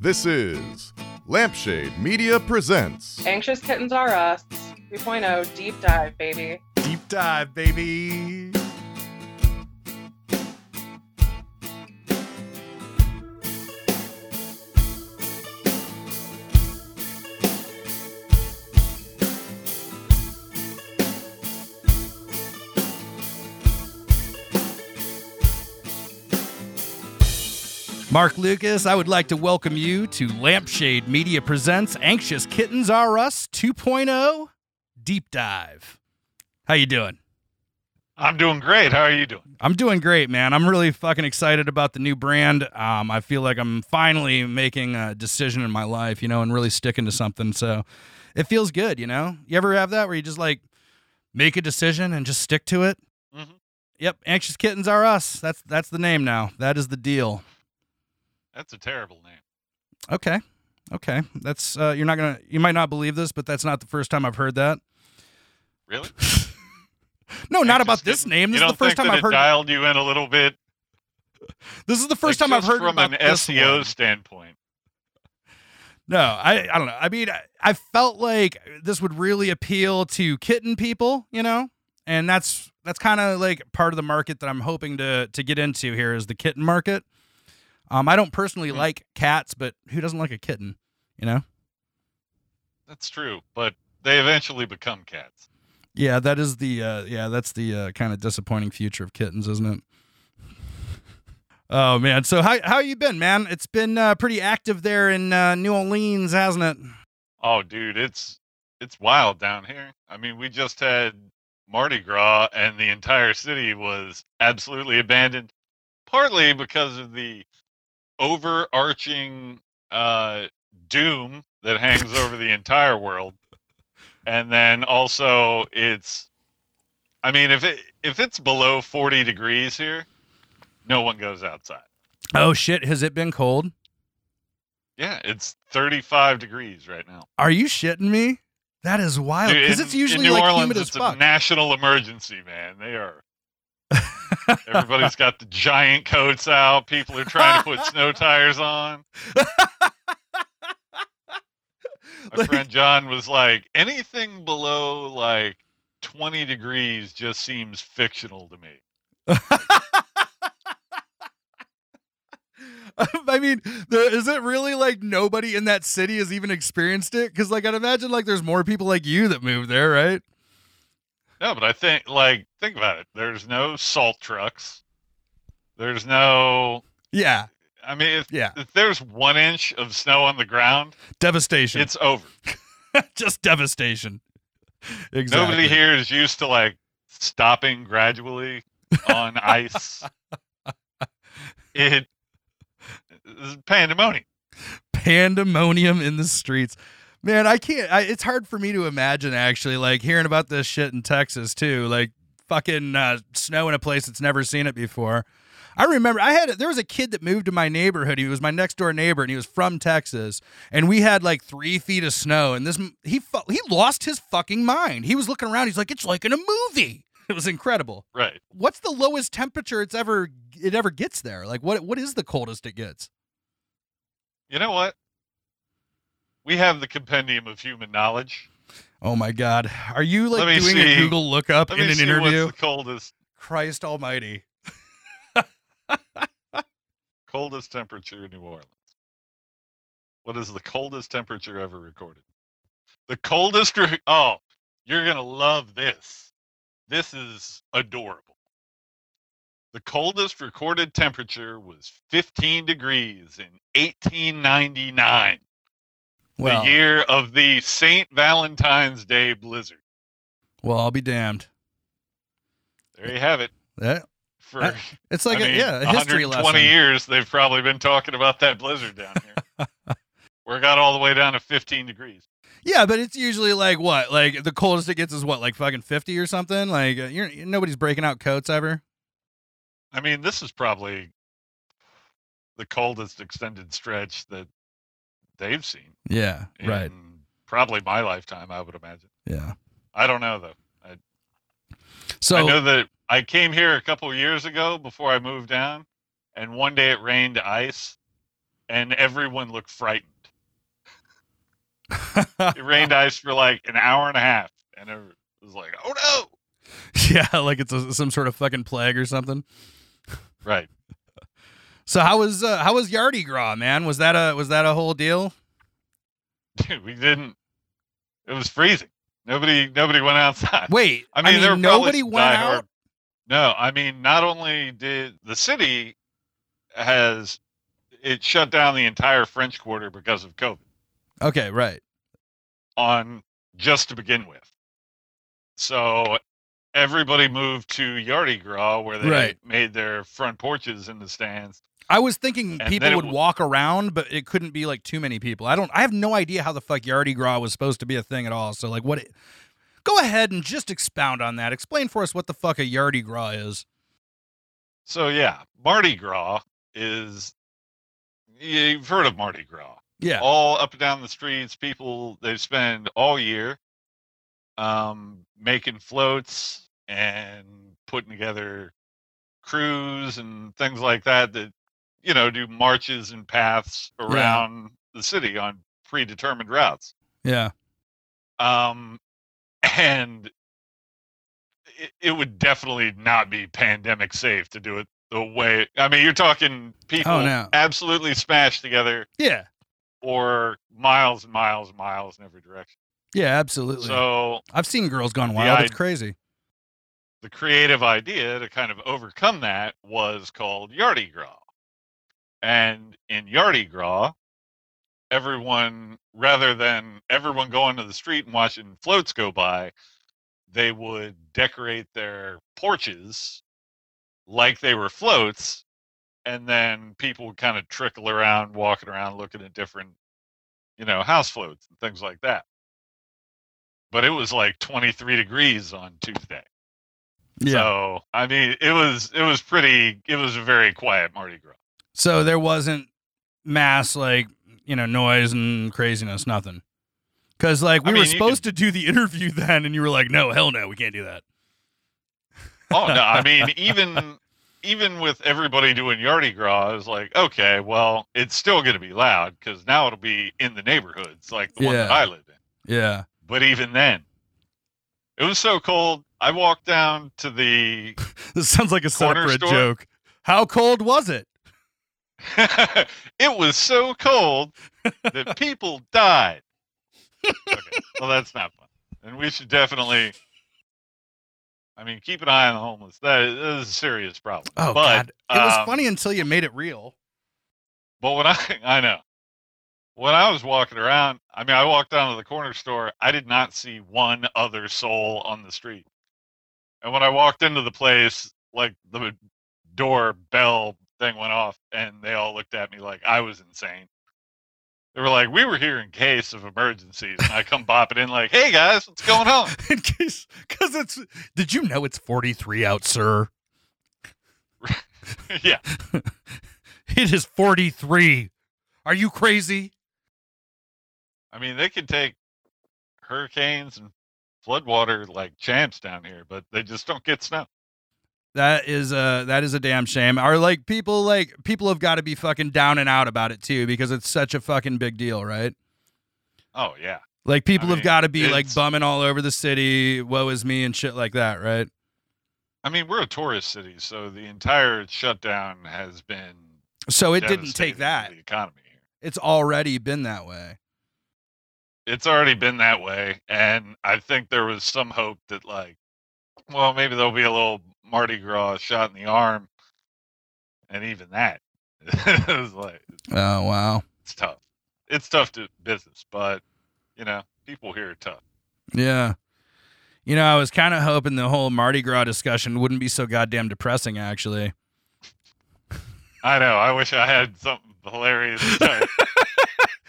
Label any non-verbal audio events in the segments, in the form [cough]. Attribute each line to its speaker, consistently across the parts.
Speaker 1: This is Lampshade Media Presents
Speaker 2: Anxious Kittens Are Us 3.0 Deep Dive, baby.
Speaker 3: Deep dive, baby. Mark Lucas, I would like to welcome you to Lampshade Media Presents Anxious Kittens Are Us 2.0 Deep Dive. How you doing?
Speaker 4: I'm doing great. How are you doing?
Speaker 3: I'm doing great, man. I'm really fucking excited about the new brand. Um, I feel like I'm finally making a decision in my life, you know, and really sticking to something. So it feels good, you know? You ever have that where you just like make a decision and just stick to it?
Speaker 4: Mhm.
Speaker 3: Yep, Anxious Kittens Are Us. That's that's the name now. That is the deal.
Speaker 4: That's a terrible name.
Speaker 3: Okay. Okay. That's uh you're not going to you might not believe this, but that's not the first time I've heard that.
Speaker 4: Really?
Speaker 3: No, [laughs] not about
Speaker 4: Anxious
Speaker 3: this
Speaker 4: Kitten?
Speaker 3: name. This
Speaker 4: you
Speaker 3: is the
Speaker 4: don't
Speaker 3: first time
Speaker 4: think that
Speaker 3: I've
Speaker 4: it
Speaker 3: heard
Speaker 4: dialed you in a little bit.
Speaker 3: This is the first
Speaker 4: like,
Speaker 3: time I've
Speaker 4: just
Speaker 3: heard
Speaker 4: from
Speaker 3: about
Speaker 4: an E
Speaker 3: this
Speaker 4: SEO
Speaker 3: one.
Speaker 4: standpoint.
Speaker 3: No, I I don't know. I mean, I, I felt like this would really appeal to kitten people, you know? And that's that's kind of like part of the market that I'm hoping to to get into here is the kitten market. Um I don't personally
Speaker 4: Mhm.
Speaker 3: like cats, but who doesn't like a kitten, you know?
Speaker 4: That's true, but they eventually become cats.
Speaker 3: Yeah, that is the uh, yeah, that's the uh, kind of disappointing future of kittens, isn't it? [laughs] Oh man, so how how you been, man? It's been uh, pretty active there in uh, New Orleans, hasn't it?
Speaker 4: Oh, dude, it's it's wild down here. I mean, we just had Mardi Gras, and the entire city was absolutely abandoned, partly because of the overarching uh, doom that hangs over the entire world, and then also it's. I mean, if it if it's below forty degrees here, no one goes outside.
Speaker 3: Oh shit, has it been cold?
Speaker 4: Yeah, it's thirty five degrees right now.
Speaker 3: Are you shitting me? That is wild
Speaker 4: Dude,
Speaker 3: because
Speaker 4: in-
Speaker 3: it's usually
Speaker 4: in New
Speaker 3: like
Speaker 4: Orleans,
Speaker 3: humid as
Speaker 4: it's
Speaker 3: fuck.
Speaker 4: a national emergency, man. They are.
Speaker 3: [laughs]
Speaker 4: Everybody's got the giant coats out. People are trying to put snow tires on. My
Speaker 3: Like-
Speaker 4: friend John was like, anything below like 20 degrees just seems fictional to me.
Speaker 3: [laughs] I mean, there, is it really like nobody in that city has even experienced it? Because like I'd imagine like there's more people like you that move there, right?
Speaker 4: No, but I think like think about it. There's no salt trucks. There's no.
Speaker 3: Yeah,
Speaker 4: I mean, if,
Speaker 3: yeah.
Speaker 4: if there's one inch of snow on the ground,
Speaker 3: Devastation.
Speaker 4: it's over.
Speaker 3: [laughs] just devastation. Exactly.
Speaker 4: Nobody here is used to like stopping gradually
Speaker 3: [laughs]
Speaker 4: on ice. It this is pandemonium.
Speaker 3: Pandemonium in the streets. Man, I can't. I, it's hard for me to imagine actually, like hearing about this shit in Texas too. Like fucking uh, snow in a place that's never seen it before. I remember I had there was a kid that moved to my neighborhood. He was my next door neighbor, and he was from Texas. And we had like three feet of snow, and this m- he fu- he lost his fucking mind. He was looking around. He's like, it's like in a movie. [laughs] It was incredible.
Speaker 4: Right.
Speaker 3: What's the lowest temperature it's ever it ever gets there? Like what what is the coldest it gets?
Speaker 4: You know what? We have the compendium of human knowledge.
Speaker 3: Oh my God. Are you like
Speaker 4: Let me
Speaker 3: doing a
Speaker 4: see.
Speaker 3: Google lookup
Speaker 4: Let
Speaker 3: in
Speaker 4: me
Speaker 3: an
Speaker 4: see
Speaker 3: interview?
Speaker 4: what's the coldest
Speaker 3: Christ Almighty.
Speaker 4: coldest temperature in New Orleans. What is the coldest temperature ever recorded? The coldest re- oh, you're gonna love this. This is adorable. The coldest recorded temperature was 15 degrees in 1899,
Speaker 3: Well,
Speaker 4: the year of the St. Valentine's Day blizzard.
Speaker 3: well, I'll be damned.
Speaker 4: There you have it.
Speaker 3: That,
Speaker 4: For
Speaker 3: That- it's like
Speaker 4: I
Speaker 3: a,
Speaker 4: mean,
Speaker 3: yeah, a history
Speaker 4: 120
Speaker 3: lesson.
Speaker 4: years, they've probably been talking about that blizzard down here.
Speaker 3: [laughs]
Speaker 4: Where it got all the way down to 15 degrees.
Speaker 3: Yeah, but it's usually like what? Like the coldest it gets is what? Like fucking 50 or something? Like uh, you're, nobody's breaking out coats ever.
Speaker 4: I mean, this is probably the coldest extended stretch that they've seen.
Speaker 3: Yeah,
Speaker 4: In Probably my lifetime, I would imagine.
Speaker 3: Yeah.
Speaker 4: I don't know though. I
Speaker 3: So,
Speaker 4: know that I came here a couple years ago before I moved down, and one day it rained ice, and everyone looked frightened. It rained ice for like an hour and a half, and it was like, oh no!
Speaker 3: [laughs] yeah, like it's a, some sort of fucking plague or something.
Speaker 4: Right. [laughs]
Speaker 3: So how was uh, how was Yardy Gras, man? Was that a was that a whole deal?
Speaker 4: Dude, we didn't. It was freezing. Nobody, nobody went outside.
Speaker 3: Wait,
Speaker 4: I mean, there were probably
Speaker 3: nobody
Speaker 4: some
Speaker 3: went
Speaker 4: diehard-
Speaker 3: out.
Speaker 4: No, I mean, not only did the city has it shut down the entire French Quarter because of COVID
Speaker 3: Okay, right.
Speaker 4: on just to begin with, so everybody moved to Yardi Gras where they
Speaker 3: Right.
Speaker 4: made their front porches in the stands.
Speaker 3: I was thinking
Speaker 4: And
Speaker 3: people
Speaker 4: then it
Speaker 3: would
Speaker 4: w-
Speaker 3: walk around, but it couldn't be like too many people. I don't. I have no idea how the fuck Yardy Gras was supposed to be a thing at all. So like, what? It, go ahead and just expound on that. Explain for us what the fuck a Yardy Gras is.
Speaker 4: So yeah, Mardi Gras is you've heard of Mardi Gras.
Speaker 3: Yeah.
Speaker 4: all up and down the streets. People they spend all year um, making floats and putting together crews and things like that that you know do marches and paths around the city on predetermined routes.
Speaker 3: Yeah.
Speaker 4: Um, [laughs] and it, it would definitely not be pandemic safe to do it the way. I mean, you're talking people
Speaker 3: Oh, no.
Speaker 4: absolutely smashed together
Speaker 3: Yeah.
Speaker 4: or miles and miles and miles in every direction.
Speaker 3: Yeah. Absolutely.
Speaker 4: So
Speaker 3: I've seen girls gone
Speaker 4: The
Speaker 3: wild. it's
Speaker 4: id-
Speaker 3: crazy.
Speaker 4: the creative idea to kind of overcome that was called Yardi Gras. And in Yardi Gras, everyone, rather than everyone going to the street and watching floats go by, they would decorate their porches like they were floats. And then people would kind of trickle around, walking around, looking at different, you know, house floats and things like that. But it was like 23 degrees on Tuesday.
Speaker 3: Yeah.
Speaker 4: So I mean, it was it was pretty. It was a very quiet Mardi Gras.
Speaker 3: So, there wasn't mass like you know noise and craziness, nothing. Because like we
Speaker 4: I
Speaker 3: were
Speaker 4: mean, you
Speaker 3: supposed to do the interview [laughs] then, and you were like, no, hell no, we can't do that.
Speaker 4: Oh no, I mean,
Speaker 3: [laughs]
Speaker 4: even even with everybody doing Yardi Gras, it's like okay, well, it's still going to be loud because now it'll be in the neighborhoods, like the one that
Speaker 3: Yeah.
Speaker 4: I live in.
Speaker 3: Yeah.
Speaker 4: But even then, it was so cold. I walked down to the
Speaker 3: This sounds like a
Speaker 4: Corner
Speaker 3: separate
Speaker 4: store?
Speaker 3: joke. How cold was it?
Speaker 4: [laughs] it was so cold that people died. Okay. Well, that's not fun. And we should definitely, I mean, keep an eye on the homeless. That is, that is a serious problem.
Speaker 3: Oh
Speaker 4: but,
Speaker 3: God! It was
Speaker 4: um,
Speaker 3: funny until you made it real.
Speaker 4: But when I, [laughs] I know, when I was walking around, I mean, I walked down to the corner store. I did not see one other soul on the street. And when I walked into the place, like the door bell thing went off, and they all looked at me like I was insane. They were like, "We were here in case of emergencies." And I come bopping in like, "Hey guys, what's going on?" [laughs]
Speaker 3: [laughs] In case, because it's. Did you know it's forty three out, sir? [laughs]
Speaker 4: yeah,
Speaker 3: It is forty three. Are you crazy?
Speaker 4: I mean, they could take hurricanes and floodwater like champs down here, but they just don't get snow.
Speaker 3: That is a that is a damn shame. Are like people like people have got to be fucking down and out about it too because it's such a fucking big deal, right?
Speaker 4: Oh yeah.
Speaker 3: Like people have
Speaker 4: mean,
Speaker 3: got to be like
Speaker 4: it's-
Speaker 3: bumming all over the city. Woe is me and shit like that, right?
Speaker 4: I mean, we're a tourist city, so the entire shutdown has been.
Speaker 3: So it didn't take
Speaker 4: devastating to
Speaker 3: that.
Speaker 4: The economy here.
Speaker 3: It's already been that way.
Speaker 4: It's already been that way, and I think there was some hope that, like, well, maybe there'll be a little Mardi Gras shot in the arm, and even that, [laughs] it was like
Speaker 3: Oh wow.
Speaker 4: it's tough. It's tough to business, but you know, people here are tough.
Speaker 3: Yeah. You know, I was kind of hoping the whole Mardi Gras discussion wouldn't be so goddamn depressing, actually.
Speaker 4: I know. I wish I had something hilarious.
Speaker 3: [laughs]
Speaker 4: To tell you.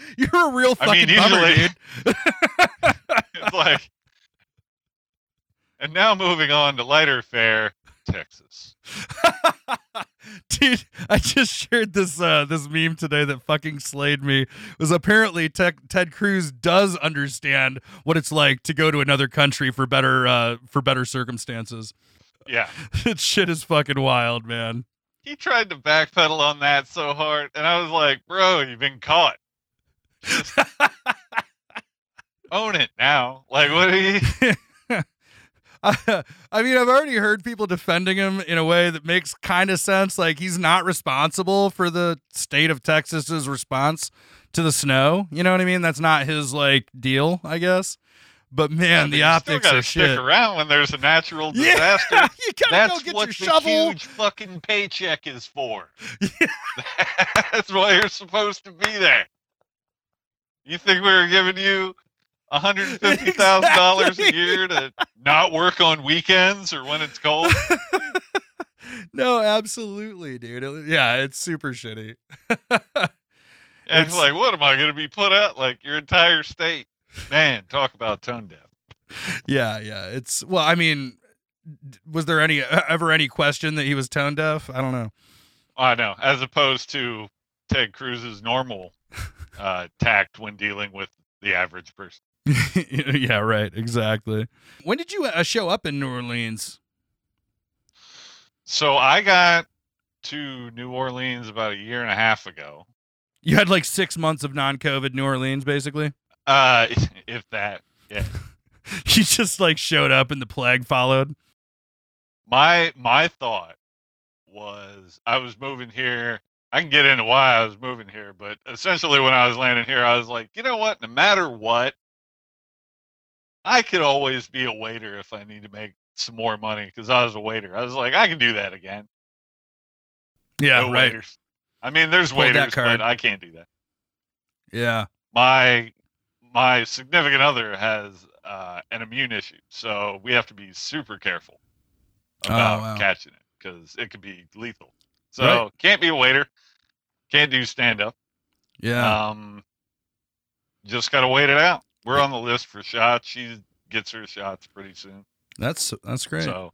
Speaker 3: [laughs] You're a real
Speaker 4: I
Speaker 3: fucking
Speaker 4: mean,
Speaker 3: bummer,
Speaker 4: usually-
Speaker 3: dude. [laughs]
Speaker 4: it's [laughs] like, and now moving on to lighter fare, Texas.
Speaker 3: Dude, I just shared this uh, this meme today that fucking slayed me. It was apparently Ted Ted Cruz does understand what it's like to go to another country for better uh, for better circumstances. [laughs]
Speaker 4: Yeah.
Speaker 3: that shit is fucking wild, man.
Speaker 4: He tried to backpedal on that so hard, and I was like, "Bro, you've been caught. Own it now." Like, what are you?
Speaker 3: [laughs] I mean, I've already heard people defending him in a way that makes kind of sense. Like he's not responsible for the state of Texas's response to the snow. You know what I mean? That's not his like deal, I guess. But [laughs]
Speaker 4: [laughs]
Speaker 3: man, the
Speaker 4: you still
Speaker 3: optics
Speaker 4: gotta
Speaker 3: are
Speaker 4: stick
Speaker 3: shit.
Speaker 4: around when there's a natural
Speaker 3: [laughs] Yeah.
Speaker 4: disaster.
Speaker 3: you gotta
Speaker 4: That's
Speaker 3: go get your
Speaker 4: what the
Speaker 3: shovel.
Speaker 4: huge fucking paycheck
Speaker 3: [laughs]
Speaker 4: is for. That's why you're supposed to be there. You think we were giving you $150,000
Speaker 3: Exactly.
Speaker 4: a year to not work on weekends or when it's
Speaker 3: [laughs]
Speaker 4: cold?
Speaker 3: No, absolutely, dude. It- yeah, it's super shitty.
Speaker 4: And
Speaker 3: It's-
Speaker 4: it's like, what am I going to be put out? Like your entire state. Man, talk about tone deaf.
Speaker 3: yeah, yeah. It's well, I mean, d- was there any e-, ever any question that he was tone deaf? I don't know.
Speaker 4: I know, as opposed to Ted Cruz's normal uh, tact when dealing with the average person.
Speaker 3: [laughs] yeah, right. Exactly. When did you uh, show up in New Orleans?
Speaker 4: So I got to New Orleans about a year and a half ago.
Speaker 3: You had like six months of non-COVID New Orleans, basically. [laughs]
Speaker 4: Uh, [laughs] if that,
Speaker 3: You just like showed up and the plague followed.
Speaker 4: my my thought was I was moving here. I can get into why I was moving here, but essentially when I was landing here, I was like, you know what? No matter what, I could always be a waiter if I need to make some more money because I was a waiter. I was like, I can do that again.
Speaker 3: Yeah,
Speaker 4: no
Speaker 3: right.
Speaker 4: waiters. I mean, there's
Speaker 3: Pulled that
Speaker 4: waiters,
Speaker 3: card.
Speaker 4: but I can't do that.
Speaker 3: Yeah.
Speaker 4: my my significant other has uh, an immune issue, so we have to be super careful
Speaker 3: Oh,
Speaker 4: about
Speaker 3: wow.
Speaker 4: catching it because it could be lethal. So
Speaker 3: Right.
Speaker 4: can't be a waiter, can't do stand up.
Speaker 3: Yeah.
Speaker 4: Um, just gotta wait it out. We're on the list for shots. She gets her shots pretty soon,
Speaker 3: that's that's great. Uh,
Speaker 4: so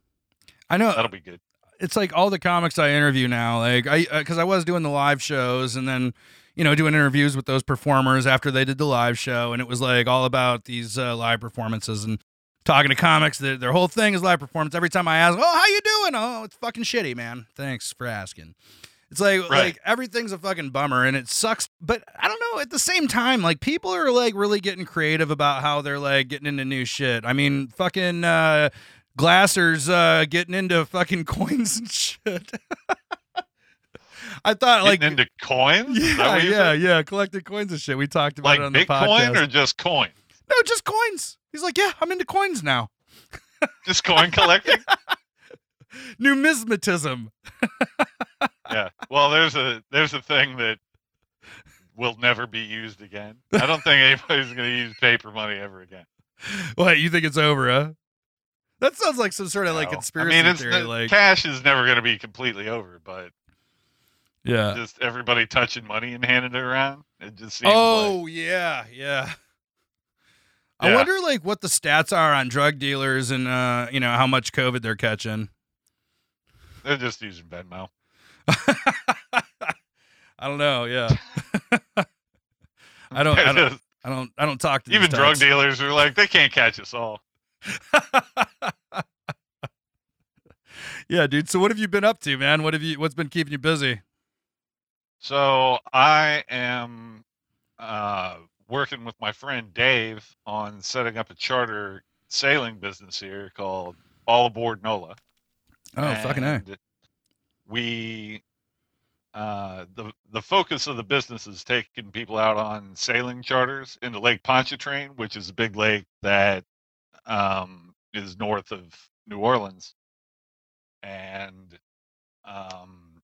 Speaker 3: I know.
Speaker 4: that'll be good.
Speaker 3: it's like all the comics I interview now, like I because I was doing the live shows and then you know doing interviews with those performers after they did the live show, and it was like all about these uh, live performances and talking to comics. Their, their whole thing is live performance. Every time I ask, "Oh, how you doing?" "Oh, it's fucking shitty, man. Thanks for asking." It's like
Speaker 4: Right.
Speaker 3: like everything's a fucking bummer and it sucks, but I don't know. At the same time, like people are like really getting creative about how they're like getting into new shit. I mean, fucking. uh Glasser's uh, getting into fucking [laughs] coins and shit. [laughs] I thought like
Speaker 4: Getting into coins? Is that
Speaker 3: yeah,
Speaker 4: what you
Speaker 3: yeah,
Speaker 4: said?
Speaker 3: yeah, collected coins and shit. We talked about
Speaker 4: Like
Speaker 3: it on the
Speaker 4: Bitcoin
Speaker 3: podcast.
Speaker 4: or just coin?
Speaker 3: no, just coins. He's like, yeah, I'm into coins now.
Speaker 4: Just coin collecting?
Speaker 3: Numismatism.
Speaker 4: yeah. Well, there's a there's a thing that will never be used again. I don't think anybody's going to use paper money ever again.
Speaker 3: What you think it's over? Huh? That sounds like some sort of like
Speaker 4: No.
Speaker 3: conspiracy
Speaker 4: I mean, it's
Speaker 3: theory.
Speaker 4: not-
Speaker 3: like,
Speaker 4: cash is never going to be completely over, but
Speaker 3: yeah.
Speaker 4: just everybody touching money and handing it around, it just seems
Speaker 3: Oh
Speaker 4: like
Speaker 3: yeah, yeah. I
Speaker 4: Yeah.
Speaker 3: wonder like what the stats are on drug dealers and uh, you know how much COVID they're catching.
Speaker 4: they're just using Venmo.
Speaker 3: I don't know. Yeah. I don't.
Speaker 4: [laughs] They're
Speaker 3: I don't.
Speaker 4: just-
Speaker 3: I don't. I don't talk to these
Speaker 4: even drug
Speaker 3: types.
Speaker 4: dealers are like they can't catch us all.
Speaker 3: yeah, dude. So what have you been up to, man? What have you? What's been keeping you busy?
Speaker 4: So I am uh, working with my friend Dave on setting up a charter sailing business here called All Aboard NOLA.
Speaker 3: Oh, fucking a.
Speaker 4: And We uh the the focus of the business is taking people out on sailing charters into Lake Pontchartrain, which is a big lake that um is north of New Orleans. And um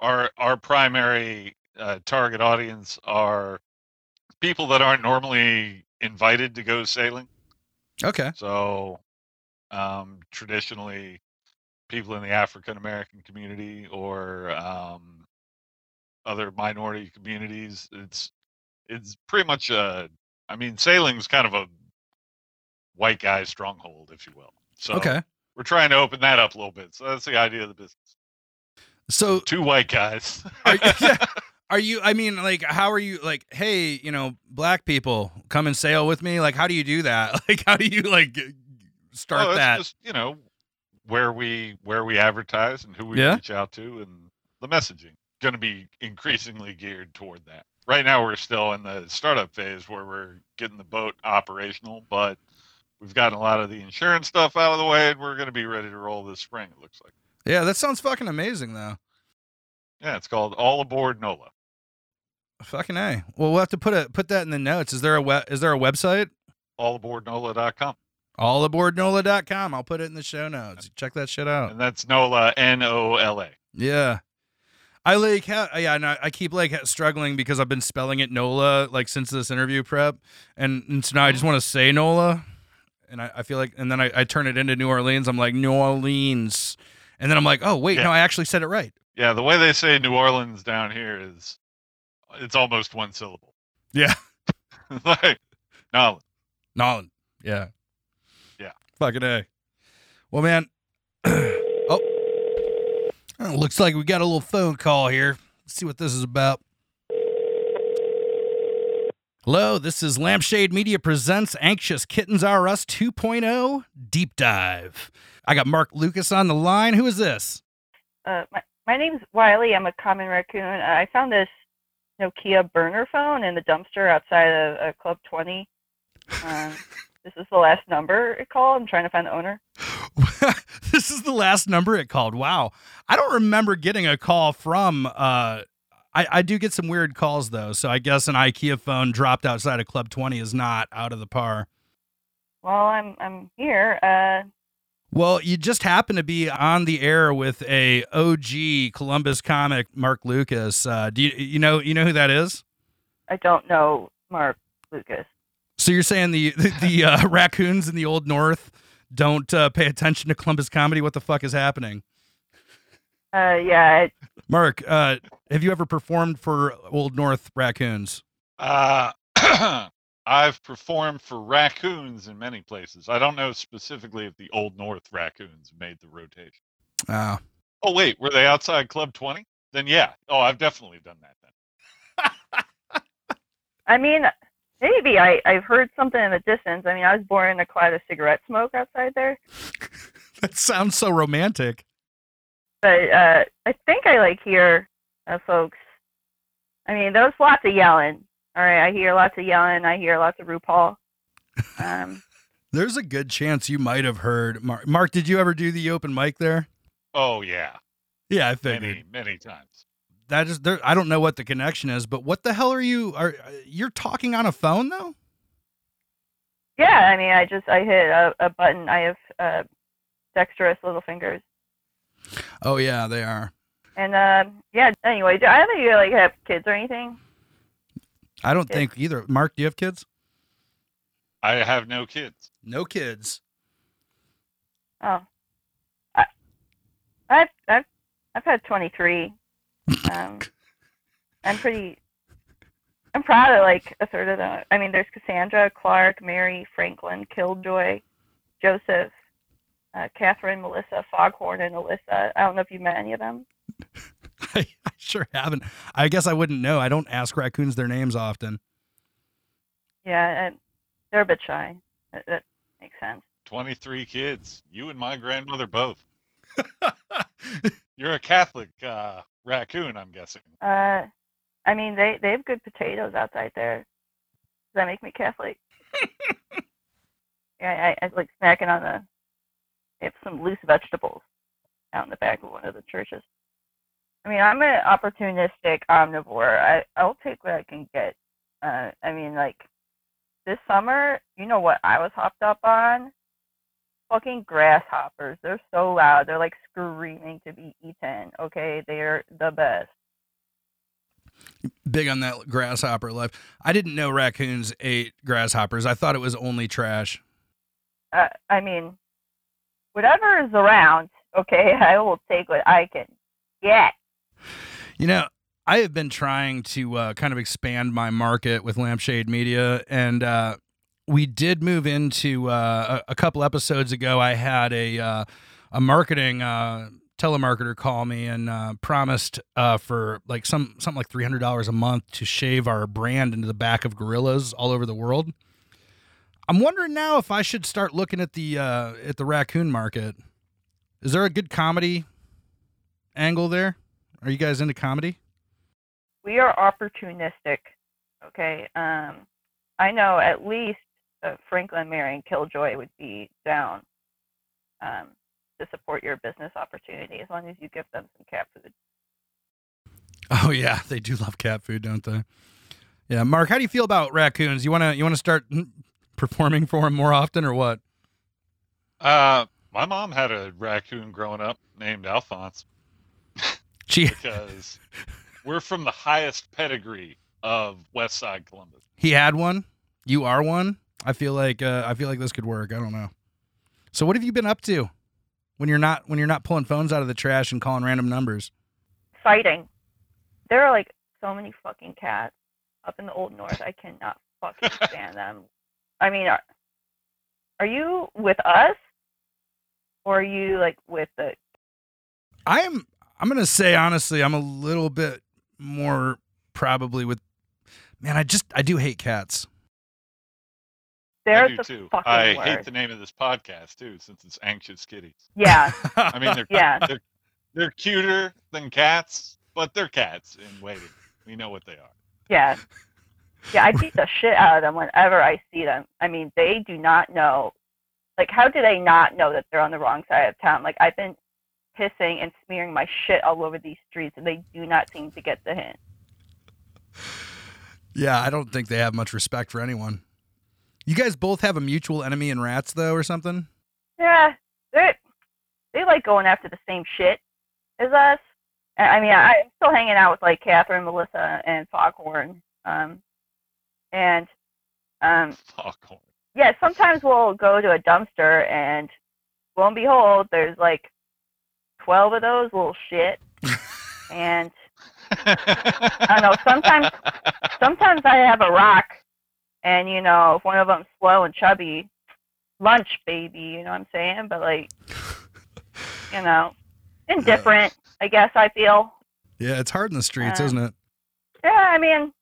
Speaker 4: our our primary uh, target audience are people that aren't normally invited to go sailing.
Speaker 3: Okay.
Speaker 4: So, um, traditionally, people in the African American community or um, other minority communities, it's it's pretty much a. I mean, sailing's kind of a white guy stronghold, if you will. So
Speaker 3: Okay.
Speaker 4: we're trying to open that up a little bit. So that's the idea of the business.
Speaker 3: So
Speaker 4: Two white guys.
Speaker 3: are, yeah, are you? I mean, like, how are you? Like, hey, you know, black people, come and [laughs] sail with me. Like, how do you do that? Like, how do you like g- start
Speaker 4: Oh, it's
Speaker 3: that?
Speaker 4: Just, you know, where we where we advertise and who we
Speaker 3: Yeah.
Speaker 4: reach out to and the messaging going to be increasingly geared toward that. Right now we're still in the startup phase where we're getting the boat operational, but we've gotten a lot of the insurance stuff out of the way and we're going to be ready to roll this spring it looks like.
Speaker 3: Yeah, that sounds fucking amazing though.
Speaker 4: Yeah, it's called All Aboard NOLA.
Speaker 3: Fucking a. Well, we'll have to put a put that in the notes. Is there a we- is there a website?
Speaker 4: allaboardnola.com.
Speaker 3: Allaboardnola.com. I'll put it in the show notes. Check that shit out.
Speaker 4: And that's NOLA N O L A.
Speaker 3: Yeah. I like ha- yeah, and I, I keep like struggling because I've been spelling it Nola like since this interview prep, and, and so now I just want to say Nola, and I, I feel like, and then I, I turn it into New Orleans. I'm like New Orleans, and then I'm like, oh wait,
Speaker 4: Yeah.
Speaker 3: no, I actually said it right.
Speaker 4: Yeah, the way they say New Orleans down here is it's almost one syllable.
Speaker 3: Yeah.
Speaker 4: [laughs] like no,
Speaker 3: Nolan. Yeah.
Speaker 4: Yeah.
Speaker 3: Fucking a. Well, man. [clears throat] oh. Oh, looks like we got a little phone call here. Let's see what this is about. Hello, this is Lampshade Media Presents Anxious Kittens R Us 2.0 Deep Dive. I got Mark Lucas on the line. Who is this?
Speaker 5: Uh, my, my name's Wiley. I'm a common raccoon. I found this Nokia burner phone in the dumpster outside of uh, Club 20. Um, this is the last number it called. I'm trying to find the owner.
Speaker 3: [laughs] this is the last number it called. Wow. I don't remember getting a call from uh I, I do get some weird calls though, so I guess an IKEA phone dropped outside of Club 20 is not out of the par.
Speaker 5: Well, I'm I'm here. Uh,
Speaker 3: Well, you just happen to be on the air with a OG Columbus comic, Mark Lucas. Uh, do you, you know you know who that is?
Speaker 5: I don't know Mark Lucas.
Speaker 3: So you're saying the the, the uh, [laughs] raccoons in the old north don't uh, pay attention to Columbus comedy? What the fuck is happening,
Speaker 5: Uh, yeah, I,
Speaker 3: Mark? Uh, have you ever performed for Old North raccoons?
Speaker 4: Uh, [clears throat] I've performed for raccoons in many places. I don't know specifically if the Old North raccoons made the rotation.
Speaker 3: Oh.
Speaker 4: Oh, wait, were they outside Club 20? Then yeah. Oh, I've definitely done that then.
Speaker 5: I mean, maybe I I've heard something in the distance. I mean, I was born in a cloud of cigarette smoke outside there,
Speaker 3: [laughs] that sounds so romantic.
Speaker 5: but uh, I think I like hear uh, folks. I mean, there's lots of yelling. All right, I hear lots of yelling. I hear lots of RuPaul. Um,
Speaker 3: There's a good chance you might have heard Mark. Mark, did you ever do the open mic there?
Speaker 4: Oh, yeah.
Speaker 3: Yeah, I figured.
Speaker 4: Many, many times.
Speaker 3: that is there i don't know what the connection is but what the hell are you are uh, you're talking on a phone though
Speaker 5: yeah, I mean, I just I hit a, a button. I have uh, dexterous little fingers.
Speaker 3: oh yeah they are
Speaker 5: And um, yeah. Anyway, do either of you like have kids or anything?
Speaker 3: i don't
Speaker 5: Yeah.
Speaker 3: think either mark do you have kids
Speaker 4: I have no kids.
Speaker 3: no kids
Speaker 5: Oh, I, I've I've I've had 23. Um, I'm pretty. I'm proud of like a third of them. I mean, there's Cassandra, Clark, Mary, Franklin, Killjoy, Joseph, uh, Catherine, Melissa, Foghorn, and Alyssa. I don't know if you met any of them.
Speaker 3: I, [laughs] I sure haven't i guess i wouldn't know i don't ask raccoons their names often
Speaker 5: Yeah, and they're a bit shy. That, that makes sense.
Speaker 4: 23 kids. You and my grandmother both. You're a Catholic uh, raccoon, I'm guessing.
Speaker 5: Uh, I mean, they they have good potatoes outside there. Does that make me Catholic? yeah, I, I like snacking on the. They have some loose vegetables out in the back of one of the churches. I mean, I'm an opportunistic omnivore. I I'll take what I can get. Uh, I mean, like this summer, you know what I was hopped up on? Fucking grasshoppers. They're so loud. They're like screaming to be eaten. Okay, they're the best.
Speaker 3: [laughs] big on that grasshopper life i didn't know raccoons ate grasshoppers i thought it was only trash
Speaker 5: uh, I mean, whatever is around, okay, [laughs] I will take what I can get.
Speaker 3: You know, I have been trying to uh, kind of expand my market with Lampshade Media, and uh, we did move into uh, a, a couple episodes ago. I had a uh, a marketing uh, telemarketer call me and uh, promised uh, for like some something like three hundred dollars a month to shave our brand into the back of gorillas all over the world. I'm wondering now if I should start looking at the uh, at the raccoon market. Is there a good comedy angle there? Are you guys into comedy?
Speaker 5: we are opportunistic. Okay. Um, I know at least uh, Franklin Marion Killjoy would be down um, to support your business opportunity as long as you give them some cat food.
Speaker 3: Oh yeah, they do love cat food, don't they? Yeah, Mark, how do you feel about raccoons? You wanna you wanna start mm, performing for them more often or what?
Speaker 4: Uh, my mom had a raccoon growing up named Alphonse
Speaker 3: She
Speaker 4: because we're from the highest pedigree of West Side Columbus.
Speaker 3: he had one. You are one. I feel like uh, I feel like this could work. I don't know. So what have you been up to when you're not when you're not pulling phones out of the trash and calling random numbers?
Speaker 5: Fighting. There are like so many fucking cats up in the old north. I cannot
Speaker 4: [laughs]
Speaker 5: fucking stand them. I mean, are, are you with us? Or are you like with the
Speaker 3: I'm I'm gonna say honestly, I'm a little bit more probably with man. I just I do hate cats.
Speaker 5: there's
Speaker 4: I do
Speaker 5: the
Speaker 4: too.
Speaker 5: fucking
Speaker 4: I
Speaker 5: word.
Speaker 4: hate the name of this podcast too, since it's Anxious Kitties.
Speaker 5: yeah,
Speaker 4: I mean,
Speaker 5: [laughs]
Speaker 4: they're
Speaker 5: yeah.
Speaker 4: they're cuter than cats, but they're cats in waiting. We know what they are. [laughs]
Speaker 5: Yeah. Yeah, I beat the shit out of them whenever I see them. I mean, they do not know. Like, how do they not know that they're on the wrong side of town? Like, I've been pissing and smearing my shit all over these streets, and they do not seem to get the hint.
Speaker 3: Yeah, I don't think they have much respect for anyone. You guys both have a mutual enemy in rats, though, or something?
Speaker 5: Yeah, they they like going after the same shit as us. I I mean, I, I'm still hanging out with like Catherine, Melissa, and Foghorn. Um, and um,
Speaker 4: Foghorn.
Speaker 5: yeah, sometimes we'll go to a dumpster and lo and behold, there's like twelve of those little shit. and
Speaker 4: I
Speaker 5: know, sometimes- sometimes I have a rock, and you know, if one of them's slow and chubby, lunch baby, you know what I'm saying? But like, you know, indifferent, I guess I feel.
Speaker 3: Yeah, it's hard in the streets,
Speaker 5: Uh,
Speaker 3: isn't it?
Speaker 5: Yeah, I mean,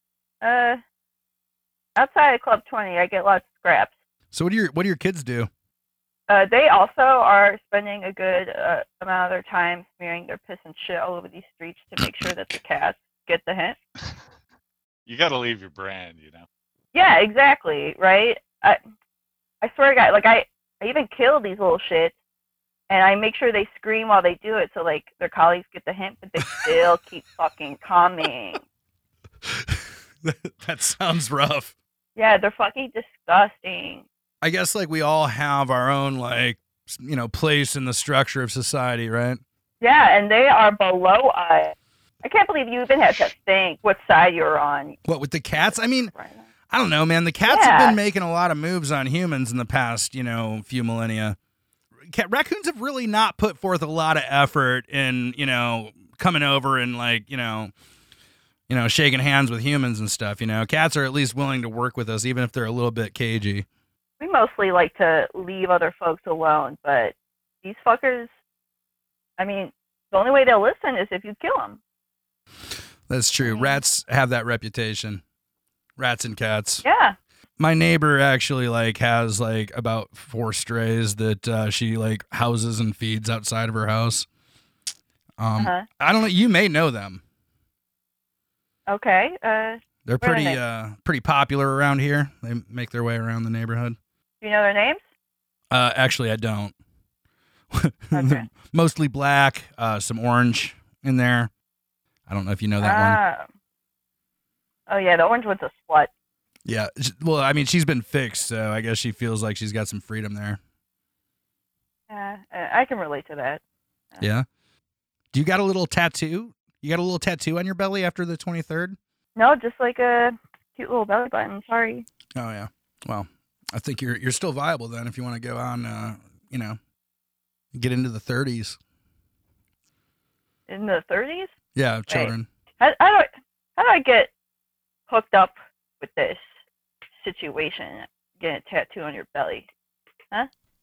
Speaker 5: uh, outside of Club 20, I get lots of scraps.
Speaker 3: So what do your what do your kids do?
Speaker 5: Uh, they also are spending a good uh, amount of their time smearing their piss and shit all over these streets to make sure that the cats get the hint.
Speaker 4: [laughs] you got to leave your brand, you know.
Speaker 5: Yeah, exactly. Right. I, I swear to God, like I, I even kill these little shits, and I make sure they scream while they do it, so like their colleagues get the hint, but they still keep fucking coming.
Speaker 3: [laughs] that sounds rough.
Speaker 5: Yeah, they're fucking disgusting.
Speaker 3: I guess like we all have our own like s- you know place in the structure of society, right?
Speaker 5: Yeah, and they are below us. I can't believe you even had to think what side you're on.
Speaker 3: What with the cats? I mean,
Speaker 5: Right now.
Speaker 3: I don't know, man. The cats have
Speaker 5: Yeah.
Speaker 3: been making a lot of moves on humans in the past, you know, few millennia. Cat, raccoons have really not put forth a lot of effort in, you know, coming over and like, you know, you know, shaking hands with humans and stuff. You know, cats are at least willing to work with us, even if they're a little bit cagey.
Speaker 5: We mostly like to leave other folks alone, but these fuckers. I mean, the only way they'll listen is if you kill them.
Speaker 3: That's true.
Speaker 5: Mhm.
Speaker 3: Rats have that reputation. Rats and cats.
Speaker 5: Yeah.
Speaker 3: my neighbor actually like has like about four strays that uh, she like houses and feeds outside of her house. Um,
Speaker 5: Uh-huh.
Speaker 3: I don't know. You may know them.
Speaker 5: Okay. Uh,
Speaker 3: They're
Speaker 5: Where are
Speaker 3: pretty
Speaker 5: they?
Speaker 3: uh, pretty popular around here. They make their way around the neighborhood.
Speaker 5: do you know their names?
Speaker 3: Uh, actually, I don't. [laughs]
Speaker 5: Okay.
Speaker 3: Mostly black, uh, some orange in there. I don't know if you know that one.
Speaker 5: Ah. Oh yeah, the orange one's a slut.
Speaker 3: Yeah. sh- Well, I mean, she's been fixed, so I guess she feels like she's got some freedom there.
Speaker 5: Yeah, Uh, I I can relate to that.
Speaker 3: Yeah. Do you got a little tattoo? You got a little tattoo on your belly after the 23rd?
Speaker 5: No, just like a cute little belly button. Sorry.
Speaker 3: Oh yeah. Well, I think you're you're still viable then if you want to go on uh, you know, get into the 30s.
Speaker 5: In the 30s,
Speaker 3: Yeah, of children.
Speaker 5: how, how do I, how do I get hooked up with this situation? Getting a tattoo on your
Speaker 3: [laughs]
Speaker 5: belly.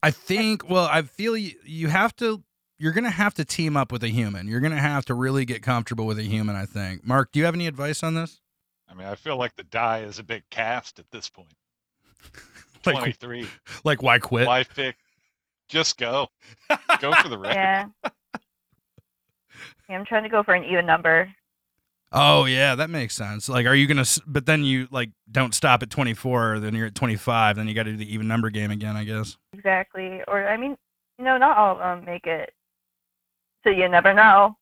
Speaker 3: I think well, I feel you, you have to you're going to have to team up with a human. You're going to have to really get comfortable with a human, I think. Mark, do you have any advice on this?
Speaker 4: I mean, I feel like the die is a bit cast at this point.
Speaker 3: Like-
Speaker 4: Twenty-three.
Speaker 3: [laughs] Like why quit?
Speaker 4: Why fix? Just go. Go for the record.
Speaker 5: Yeah. yeah. I'm trying to go for an even number.
Speaker 3: Oh yeah, that makes sense. Like, are you gonna? s- But then you like don't stop at twenty four. Then you're at twenty five. Then you got to do the even number game again, I guess.
Speaker 5: Exactly. Or, I mean, you know, not all of them make it. So you never know.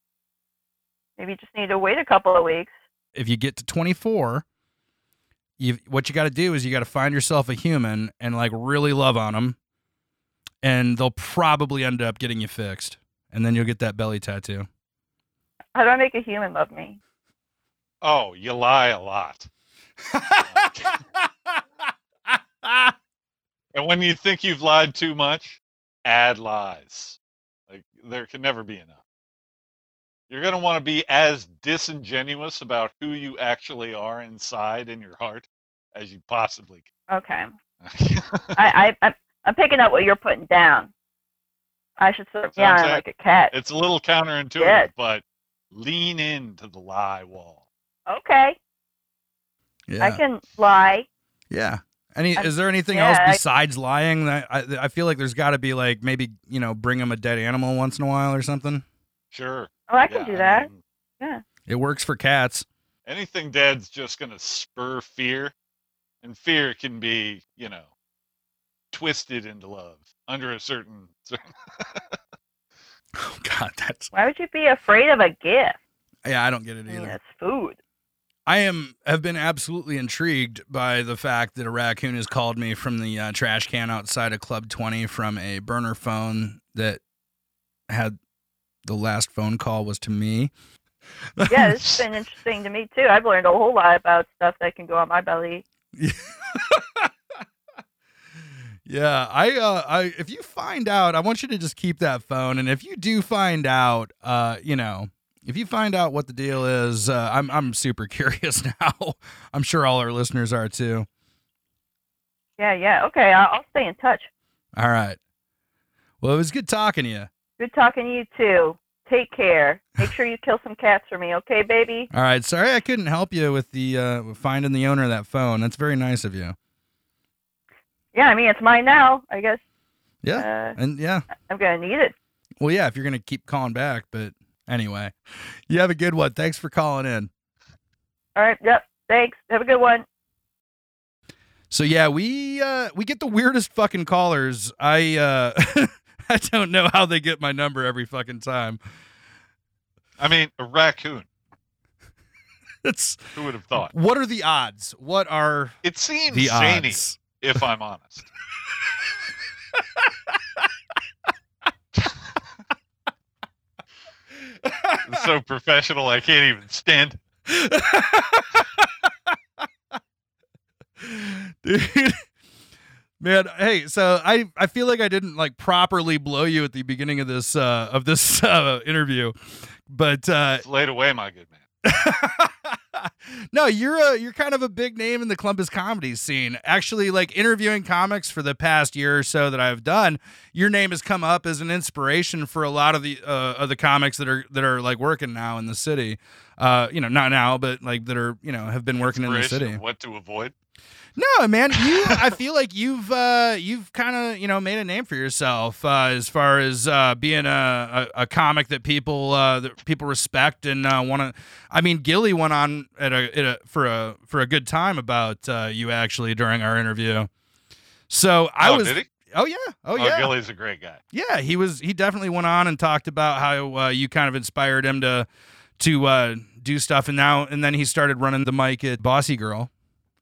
Speaker 5: Maybe you just need to wait a couple of weeks.
Speaker 3: If you get to twenty four, you what you got to do is you got to find yourself a human and like really love on them, and they'll probably end up getting you fixed, and then you'll get that belly tattoo.
Speaker 5: How do I make a human love me?
Speaker 4: Oh, you lie a
Speaker 5: [laughs]
Speaker 4: lot. And when you think you've lied too much, add lies. Like there can never be enough. You're going to want to be as disingenuous about who you actually are inside in your heart as you possibly
Speaker 5: Okay.
Speaker 4: can. [laughs]
Speaker 5: I, I, I'm, I'm picking up what you're putting down. I should sort of
Speaker 4: That's what I'm
Speaker 5: yeah,
Speaker 4: saying.
Speaker 5: like a cat.
Speaker 4: it's a little counterintuitive,
Speaker 5: Yes.
Speaker 4: but lean into the lie wall.
Speaker 5: Okay.
Speaker 3: yeah.
Speaker 5: I can lie.
Speaker 3: Yeah. Any
Speaker 5: I-
Speaker 3: is there anything
Speaker 5: yeah,
Speaker 3: else
Speaker 5: I-
Speaker 3: besides lying? That I, I feel like there's got to be like maybe you know bring them a dead animal once in a while or something.
Speaker 4: Sure.
Speaker 5: Oh, I can
Speaker 4: yeah,
Speaker 5: do that.
Speaker 4: mean,
Speaker 3: It works for cats. [laughs]
Speaker 4: anything dead's just going to spur fear, and fear can be, you know, twisted into love under a certain
Speaker 3: Oh God, that's
Speaker 5: Why would you be afraid of a gift?
Speaker 3: yeah. I don't get it
Speaker 5: I mean,
Speaker 3: either.
Speaker 5: it's food.
Speaker 3: I am have been absolutely intrigued by the fact that a raccoon has called me from the uh, trash can outside of Club Twenty from a burner phone that had the last phone call was to me. [laughs]
Speaker 5: Yeah, this has been interesting to me too. I've learned a whole lot about stuff that can go on my belly.
Speaker 3: Yeah, I, uh, I, if you find out, I want you to just keep that phone, and if you do find out, uh, you know, if you find out what the deal is, uh, I'm, I'm super [laughs] curious now. I'm sure all our listeners are too.
Speaker 5: Yeah, yeah. Okay, I'll, I'll stay in touch.
Speaker 3: All right. Well, it was good talking to you.
Speaker 5: Good talking to you too. Take care. Make sure you kill some cats for me, okay, baby?
Speaker 3: All right. Sorry I couldn't help you with the uh, with finding the owner of that phone. That's very nice of you.
Speaker 5: Yeah, I mean it's mine now. I guess.
Speaker 3: Yeah.
Speaker 5: Uh,
Speaker 3: And yeah.
Speaker 5: I'm gonna need it.
Speaker 3: Well, yeah. If you're gonna keep calling back, but anyway, you have a good one. Thanks for calling in.
Speaker 5: All right. Yep. Thanks. Have a good one.
Speaker 3: So yeah, we uh, we get the weirdest fucking callers. I uh, [laughs] I don't know how they get my number every fucking time.
Speaker 4: I mean, a raccoon.
Speaker 3: It's
Speaker 4: Who would have thought?
Speaker 3: what are the odds? What are
Speaker 4: It seems
Speaker 3: the
Speaker 4: zany,
Speaker 3: odds? [laughs]
Speaker 4: if I'm honest. It's so professional, I can't even stand. it.
Speaker 3: Dude. Man, hey, so I I feel like I didn't like properly blow you at the beginning of this uh of this [laughs] uh interview. But uh
Speaker 4: It's laid away, my good man.
Speaker 3: no, you're a you're kind of a big name in the Columbus comedy scene. Actually, like interviewing comics for the past year or so that I've done, your name has come up as an inspiration for a lot of the uh, of the comics that are that are like working now in the city. Uh, you know, not now, but like that are you know have been working in the
Speaker 4: Inspiration of
Speaker 3: city.
Speaker 4: What to avoid?
Speaker 3: No, man, you. I feel like you've uh, you've kind of you know made a name for yourself uh, as far as uh, being a, a, a comic that people uh, that people respect and uh, want to. I mean, Gilly went on at a, at a for a for a good time about uh, you actually during our interview. So I
Speaker 4: oh,
Speaker 3: was.
Speaker 4: did he?
Speaker 3: Oh yeah. Oh yeah.
Speaker 4: Gilly's a great guy.
Speaker 3: Yeah, he was. He definitely went on and talked about how uh, you kind of inspired him to to uh, do stuff, and now and then he started running the mic at Bossy Girl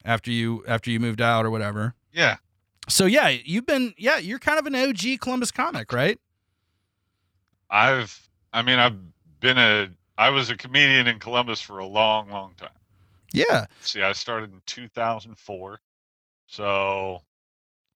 Speaker 3: after you after you moved out or whatever.
Speaker 4: Yeah,
Speaker 3: So yeah, you've been yeah, you're kind of an OG Columbus comic, right?
Speaker 4: I've. I mean, I've been a. I was a comedian in Columbus for a long, long time.
Speaker 3: Yeah,
Speaker 4: See, I started in 2004, so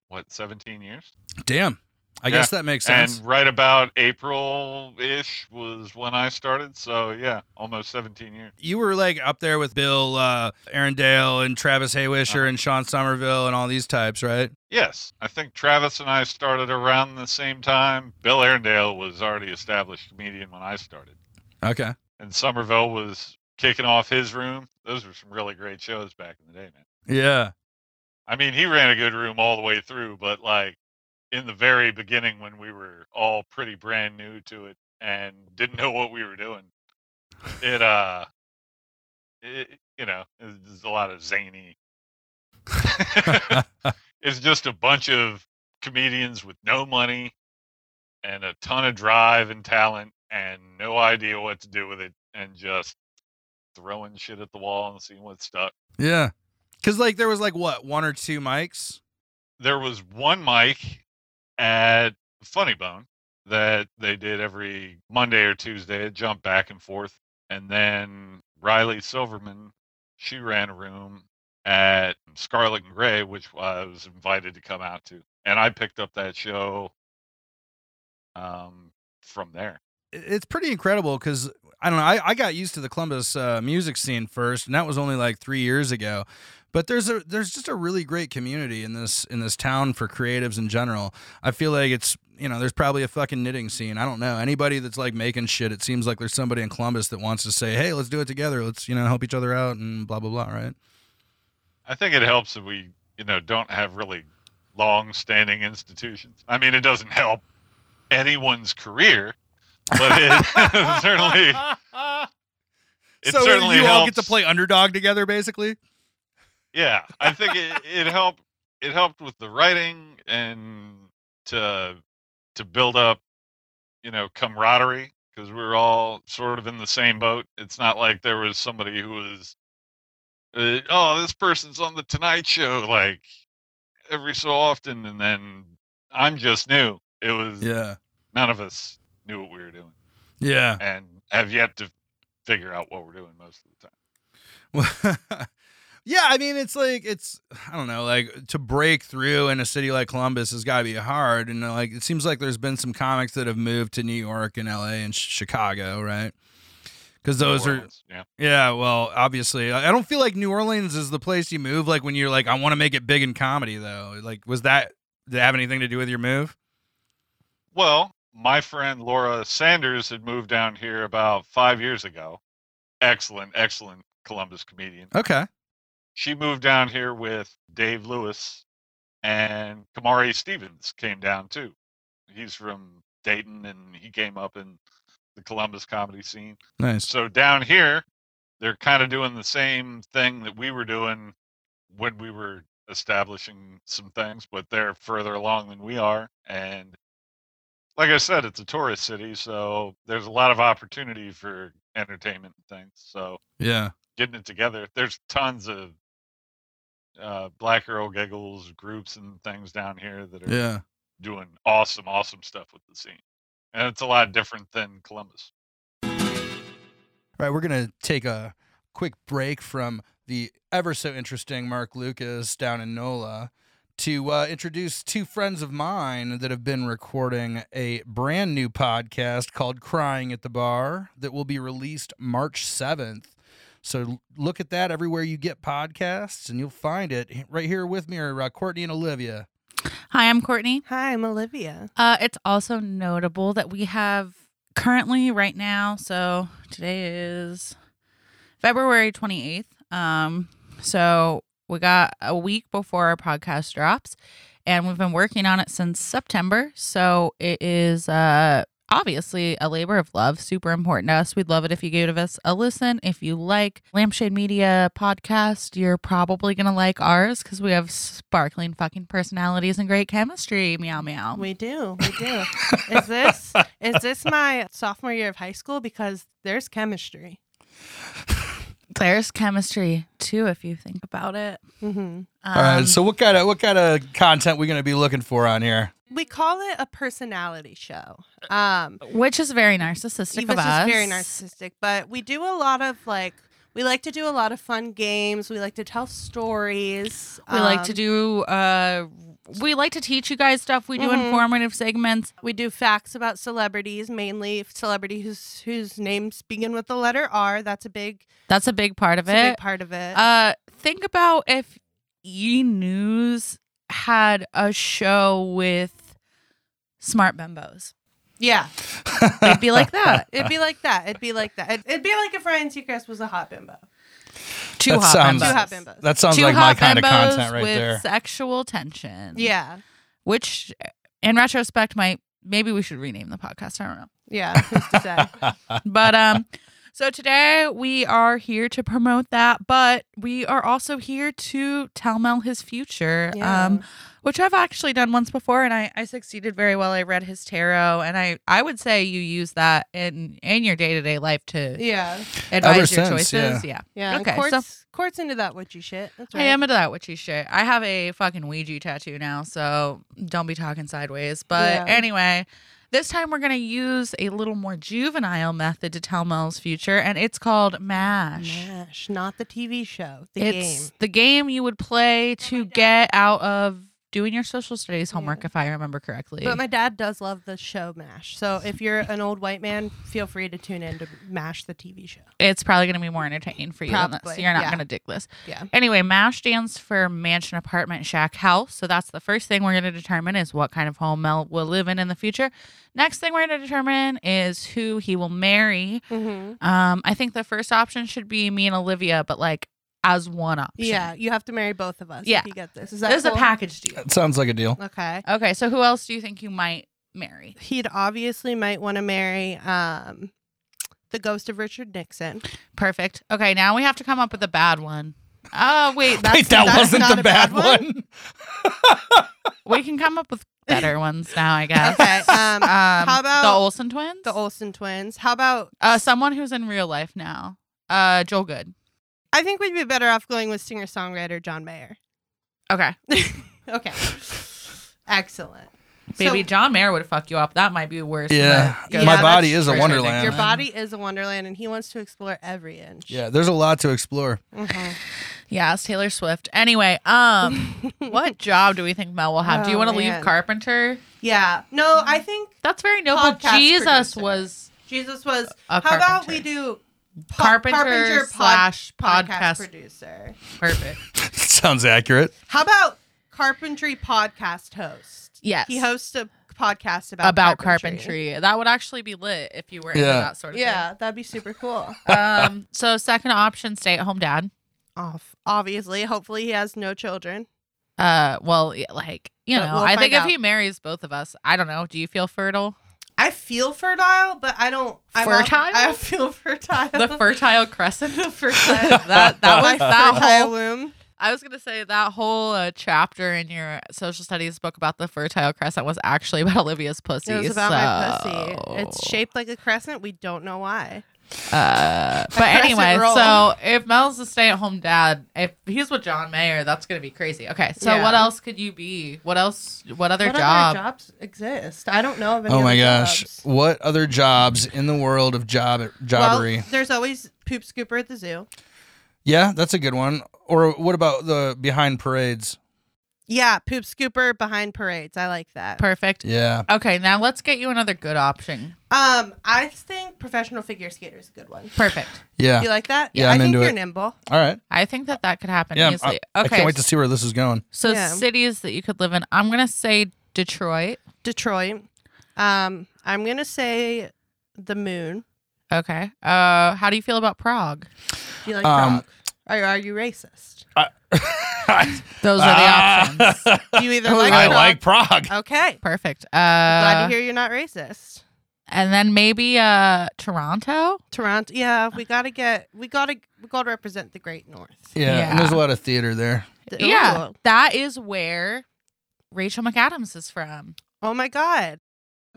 Speaker 4: what, 17 years?
Speaker 3: damn. I
Speaker 4: Yeah.
Speaker 3: guess that makes sense.
Speaker 4: And right about April ish was when I started. So yeah, almost 17 years.
Speaker 3: you were like up there with Bill uh, Arendale and Travis Haywisher and Sean Somerville and all these types, right?
Speaker 4: Yes, I think Travis and I started around the same time. Bill Arendale was already established comedian when I started,
Speaker 3: Okay.
Speaker 4: and Somerville was kicking off his room. Those were some really great shows back in the day, man.
Speaker 3: Yeah. [laughs]
Speaker 4: I mean, he ran a good room all the way through, but like in the very beginning when we were all pretty brand new to it and didn't know what we were doing. It uh, it, you know, there's a lot of zany. [laughs] it's just a bunch of comedians with no money and a ton of drive and talent and no idea what to do with it and just throwing shit at the wall and seeing what stuck.
Speaker 3: yeah. Cause like there was like what one or two mics.
Speaker 4: there was one mic at Funny Bone that they did every Monday or Tuesday. It jumped back and forth. And then Riley Silverman, she ran a room at Scarlet and Gray, which I was invited to come out to. And I picked up that show um, from there.
Speaker 3: It- It's pretty incredible because I don't know. I, I got used to the Columbus uh, music scene first, and that was only like three years ago. But there's a there's just a really great community in this in this town for creatives in general. I feel like it's you know there's probably a fucking knitting scene. I don't know anybody that's like making shit. It seems like there's somebody in Columbus that wants to say, hey, let's do it together. Let's you know help each other out and blah blah blah. Right?
Speaker 4: I think it helps that we, you know, don't have really long standing institutions. I mean, it doesn't help anyone's career, but it [laughs] certainly it
Speaker 3: [laughs] so
Speaker 4: certainly
Speaker 3: you
Speaker 4: helps.
Speaker 3: all get to play underdog together, basically.
Speaker 4: Yeah, I think it, it helped it helped with the writing and to to build up, you know, camaraderie because we were all sort of in the same boat. It's not like there was somebody who was uh, oh, this person's on the Tonight Show like every so often and then I'm just new. It was
Speaker 3: Yeah.
Speaker 4: none of us knew what we were doing
Speaker 3: Yeah.
Speaker 4: and have yet to figure out what we're doing most of the time.
Speaker 3: Well, [laughs] yeah, I mean, it's like it's I don't know, like to break through in a city like Columbus has got to be hard, and uh, like it seems like there's been some comics that have moved to New York and L.A. and Ch- Chicago, right? Because those
Speaker 4: New
Speaker 3: are
Speaker 4: Orleans, yeah.
Speaker 3: yeah, well, obviously, I I don't feel like New Orleans is the place you move. Like when you're like, I want to make it big in comedy, though. Like, was that did it have anything to do with your move?
Speaker 4: Well, my friend Laura Sanders had moved down here about five years ago. Excellent, excellent Columbus comedian.
Speaker 3: Okay,
Speaker 4: She moved down here with Dave Lewis and Kamari Stevens came down too. He's from Dayton and he came up in the Columbus comedy scene.
Speaker 3: nice.
Speaker 4: So down here, they're kind of doing the same thing that we were doing when we were establishing some things, but they're further along than we are. And like I said, it's a tourist city, so there's a lot of opportunity for entertainment and things. So
Speaker 3: Yeah,
Speaker 4: getting it together, there's tons of uh, black girl giggles groups and things down here that are
Speaker 3: yeah.
Speaker 4: doing awesome, awesome stuff with the scene. And it's a lot different than Columbus.
Speaker 3: All right, we're going to take a quick break from the ever so interesting Mark Lucas down in NOLA to uh, introduce two friends of mine that have been recording a brand new podcast called Crying at the Bar that will be released March 7th. So l- look at that everywhere you get podcasts, and you'll find it right here with me are uh, Courtney and Olivia.
Speaker 6: Hi, I'm Courtney.
Speaker 7: Hi, I'm Olivia.
Speaker 6: Uh, it's also notable that we have currently, right now, so today is February 28th. Um, so we got a week before our podcast drops, and we've been working on it since September. So it is uh, obviously a labor of love, super important to us. We'd love it if you gave us a listen. If you like Lampshade Media podcast, you're probably going to like ours because we have sparkling fucking personalities and great chemistry. Meow, meow.
Speaker 7: We do,
Speaker 6: [laughs]
Speaker 7: we do. is this is this my sophomore year of high school? Because there's chemistry.
Speaker 6: There's chemistry too, if you think about it.
Speaker 7: hmm
Speaker 6: Um,
Speaker 3: All right, so what kind of what kind of content we going to be looking for on here?
Speaker 7: We call it a personality show. Um,
Speaker 6: which is very narcissistic
Speaker 7: which
Speaker 6: of us.
Speaker 7: is very narcissistic, but we do a lot of like we like to do a lot of fun games. We like to tell stories.
Speaker 6: We like to
Speaker 7: Um,
Speaker 6: do. Uh, we like to teach you guys stuff. We do
Speaker 7: Mhm.
Speaker 6: informative segments.
Speaker 7: We do facts about celebrities, mainly celebrities whose whose names begin with the letter R. That's a big,
Speaker 6: That's a big part of
Speaker 7: that's a big
Speaker 6: it.
Speaker 7: part of it.
Speaker 6: Uh, think about if E News had a show with smart bimbos.
Speaker 7: yeah,
Speaker 6: It'd be
Speaker 3: [laughs]
Speaker 6: like that.
Speaker 7: It'd be like that. It'd be like that. It'd, it'd be like if Ryan Seacrest was a hot bimbo.
Speaker 6: Two
Speaker 3: That
Speaker 6: hot
Speaker 3: sounds-
Speaker 6: bimbos.
Speaker 7: Two hot bimbos.
Speaker 3: That sounds
Speaker 6: Two
Speaker 3: like my
Speaker 6: hot
Speaker 3: kind of
Speaker 6: bimbos
Speaker 3: content right
Speaker 6: with
Speaker 3: there.
Speaker 6: Sexual tension.
Speaker 7: yeah.
Speaker 6: which in retrospect, might maybe we should rename the podcast. I don't know.
Speaker 7: Yeah, who's to say?
Speaker 6: But um so today we are here to promote that, but we are also here to tell Mel his future. Um which I've actually done once before and I, I succeeded very well. I read his tarot and I, I would say you use that in in your day to day life to
Speaker 7: [laughs] yeah,
Speaker 6: advise your
Speaker 3: sense,
Speaker 6: choices. Yeah.
Speaker 7: yeah. and
Speaker 6: Okay, so-
Speaker 7: court's, court's into that witchy shit. That's right.
Speaker 6: I am into that witchy shit. I have a fucking Ouija tattoo now, so don't be talking sideways. But
Speaker 7: Yeah.
Speaker 6: anyway, this time we're gonna use a little more juvenile method to tell Mel's future, and it's called Mash.
Speaker 7: Mash, not the TV show, the
Speaker 6: it's
Speaker 7: game.
Speaker 6: the game you would play to get out of doing your social studies homework, if I remember correctly.
Speaker 7: But my dad does love the show Mash. So if you're an old white man, feel free to tune in to Mash the TV show.
Speaker 6: it's probably gonna be more entertaining for you. than this.
Speaker 7: Probably,
Speaker 6: You're not
Speaker 7: yeah.
Speaker 6: gonna dig this.
Speaker 7: Yeah.
Speaker 6: Anyway, MASH stands for mansion, apartment, shack, house. So that's the first thing we're going to determine is what kind of home Mel will live in in the future. Next thing we're going to determine is who he will marry.
Speaker 7: Mm-hmm.
Speaker 6: Um, I think the first option should be me and Olivia, but like as one option.
Speaker 7: Yeah, you have to marry both of us.
Speaker 6: Yeah.
Speaker 7: If you get this. Is that
Speaker 6: This is a
Speaker 7: cool?
Speaker 6: package deal.
Speaker 3: sounds like a deal.
Speaker 7: Okay.
Speaker 6: Okay, so who else do you think you might marry?
Speaker 7: He'd obviously might want to marry um, the ghost of Richard Nixon.
Speaker 6: Perfect. Okay, now we have to come up with a bad one. Oh, wait, [laughs]
Speaker 3: [laughs]
Speaker 6: that's,
Speaker 3: Wait, that
Speaker 6: that's
Speaker 3: wasn't
Speaker 6: not
Speaker 3: the
Speaker 6: a
Speaker 3: bad, one.
Speaker 6: We can come up with better ones now, I guess. [laughs]
Speaker 7: Okay.
Speaker 6: Um,
Speaker 7: Um, How about
Speaker 6: the Olsen twins?
Speaker 7: the Olsen twins? How about?
Speaker 6: Uh, someone who's in real life now. Uh, Joel Good.
Speaker 7: I think we'd be better off going with singer songwriter John Mayer.
Speaker 6: Okay.
Speaker 7: [laughs] Okay. Excellent.
Speaker 6: Baby,
Speaker 7: So-
Speaker 6: John Mayer would fuck you up. That might be worse. than
Speaker 3: Yeah.
Speaker 6: that
Speaker 7: Yeah,
Speaker 6: goes-
Speaker 3: my
Speaker 7: that's
Speaker 3: body is a
Speaker 6: true.
Speaker 3: wonderland.
Speaker 7: Your body is a wonderland, and he wants to explore every inch.
Speaker 3: Yeah, there's a lot to explore. [laughs]
Speaker 7: Mhm.
Speaker 6: Yeah, it's Taylor Swift. Anyway, um,
Speaker 7: [laughs]
Speaker 6: what job do we think Mel will have? do you
Speaker 7: Oh,
Speaker 6: want to leave
Speaker 7: man.
Speaker 6: Carpenter?
Speaker 7: Yeah. No, I think
Speaker 6: That's very noble.
Speaker 7: Podcast
Speaker 6: Jesus
Speaker 7: producer.
Speaker 6: was
Speaker 7: Jesus was.
Speaker 6: A
Speaker 7: how about
Speaker 6: carpenter.
Speaker 7: we do po-
Speaker 6: Carpenter
Speaker 7: pod-
Speaker 6: slash podcast-
Speaker 7: producer?
Speaker 6: perfect.
Speaker 3: sounds accurate.
Speaker 7: How about carpentry podcast host?
Speaker 6: Yes.
Speaker 7: He hosts a podcast about
Speaker 6: about, carpentry. That would actually be lit if you were into
Speaker 3: Yeah.
Speaker 6: that sort of
Speaker 7: Yeah, that'd be super cool.
Speaker 6: thing. Um, so second option, stay at home dad.
Speaker 7: Off, obviously. Hopefully, he has no children.
Speaker 6: Uh, well, yeah, like you know,
Speaker 7: But we'll
Speaker 6: I think
Speaker 7: find
Speaker 6: if
Speaker 7: out.
Speaker 6: he marries both of us, I don't know. Do you feel fertile?
Speaker 7: I feel fertile, but I don't. I'm off-
Speaker 6: Fertile?
Speaker 7: I feel fertile. [laughs]
Speaker 6: the fertile crescent. the
Speaker 7: fertile-
Speaker 6: [laughs] That
Speaker 7: [laughs]
Speaker 6: that was that
Speaker 7: fertile
Speaker 6: whole.
Speaker 7: womb.
Speaker 6: I was gonna say that whole uh, chapter in your social studies book about the fertile crescent was actually about Olivia's pussy.
Speaker 7: It was about my
Speaker 6: so-
Speaker 7: pussy. It's shaped like a crescent. We don't know why. [laughs]
Speaker 6: Uh, but
Speaker 7: crescent
Speaker 6: anyway,
Speaker 7: roll.
Speaker 6: so if Mel's a stay-at-home dad, if he's with John Mayer, that's gonna be crazy. Okay, so
Speaker 7: Yeah.
Speaker 6: what else could you be? What else? What other
Speaker 7: what
Speaker 6: job?
Speaker 7: other jobs exist? I don't know of any.
Speaker 3: Oh my
Speaker 7: other
Speaker 3: gosh.
Speaker 7: jobs.
Speaker 3: What other jobs in the world of job jobbery?
Speaker 7: Well, there's always poop scooper at the zoo.
Speaker 3: yeah, that's a good one. Or what about the behind parades?
Speaker 7: Yeah, poop scooper behind parades. I like that.
Speaker 6: Perfect.
Speaker 3: Yeah.
Speaker 6: Okay, now let's get you another good option.
Speaker 7: um, I think professional figure skater is a good one.
Speaker 6: Perfect.
Speaker 3: Yeah.
Speaker 7: You like that?
Speaker 3: Yeah,
Speaker 7: I
Speaker 3: I'm
Speaker 7: think
Speaker 3: into
Speaker 7: you're
Speaker 3: it.
Speaker 7: nimble.
Speaker 3: All right.
Speaker 6: I think that that could happen
Speaker 3: Yeah. I,
Speaker 6: easily.
Speaker 3: I
Speaker 6: okay,
Speaker 3: can't wait to see where this is going. [laughs]
Speaker 6: So
Speaker 7: Yeah.
Speaker 6: cities that you could live in. I'm gonna say Detroit.
Speaker 7: Detroit. Um, I'm gonna say the moon.
Speaker 6: Okay. Uh, how do you feel about Prague?
Speaker 7: Do you like
Speaker 3: Um,
Speaker 7: Prague? Are, are you racist?
Speaker 6: Those are the
Speaker 3: [laughs]
Speaker 6: options.
Speaker 7: You either like
Speaker 3: Ah. I
Speaker 7: Prague-
Speaker 3: like Prague.
Speaker 7: Okay.
Speaker 6: Perfect. Uh,
Speaker 7: Glad to hear you're not racist.
Speaker 6: and then maybe uh, Toronto.
Speaker 7: Toronto. Yeah, we gotta get. We gotta. We gotta represent the Great North.
Speaker 3: Yeah, And
Speaker 6: Yeah.
Speaker 3: there's a lot of theater there. [laughs]
Speaker 7: The-
Speaker 6: Yeah,
Speaker 7: Ooh.
Speaker 6: that is where Rachel McAdams is from.
Speaker 7: Oh my God.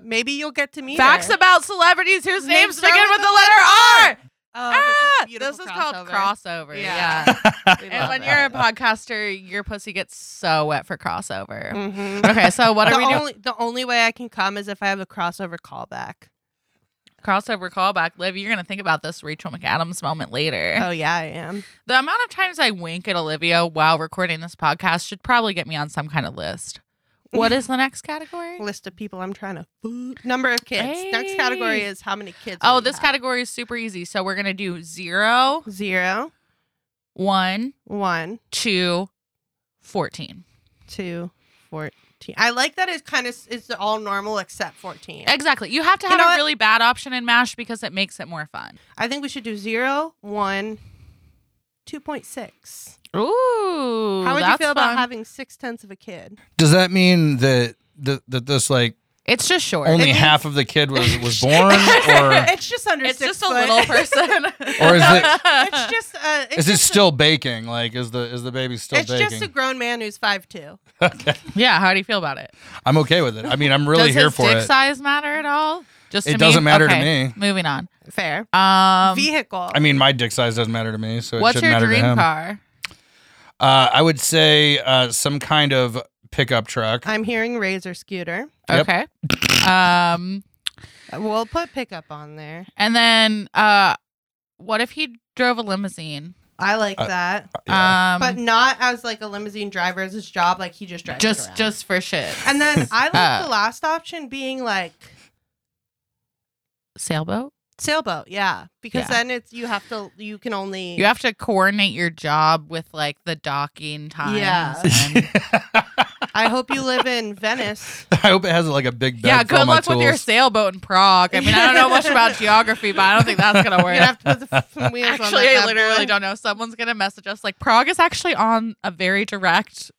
Speaker 7: Maybe you'll get to meet
Speaker 6: Facts
Speaker 7: her.
Speaker 6: about celebrities whose names,
Speaker 7: Names
Speaker 6: begin
Speaker 7: start
Speaker 6: with
Speaker 7: with
Speaker 6: the
Speaker 7: the
Speaker 6: letter R.
Speaker 7: letter Oh,
Speaker 6: Ah,
Speaker 7: this is,
Speaker 6: this is called crossover. Yeah.
Speaker 7: Yeah. [laughs]
Speaker 3: [laughs] I
Speaker 7: We
Speaker 6: And
Speaker 7: love
Speaker 6: when
Speaker 7: that.
Speaker 6: you're a podcaster, your pussy gets so wet for crossover.
Speaker 7: Mhm.
Speaker 6: Okay, so what [laughs]
Speaker 7: the
Speaker 6: are
Speaker 7: [laughs]
Speaker 6: we doing?
Speaker 7: only the only way I can come is if I have a crossover callback.
Speaker 6: crossover callback, Liv, you're gonna think about this Rachel McAdams moment later.
Speaker 7: Oh yeah, I am.
Speaker 6: the amount of times I wink at Olivia while recording this podcast should probably get me on some kind of list. What is the next category?
Speaker 7: List of people I'm trying to fuck. number of kids. Next category
Speaker 6: Hey.
Speaker 7: is how many kids.
Speaker 6: Oh,
Speaker 7: we
Speaker 6: this
Speaker 7: have.
Speaker 6: category is super easy. So we're gonna do zero,
Speaker 7: zero,
Speaker 6: one,
Speaker 7: one,
Speaker 6: two, fourteen.
Speaker 7: two, fourteen. I like that it's kind of it's all normal except fourteen.
Speaker 6: Exactly. You have to
Speaker 7: You
Speaker 6: have
Speaker 7: know
Speaker 6: a
Speaker 7: what?
Speaker 6: really bad option in MASH because it makes it more fun.
Speaker 7: I think we should do zero, one, two point six.
Speaker 6: Ooh.
Speaker 7: How would you
Speaker 6: that's
Speaker 7: feel about
Speaker 6: fun.
Speaker 7: having six tenths of a kid?
Speaker 3: Does that mean that th- that this like
Speaker 6: It's just short.
Speaker 3: only
Speaker 7: means-
Speaker 3: half of the kid [laughs] was was born,
Speaker 6: [laughs]
Speaker 3: or
Speaker 7: [laughs]
Speaker 3: [laughs]
Speaker 7: it's just under
Speaker 6: it's
Speaker 7: six
Speaker 6: just a
Speaker 7: foot. [laughs]
Speaker 6: little person.
Speaker 3: Or is it-
Speaker 7: it's just uh, it's
Speaker 3: is it
Speaker 7: just a-
Speaker 3: still baking? Like, is the is the baby still
Speaker 7: it's
Speaker 3: baking?
Speaker 7: just a grown man who's five two.
Speaker 3: okay,
Speaker 6: [laughs] yeah, how do you feel about it?
Speaker 3: I'm okay with it. I mean, I'm really
Speaker 6: Does
Speaker 3: here
Speaker 6: his
Speaker 3: for
Speaker 6: dick
Speaker 3: it.
Speaker 6: size matter at all? Just
Speaker 3: It
Speaker 6: to me?
Speaker 3: doesn't matter to
Speaker 6: Okay,
Speaker 3: me.
Speaker 6: Moving on.
Speaker 7: Fair
Speaker 6: Um,
Speaker 7: vehicle.
Speaker 3: I mean, my dick size doesn't matter to me, so it
Speaker 6: what's
Speaker 3: shouldn't
Speaker 6: your
Speaker 3: matter to
Speaker 6: dream
Speaker 3: him.
Speaker 6: car?
Speaker 3: Uh, I would say uh, some kind of pickup truck.
Speaker 7: I'm hearing razor scooter.
Speaker 3: Yep.
Speaker 6: Okay. um,
Speaker 7: We'll put pickup on there.
Speaker 6: and then uh, what if he drove a limousine?
Speaker 7: I like
Speaker 3: Uh,
Speaker 7: that,
Speaker 3: [laughs] Yeah.
Speaker 6: Um,
Speaker 7: but not as like a limousine driver as his job. Like he just drives. it
Speaker 6: just
Speaker 7: around.
Speaker 6: just for shit. [laughs]
Speaker 7: And then I like
Speaker 6: Uh,
Speaker 7: the last option being like
Speaker 6: sailboat.
Speaker 7: sailboat. Yeah, because
Speaker 6: Yeah.
Speaker 7: then it's you have to you can only
Speaker 6: You have to coordinate your job with like the docking times.
Speaker 7: Yeah. [laughs]
Speaker 6: and-
Speaker 7: I hope you live in
Speaker 6: [laughs]
Speaker 7: Venice.
Speaker 3: I hope it has like a big bed.
Speaker 6: yeah.
Speaker 3: for all
Speaker 6: Good
Speaker 3: my
Speaker 6: luck with your
Speaker 3: tools.
Speaker 6: sailboat in Prague. I mean, I don't know much
Speaker 7: [laughs]
Speaker 6: about geography, but I don't think that's gonna
Speaker 7: You're
Speaker 6: work.
Speaker 7: gonna have to put
Speaker 6: [laughs]
Speaker 7: the, some wheels on.
Speaker 6: Actually,
Speaker 7: that
Speaker 6: I
Speaker 7: bad
Speaker 6: literally
Speaker 7: boy.
Speaker 6: don't know. Someone's gonna message us like Prague is actually on a very direct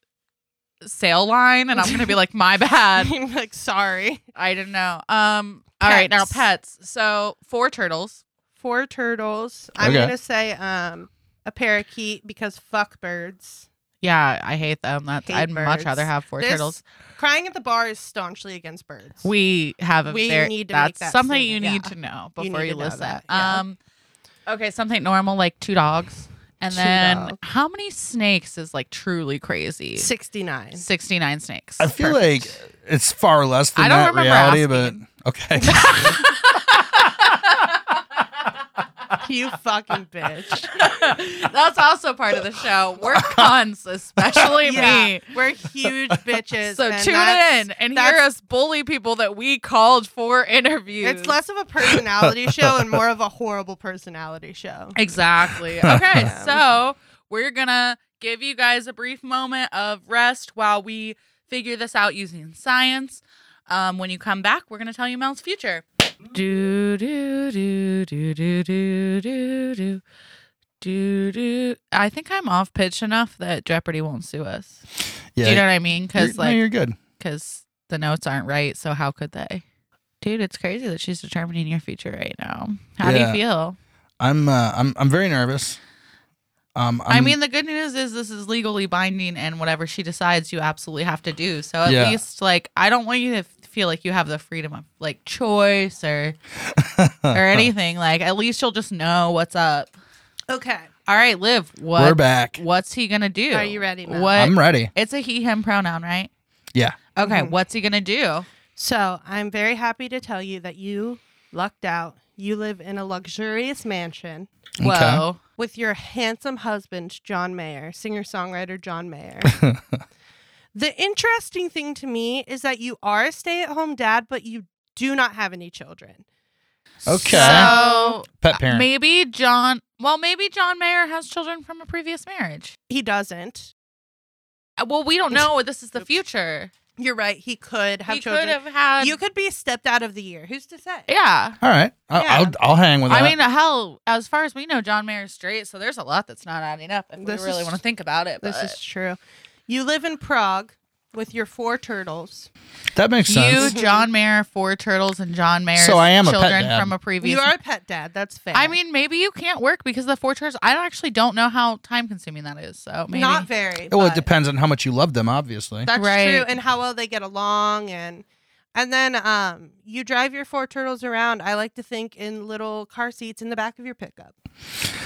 Speaker 6: sail line, and I'm gonna be like, my bad.
Speaker 7: [laughs] I'm like sorry.
Speaker 6: I don't know. Um, all right, now
Speaker 7: Pets.
Speaker 6: pets. So four turtles.
Speaker 7: Four turtles. I'm
Speaker 3: Okay.
Speaker 7: gonna say um a parakeet because fuck birds.
Speaker 6: Yeah, I hate them. That's
Speaker 7: Hate
Speaker 6: I'd much
Speaker 7: birds.
Speaker 6: rather have four
Speaker 7: This-
Speaker 6: turtles.
Speaker 7: Crying at the bar is staunchly against birds.
Speaker 6: We have a
Speaker 7: We
Speaker 6: very
Speaker 7: need to
Speaker 6: that's
Speaker 7: make that
Speaker 6: something
Speaker 7: statement,
Speaker 6: you need
Speaker 7: yeah.
Speaker 6: to know
Speaker 7: You
Speaker 6: before
Speaker 7: need
Speaker 6: you,
Speaker 7: to know
Speaker 6: list that.
Speaker 7: that, yeah.
Speaker 6: Um, okay, something normal like two dogs, and
Speaker 7: Two
Speaker 6: then
Speaker 7: dogs.
Speaker 6: how many snakes is like truly crazy?
Speaker 7: sixty nine.
Speaker 6: Sixty nine snakes.
Speaker 3: I feel
Speaker 6: Perfect.
Speaker 3: like it's far less than
Speaker 6: I don't
Speaker 3: that
Speaker 6: remember
Speaker 3: reality,
Speaker 6: asking.
Speaker 3: but okay.
Speaker 6: [laughs]
Speaker 3: [laughs]
Speaker 7: [laughs] you fucking bitch.
Speaker 6: [laughs] That's also part of the show.
Speaker 3: [laughs]
Speaker 6: We're cons, especially
Speaker 7: Yeah,
Speaker 6: me.
Speaker 7: we're huge bitches.
Speaker 6: So
Speaker 7: and
Speaker 6: tune
Speaker 7: that's-
Speaker 6: in and hear
Speaker 7: that's-
Speaker 6: us bully people that we called for interviews.
Speaker 7: It's less of a personality show and more of a horrible personality show.
Speaker 6: [laughs] Exactly. Okay,
Speaker 7: Yeah.
Speaker 6: so we're gonna give you guys a brief moment of rest while we figure this out using science. Um, when you come back, we're gonna tell you Mel's future. Do do do do do do do do do do. I think I'm off pitch enough that Jeopardy won't sue us.
Speaker 3: yeah,
Speaker 6: Do you know what I mean?
Speaker 3: you're-
Speaker 6: Because
Speaker 3: no,
Speaker 6: like
Speaker 3: you're good.
Speaker 6: because the notes aren't right. So how could they? Dude, it's crazy that she's determining your future right now. How
Speaker 3: Yeah.
Speaker 6: do you feel?
Speaker 3: I'm uh, I'm I'm very nervous. Um,
Speaker 6: i
Speaker 3: i [laughs]
Speaker 6: mean, the good news is this is legally binding, and whatever she decides, you absolutely have to do. So at
Speaker 3: Yeah.
Speaker 6: least, like, I don't want you to feel like you have the freedom of like choice or
Speaker 3: Uh-huh.
Speaker 6: or anything. Like, at least you'll just know what's up.
Speaker 7: Okay.
Speaker 6: All right, Liv, what?
Speaker 3: we're back.
Speaker 6: What's he gonna do?
Speaker 7: Are you ready, Mel?
Speaker 6: What?
Speaker 3: I'm ready.
Speaker 6: it's a he/him pronoun, right?
Speaker 3: Yeah.
Speaker 6: Okay,
Speaker 7: Mhm.
Speaker 6: what's he gonna do?
Speaker 7: So I'm very happy to tell you that you lucked out. You live in a luxurious mansion
Speaker 3: Okay.
Speaker 6: Whoa.
Speaker 7: with your handsome husband, John Mayer, singer songwriter
Speaker 3: [laughs]
Speaker 7: John Mayer. the interesting thing to me is that you are a stay at home dad, but you do not have any children.
Speaker 3: Okay.
Speaker 6: So
Speaker 3: Pet parent.
Speaker 6: Maybe John. Well, maybe John Mayer has children from a previous marriage.
Speaker 7: He doesn't.
Speaker 6: Uh, Well, we don't know. This is the future.
Speaker 7: You're right. He could have
Speaker 6: he
Speaker 7: children.
Speaker 6: could have had.
Speaker 7: you could be stepdad of the year. Who's to say?
Speaker 6: yeah.
Speaker 3: All right. I-
Speaker 7: Yeah.
Speaker 3: I'll I'll hang with that.
Speaker 6: I mean, hell, as far as we know, John Mayer's straight, so there's a lot that's not adding up if
Speaker 7: This
Speaker 6: we really
Speaker 7: is-
Speaker 6: want to think about it.
Speaker 7: This
Speaker 6: but-
Speaker 7: is true. You live in Prague with your four turtles.
Speaker 3: that makes
Speaker 6: you,
Speaker 7: [laughs]
Speaker 3: sense.
Speaker 7: sense.
Speaker 6: John Mayer, four turtles, and John Mayer's
Speaker 3: So I am a pet
Speaker 6: children
Speaker 3: dad.
Speaker 6: from a previous.
Speaker 7: You are a pet dad. That's fair.
Speaker 6: I mean, maybe you can't work because the four turtles. I actually don't know how time consuming that is. So maybe
Speaker 7: not very.
Speaker 3: well, it
Speaker 7: but
Speaker 3: depends on how much you love them, obviously.
Speaker 7: That's
Speaker 6: Right.
Speaker 7: true, and how well they get along, and and then um, you drive your four turtles around. I like to think in little car seats in the back of your pickup.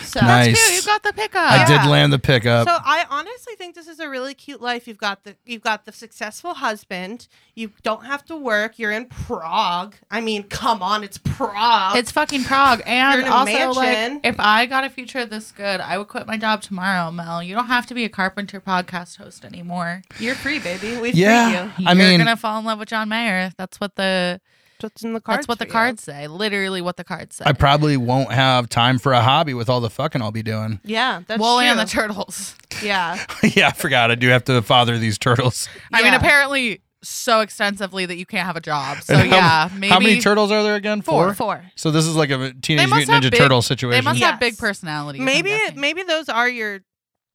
Speaker 7: So.
Speaker 3: Nice.
Speaker 6: That's cute. You got the pickup.
Speaker 3: I did
Speaker 7: yeah.
Speaker 3: land the pickup.
Speaker 7: So I honestly think this is a really cute life. You've got the you've got the successful husband. You don't have to work. You're in Prague. I mean, come on, it's Prague.
Speaker 6: It's fucking Prague. And
Speaker 7: in a
Speaker 6: also,
Speaker 7: mansion.
Speaker 6: like, if I got a future this good, I would quit my job tomorrow, Mel. You don't have to be a Carpenter podcast host anymore.
Speaker 7: you're free, baby. We've
Speaker 3: yeah.
Speaker 7: you.
Speaker 6: You're
Speaker 3: I mean,
Speaker 6: gonna fall in love with John Mayer. That's what the
Speaker 7: What's in the cards?
Speaker 6: that's what the
Speaker 7: for you.
Speaker 6: cards say. Literally, what the cards say.
Speaker 3: I probably won't have time for a hobby with all the fucking I'll be doing. [laughs]
Speaker 7: Yeah, that's
Speaker 6: well,
Speaker 7: true.
Speaker 6: and the turtles. [laughs]
Speaker 7: yeah,
Speaker 3: yeah, I forgot. I do have to father these turtles.
Speaker 6: I mean,
Speaker 7: Yeah.
Speaker 6: apparently so extensively that you can't have a job. So
Speaker 3: And how-
Speaker 6: yeah, maybe
Speaker 3: How many turtles are there again?
Speaker 7: four, four.
Speaker 3: So this is like a Teenage
Speaker 6: must
Speaker 3: Mutant
Speaker 6: have
Speaker 3: Ninja
Speaker 6: big-
Speaker 3: Turtle
Speaker 6: they
Speaker 3: situation.
Speaker 6: must have
Speaker 7: Yes.
Speaker 6: big personalities. I'm
Speaker 7: Maybe
Speaker 6: guessing.
Speaker 7: maybe those are your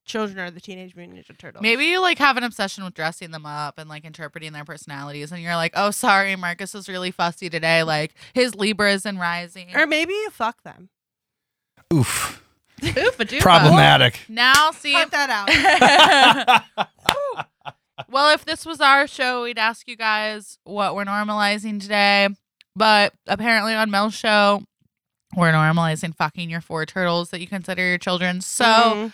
Speaker 7: children are the Teenage Mutant Ninja Turtles.
Speaker 6: Maybe you like have an obsession with dressing them up and like interpreting their personalities, and you're like, oh, sorry, Marcus is really fussy today. Like his Libra is in rising.
Speaker 7: Or maybe you fuck them.
Speaker 3: Oof.
Speaker 6: Oof-a-doofa.
Speaker 3: Problematic.
Speaker 6: Now, see. [laughs]
Speaker 7: Cut that out.
Speaker 6: well, if this was our show, we'd ask you guys what we're normalizing today. But apparently, on Mel's show, we're normalizing fucking your four turtles that you consider your children. So.
Speaker 3: Mm-hmm.
Speaker 7: Mhm.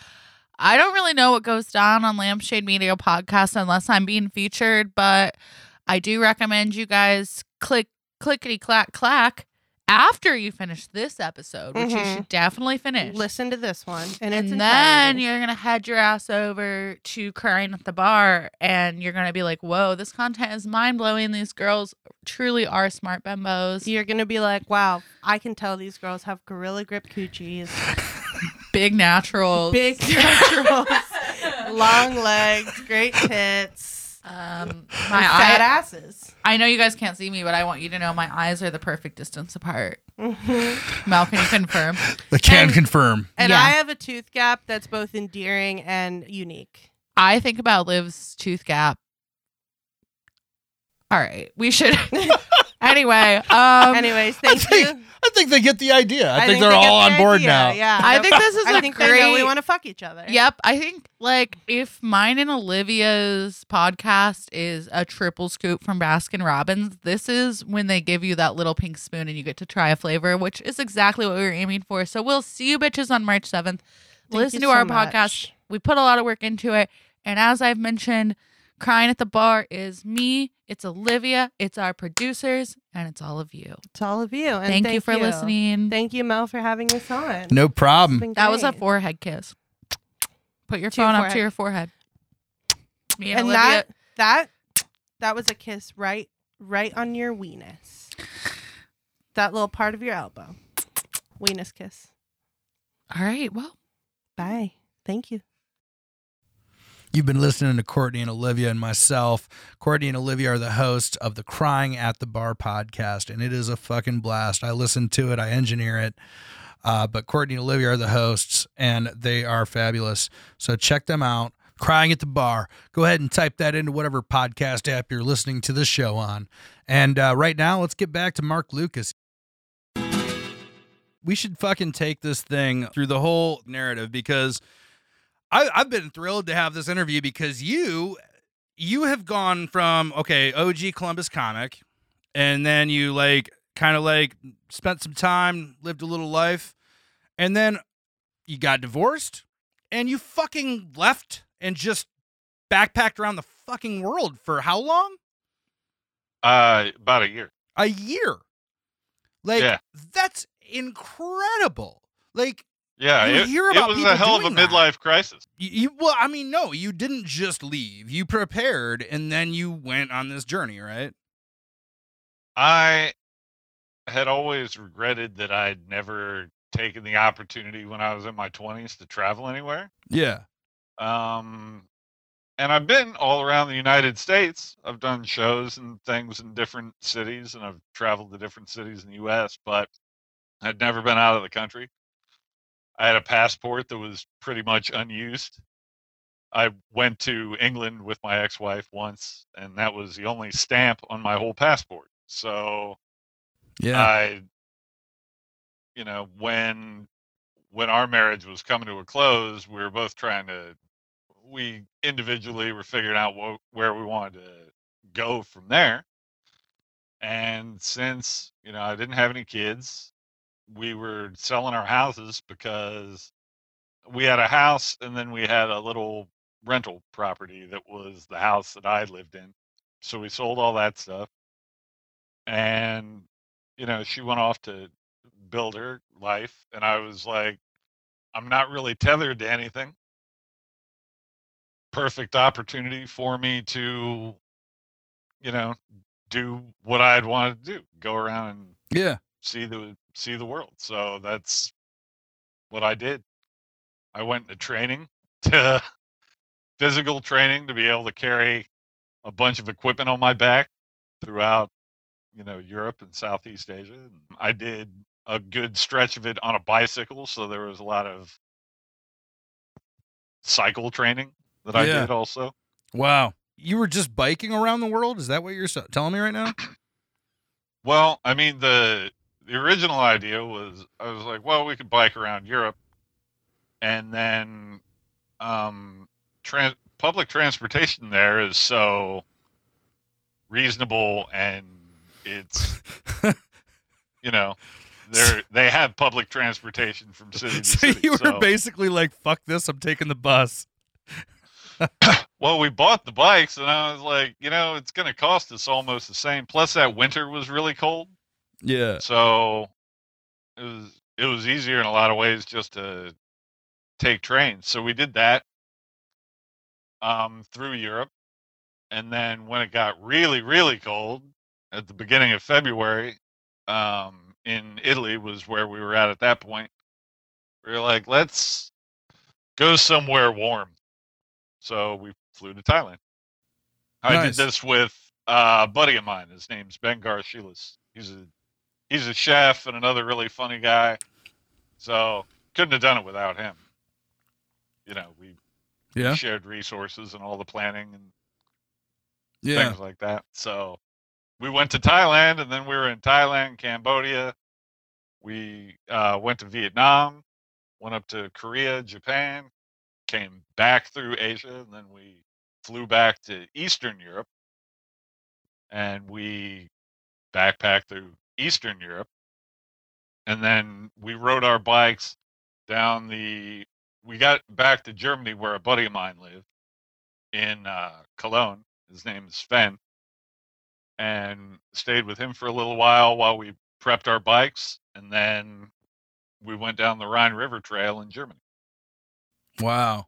Speaker 6: I don't really know what goes down on Lampshade Media Podcast unless I'm being featured, but I do recommend you guys click clickety clack clack after you finish this episode, which you
Speaker 7: Mhm.
Speaker 6: should definitely finish.
Speaker 7: listen to this one, and it's
Speaker 6: And then
Speaker 7: entirety.
Speaker 6: you're gonna head your ass over to crying at the bar, and you're gonna be like, "Whoa, this content is mind blowing. These girls truly are smart bimbos,
Speaker 7: you're gonna be like, "Wow, I can tell these girls have gorilla grip coochies,
Speaker 6: big
Speaker 3: [laughs]
Speaker 6: naturals,
Speaker 7: big naturals, long legs, great tits,
Speaker 6: [laughs]
Speaker 7: [laughs]
Speaker 6: um,
Speaker 7: and
Speaker 6: my
Speaker 7: fat
Speaker 6: eye-
Speaker 7: asses."
Speaker 6: I know you guys can't see me, but I want you to know my eyes are the perfect distance apart.
Speaker 7: Mhm.
Speaker 6: Mal, can you
Speaker 7: [laughs]
Speaker 6: confirm?
Speaker 3: I can
Speaker 7: And-
Speaker 3: confirm.
Speaker 7: And
Speaker 6: Yeah.
Speaker 7: I have a tooth gap that's both endearing and unique.
Speaker 6: I think about Liv's tooth gap. All right, we
Speaker 7: [laughs]
Speaker 6: should. [laughs] anyway, um, [laughs]
Speaker 7: Anyways, thank
Speaker 3: think-
Speaker 7: you.
Speaker 3: I think they get the idea. I, think,
Speaker 7: they
Speaker 3: they're
Speaker 7: get
Speaker 3: all
Speaker 7: the
Speaker 3: on board
Speaker 7: idea,
Speaker 3: now.
Speaker 7: Yeah,
Speaker 6: I think
Speaker 7: [laughs]
Speaker 6: this is
Speaker 7: I
Speaker 6: a
Speaker 7: think
Speaker 6: great.
Speaker 7: they know we want to fuck each other.
Speaker 6: Yep, I think like if mine and Olivia's podcast is a triple scoop from Baskin Robbins, this is when they give you that little pink spoon and you get to try a flavor, which is exactly what we were aiming for. So we'll see you bitches on March 7th.
Speaker 7: you
Speaker 6: Listen to
Speaker 7: so
Speaker 6: our
Speaker 7: much.
Speaker 6: podcast. We put a lot of work into it. And as I've mentioned, crying at the bar is me, it's Olivia, it's our producers, and it's all of you.
Speaker 7: It's all of you. And
Speaker 6: Thank, you for listening.
Speaker 7: Thank you, Mel, for having us on.
Speaker 3: No
Speaker 7: It's
Speaker 3: problem.
Speaker 7: been
Speaker 6: that was a
Speaker 7: great.
Speaker 6: forehead kiss. Put your
Speaker 7: To your
Speaker 6: phone up to
Speaker 7: forehead.
Speaker 6: your forehead. Me and,
Speaker 7: and
Speaker 6: Olivia.
Speaker 7: that that that was a kiss right right on your weenus. That little part of your elbow. Weenus kiss.
Speaker 6: All right. Well.
Speaker 7: Bye. Thank you.
Speaker 3: You've been listening to Courtney and Olivia and myself. Courtney and Olivia are the hosts of the Crying at the Bar podcast, and it is a fucking blast. I listen to it, I engineer it. Uh, but Courtney and Olivia are the hosts, and they are fabulous. So check them out. Crying at the Bar. Go ahead and type that into whatever podcast app you're listening to this show on. And uh, right now, let's get back to Mark Lucas. We should fucking take this thing through the whole narrative because I, I've been thrilled to have this interview because you you have gone from okay OG Columbus comic, and then you like kind of like spent some time, lived a little life, and then you got divorced, and you fucking left and just backpacked around the fucking world for how long?
Speaker 4: Uh, about a year.
Speaker 3: a year. Like
Speaker 4: Yeah.
Speaker 3: that's incredible. Like
Speaker 4: Yeah,
Speaker 3: You
Speaker 4: it,
Speaker 3: hear
Speaker 4: it
Speaker 3: about
Speaker 4: was
Speaker 3: people
Speaker 4: a hell of a
Speaker 3: doing that.
Speaker 4: midlife crisis.
Speaker 3: you, you well, I mean, no, you didn't just leave. You prepared and then you went on this journey, right?
Speaker 4: I had always regretted that I'd never taken the opportunity when I was in my 20s to travel anywhere.
Speaker 3: Yeah.
Speaker 4: Um, and I've been all around the United States. I've done shows and things in different cities, and I've traveled to different cities in the U.S., but I'd never been out of the country. I had a passport that was pretty much unused. I went to England with my ex wife once, and that was the only stamp on my whole passport. So I, you know, when when our marriage was coming to a close, we were both trying to, we individually were figuring out what, where we wanted to go from there. And since you know I didn't have any kids, we were selling our houses because we had a house and then we had a little rental property that was the house that I lived in. So we sold all that stuff. And you know, she went off to build her life, and I was like, I'm not really tethered to anything. Perfect opportunity for me to, you know, do what I'd wanted to do, go around and
Speaker 3: Yeah.
Speaker 4: see the see the world. So that's what I did. I went into training [laughs] to physical training to be able to carry a bunch of equipment on my back throughout, you know, Europe and Southeast Asia. And I did a good stretch of it on a bicycle, so there was a lot of cycle training that I
Speaker 3: Yeah.
Speaker 4: did also.
Speaker 3: Wow. You were just biking around the world? Is that what you're so- telling me right
Speaker 4: [laughs]
Speaker 3: now? [laughs]
Speaker 4: Well, I mean the the original idea was I was like, well, we could bike around Europe, and then um, trans- public transportation there is so reasonable, and it's you know they they have public transportation from city
Speaker 3: [laughs]
Speaker 4: to
Speaker 3: so
Speaker 4: city.
Speaker 3: you were
Speaker 4: so-
Speaker 3: basically like, fuck this, I'm taking the bus.
Speaker 4: well, we bought the bikes, and I was like, you know, it's going to cost us almost the same. Plus, that winter was really cold.
Speaker 3: Yeah.
Speaker 4: So it was it was easier in a lot of ways just to take trains. So we did that um through Europe. And then when it got really, really cold at the beginning of February, um in Italy was where we were at at that point. We were like, let's go somewhere warm. So we flew to Thailand. I did
Speaker 3: Nice.
Speaker 4: this with uh, a buddy of mine. His name's Ben Garshilis. He's a he's a chef and another really funny guy. So couldn't have done it without him. You know, we
Speaker 3: Yeah.
Speaker 4: shared resources and all the planning and
Speaker 3: Yeah.
Speaker 4: things like that. So we went to Thailand and then we were in Thailand, Cambodia. We uh, went to Vietnam, went up to Korea, Japan, came back through Asia, and then we flew back to Eastern Europe. And we backpacked through Eastern Europe. And then we rode our bikes down the. We got back to Germany where a buddy of mine lived in uh, Cologne. His name is Sven, and stayed with him for a little while while we prepped our bikes, and then we went down the Rhine River Trail in Germany.
Speaker 3: Wow.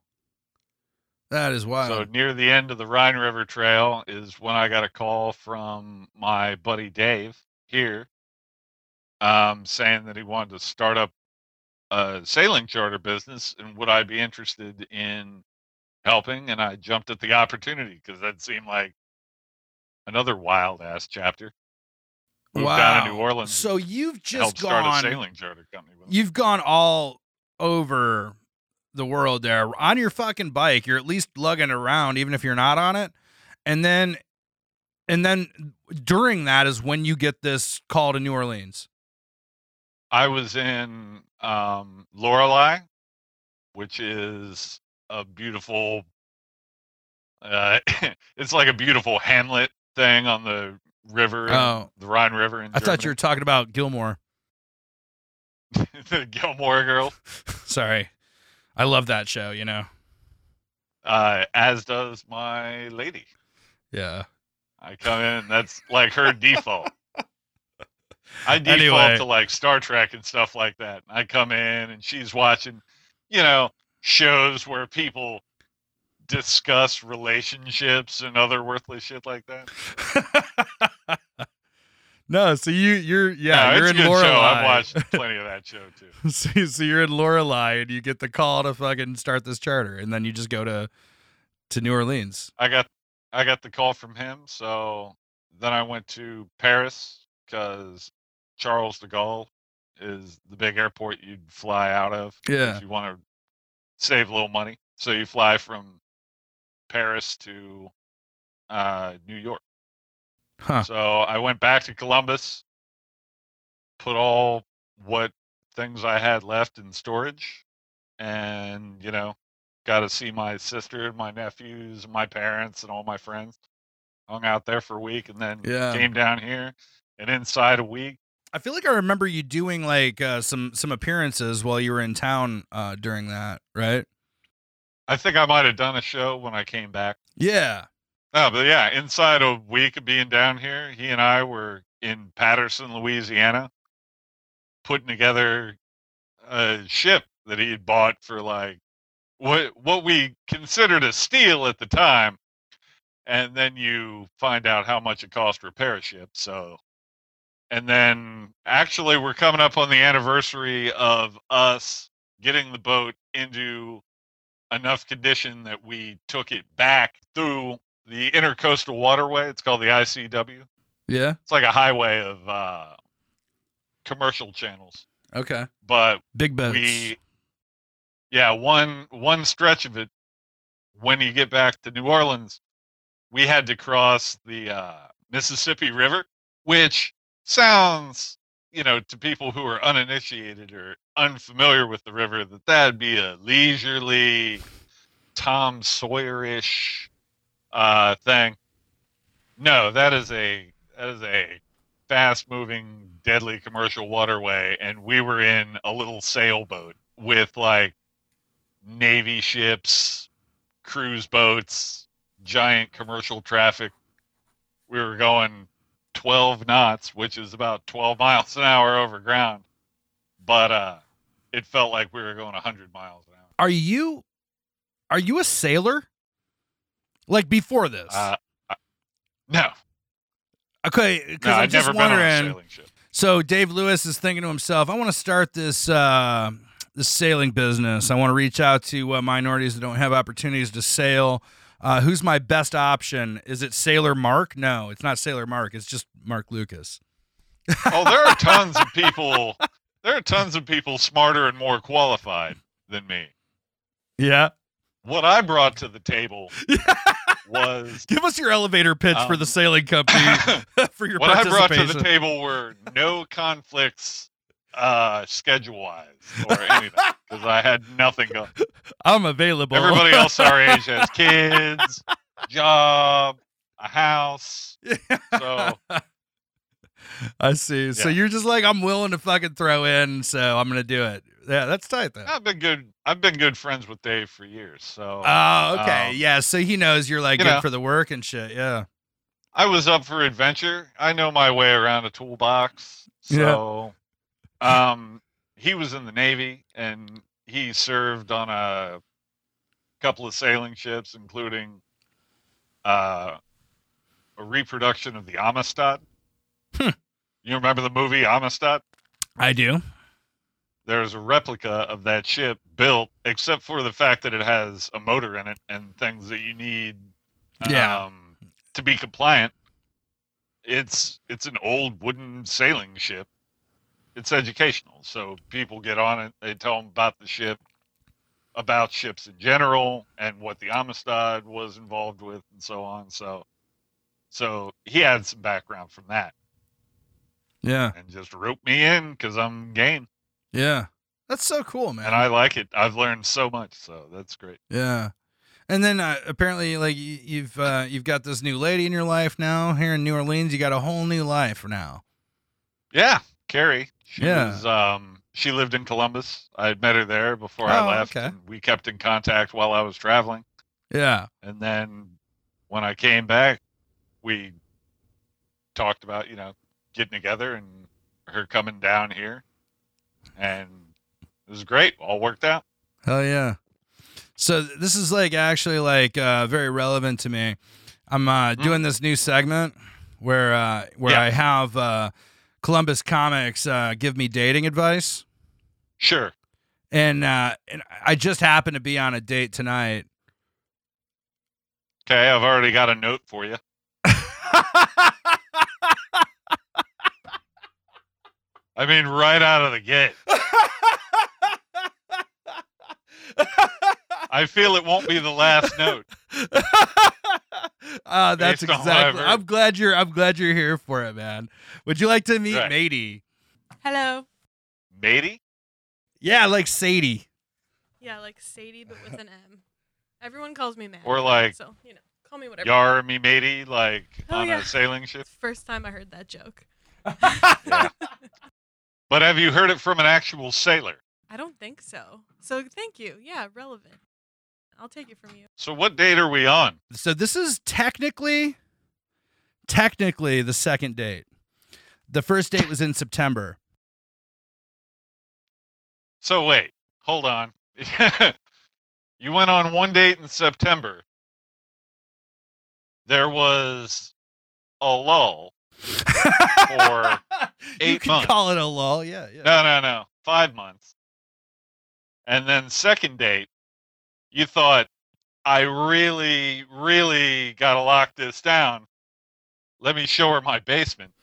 Speaker 3: That is wild.
Speaker 4: So near the end of the Rhine River Trail is when I got a call from my buddy Dave here, um, saying that he wanted to start up a sailing charter business, and would I be interested in helping? And I jumped at the opportunity because that seemed like another wild ass chapter. Moved down to New Orleans.
Speaker 3: So you've
Speaker 4: to help
Speaker 3: just
Speaker 4: start a
Speaker 3: gone.
Speaker 4: sailing charter company. With him.
Speaker 3: You've gone all over the world there on your fucking bike. You're at least lugging around, even if you're not on it. And then, and then during that is when you get this call to New Orleans.
Speaker 4: I was in um, Lorelei, which is a beautiful. Uh, [laughs] it's like a beautiful hamlet thing on the river, in-
Speaker 3: Oh.
Speaker 4: the Rhine River. In
Speaker 3: I thought you were talking about Gilmore. [laughs]
Speaker 4: were [laughs] the Gilmore Girl,
Speaker 3: Sorry. I love that show, you know?
Speaker 4: uh, as does my lady.
Speaker 3: Yeah.
Speaker 4: I come in, and that's like her default.
Speaker 3: [laughs]
Speaker 4: I default
Speaker 3: Anyway.
Speaker 4: to like Star Trek and stuff like that. I come in, and she's watching, you know, shows where people discuss relationships and other worthless shit like that.
Speaker 3: [laughs] no, so you you're yeah,
Speaker 4: No,
Speaker 3: you're
Speaker 4: it's
Speaker 3: in
Speaker 4: a good
Speaker 3: Lorelei.
Speaker 4: show. I've
Speaker 3: [laughs]
Speaker 4: watched plenty of that show too.
Speaker 3: so, so you're in Lorelei and you get the call to fucking start this charter and then you just go to to New Orleans.
Speaker 4: I got I got the call from him, so then I went to Paris because Charles de Gaulle is the big airport you'd fly out of
Speaker 3: Yeah.
Speaker 4: if you want to save a little money. So you fly from Paris to uh, New York.
Speaker 3: Huh.
Speaker 4: So I went back to Columbus, put all what things I had left in storage, and you know, got to see my sister and my nephews, and my parents, and all my friends. Hung out there for a week, and then
Speaker 3: Yeah.
Speaker 4: came down here. And inside a week,
Speaker 3: I feel like I remember you doing like uh, some some appearances while you were in town uh during that, right?
Speaker 4: I think I might have done a show when I came back.
Speaker 3: Yeah.
Speaker 4: No, Oh, but yeah, inside a week of being down here, he and I were in Patterson, Louisiana, putting together a ship that he had bought for like what what we considered a steal at the time, and then you find out how much it cost to repair a ship. So, and then actually, we're coming up on the anniversary of us getting the boat into enough condition that we took it back through the intercoastal waterway. It's called the ICW.
Speaker 3: Yeah.
Speaker 4: It's like a highway of uh, commercial channels,
Speaker 3: Okay.
Speaker 4: but
Speaker 3: Big boats.
Speaker 4: we, yeah, one one stretch of it when you get back to New Orleans, we had to cross the uh, Mississippi River, which sounds, you know, to people who are uninitiated or unfamiliar with the river, that that'd be a leisurely, Tom Sawyerish uh, thing. No, that is a that is a fast-moving, deadly commercial waterway, and we were in a little sailboat with like navy ships, cruise boats, giant commercial traffic. We were going 12 knots, which is about 12 [laughs] miles an hour over ground, but uh, it felt like we were going 100 miles an hour.
Speaker 3: Are you are you a sailor? Like before this.
Speaker 4: Uh, I- no,
Speaker 3: okay, cuz
Speaker 4: no,
Speaker 3: I'm
Speaker 4: I've
Speaker 3: just
Speaker 4: never been on
Speaker 3: wondering.
Speaker 4: a sailing ship.
Speaker 3: So Dave Lewis is thinking to himself, I want to start this uh, this sailing business. I want to reach out to uh, minorities that don't have opportunities to sail. Uh, who's my best option? Is it Sailor Mark? No, it's not Sailor Mark. It's just Mark Lucas.
Speaker 4: Oh, there are tons of people. There are tons of people smarter and more qualified than me. [laughs]
Speaker 3: Yeah.
Speaker 4: What I brought to the table was
Speaker 3: Give us your elevator pitch for
Speaker 4: Um,
Speaker 3: the sailing
Speaker 4: [laughs]
Speaker 3: company for [laughs] your
Speaker 4: what I brought
Speaker 3: participation.
Speaker 4: to the table were no conflicts uh schedule wise or anything because I had nothing going.
Speaker 3: [laughs] I'm available. [laughs]
Speaker 4: Everybody else our age has kids, job, a house. So
Speaker 3: I see. So
Speaker 4: Yeah.
Speaker 3: you're just like, I'm willing to fucking throw in, so I'm gonna do it. Yeah, that's tight though.
Speaker 4: I've been good. I've been good friends with Dave for years. So
Speaker 3: Oh, okay.
Speaker 4: Um,
Speaker 3: yeah. So he knows you're like
Speaker 4: you
Speaker 3: good
Speaker 4: know.
Speaker 3: for the work and shit. Yeah.
Speaker 4: I was up for adventure. I know my way around a toolbox.
Speaker 3: Yeah.
Speaker 4: So um he was in the Navy and he served on a couple of sailing ships, including uh a reproduction of the Amistad.
Speaker 3: Hmm.
Speaker 4: You remember the movie Amistad?
Speaker 3: I do.
Speaker 4: There's a replica of that ship built, except for the fact that it has a motor in it and things that you need
Speaker 3: Yeah.
Speaker 4: um, to be compliant. It's it's an old wooden sailing ship. It's educational, so people get on it. They tell them about the ship, about ships in general, and what the Amistad was involved with, and so on. So, so he had some background from that,
Speaker 3: Yeah.
Speaker 4: and just roped me in because I'm game
Speaker 3: Yeah. That's so cool, man.
Speaker 4: and I like it. I've learned so much, so that's great.
Speaker 3: yeah. And then uh, apparently, like you, you've uh, you've got this new lady in your life now here in New Orleans. You got a whole new life now.
Speaker 4: Yeah, Carrie. She
Speaker 3: Yeah.
Speaker 4: was um she lived in Columbus. I had met her there before I
Speaker 3: Oh,
Speaker 4: left.
Speaker 3: okay.
Speaker 4: And we kept in contact while I was traveling.
Speaker 3: Yeah.
Speaker 4: And then when I came back, we talked about, you know, getting together and her coming down here. And it was great. All worked out.
Speaker 3: Hell yeah. So th- this is like actually like uh, very relevant to me. I'm uh, doing this new segment where uh, where
Speaker 4: Mm-hmm. Yeah.
Speaker 3: I have uh, Columbus comics uh, give me dating advice.
Speaker 4: Sure.
Speaker 3: and uh and I just happened to be on a date
Speaker 4: [laughs]
Speaker 3: tonight. [laughs]
Speaker 4: Okay, I've already got a note for you. I mean, right out of the gate. I feel it won't be the last note.
Speaker 3: uh, that's
Speaker 4: Based on what I've
Speaker 3: exactly.
Speaker 4: heard.
Speaker 3: I'm glad you're. I'm glad you're here for it, man. Would you like to meet
Speaker 4: Right.
Speaker 3: Matey?
Speaker 8: Hello.
Speaker 4: Matey?
Speaker 3: Yeah, like Sadie.
Speaker 8: Yeah, like Sadie, but with an M. Everyone calls me Matt.
Speaker 4: Or like-
Speaker 8: so you know, call me whatever.
Speaker 4: Yar me matey, like
Speaker 8: Oh,
Speaker 4: on
Speaker 8: yeah.
Speaker 4: a sailing ship.
Speaker 8: It's the First time I heard that joke.
Speaker 4: But have you heard it from an actual sailor?
Speaker 8: I don't think so. So thank you. Yeah, relevant. I'll take it from you.
Speaker 4: So what date are we on?
Speaker 3: So this is technically, technically the second date. The first date was in September.
Speaker 4: So wait, hold on. [laughs] you went on one date in September. There was a lull.
Speaker 3: [laughs]
Speaker 4: For
Speaker 3: you
Speaker 4: eight
Speaker 3: could
Speaker 4: months.
Speaker 3: call it a lull. Yeah, yeah.
Speaker 4: No, no, no. Five months. And then second date, you thought, I really, really gotta lock this down. Let me show her my basement.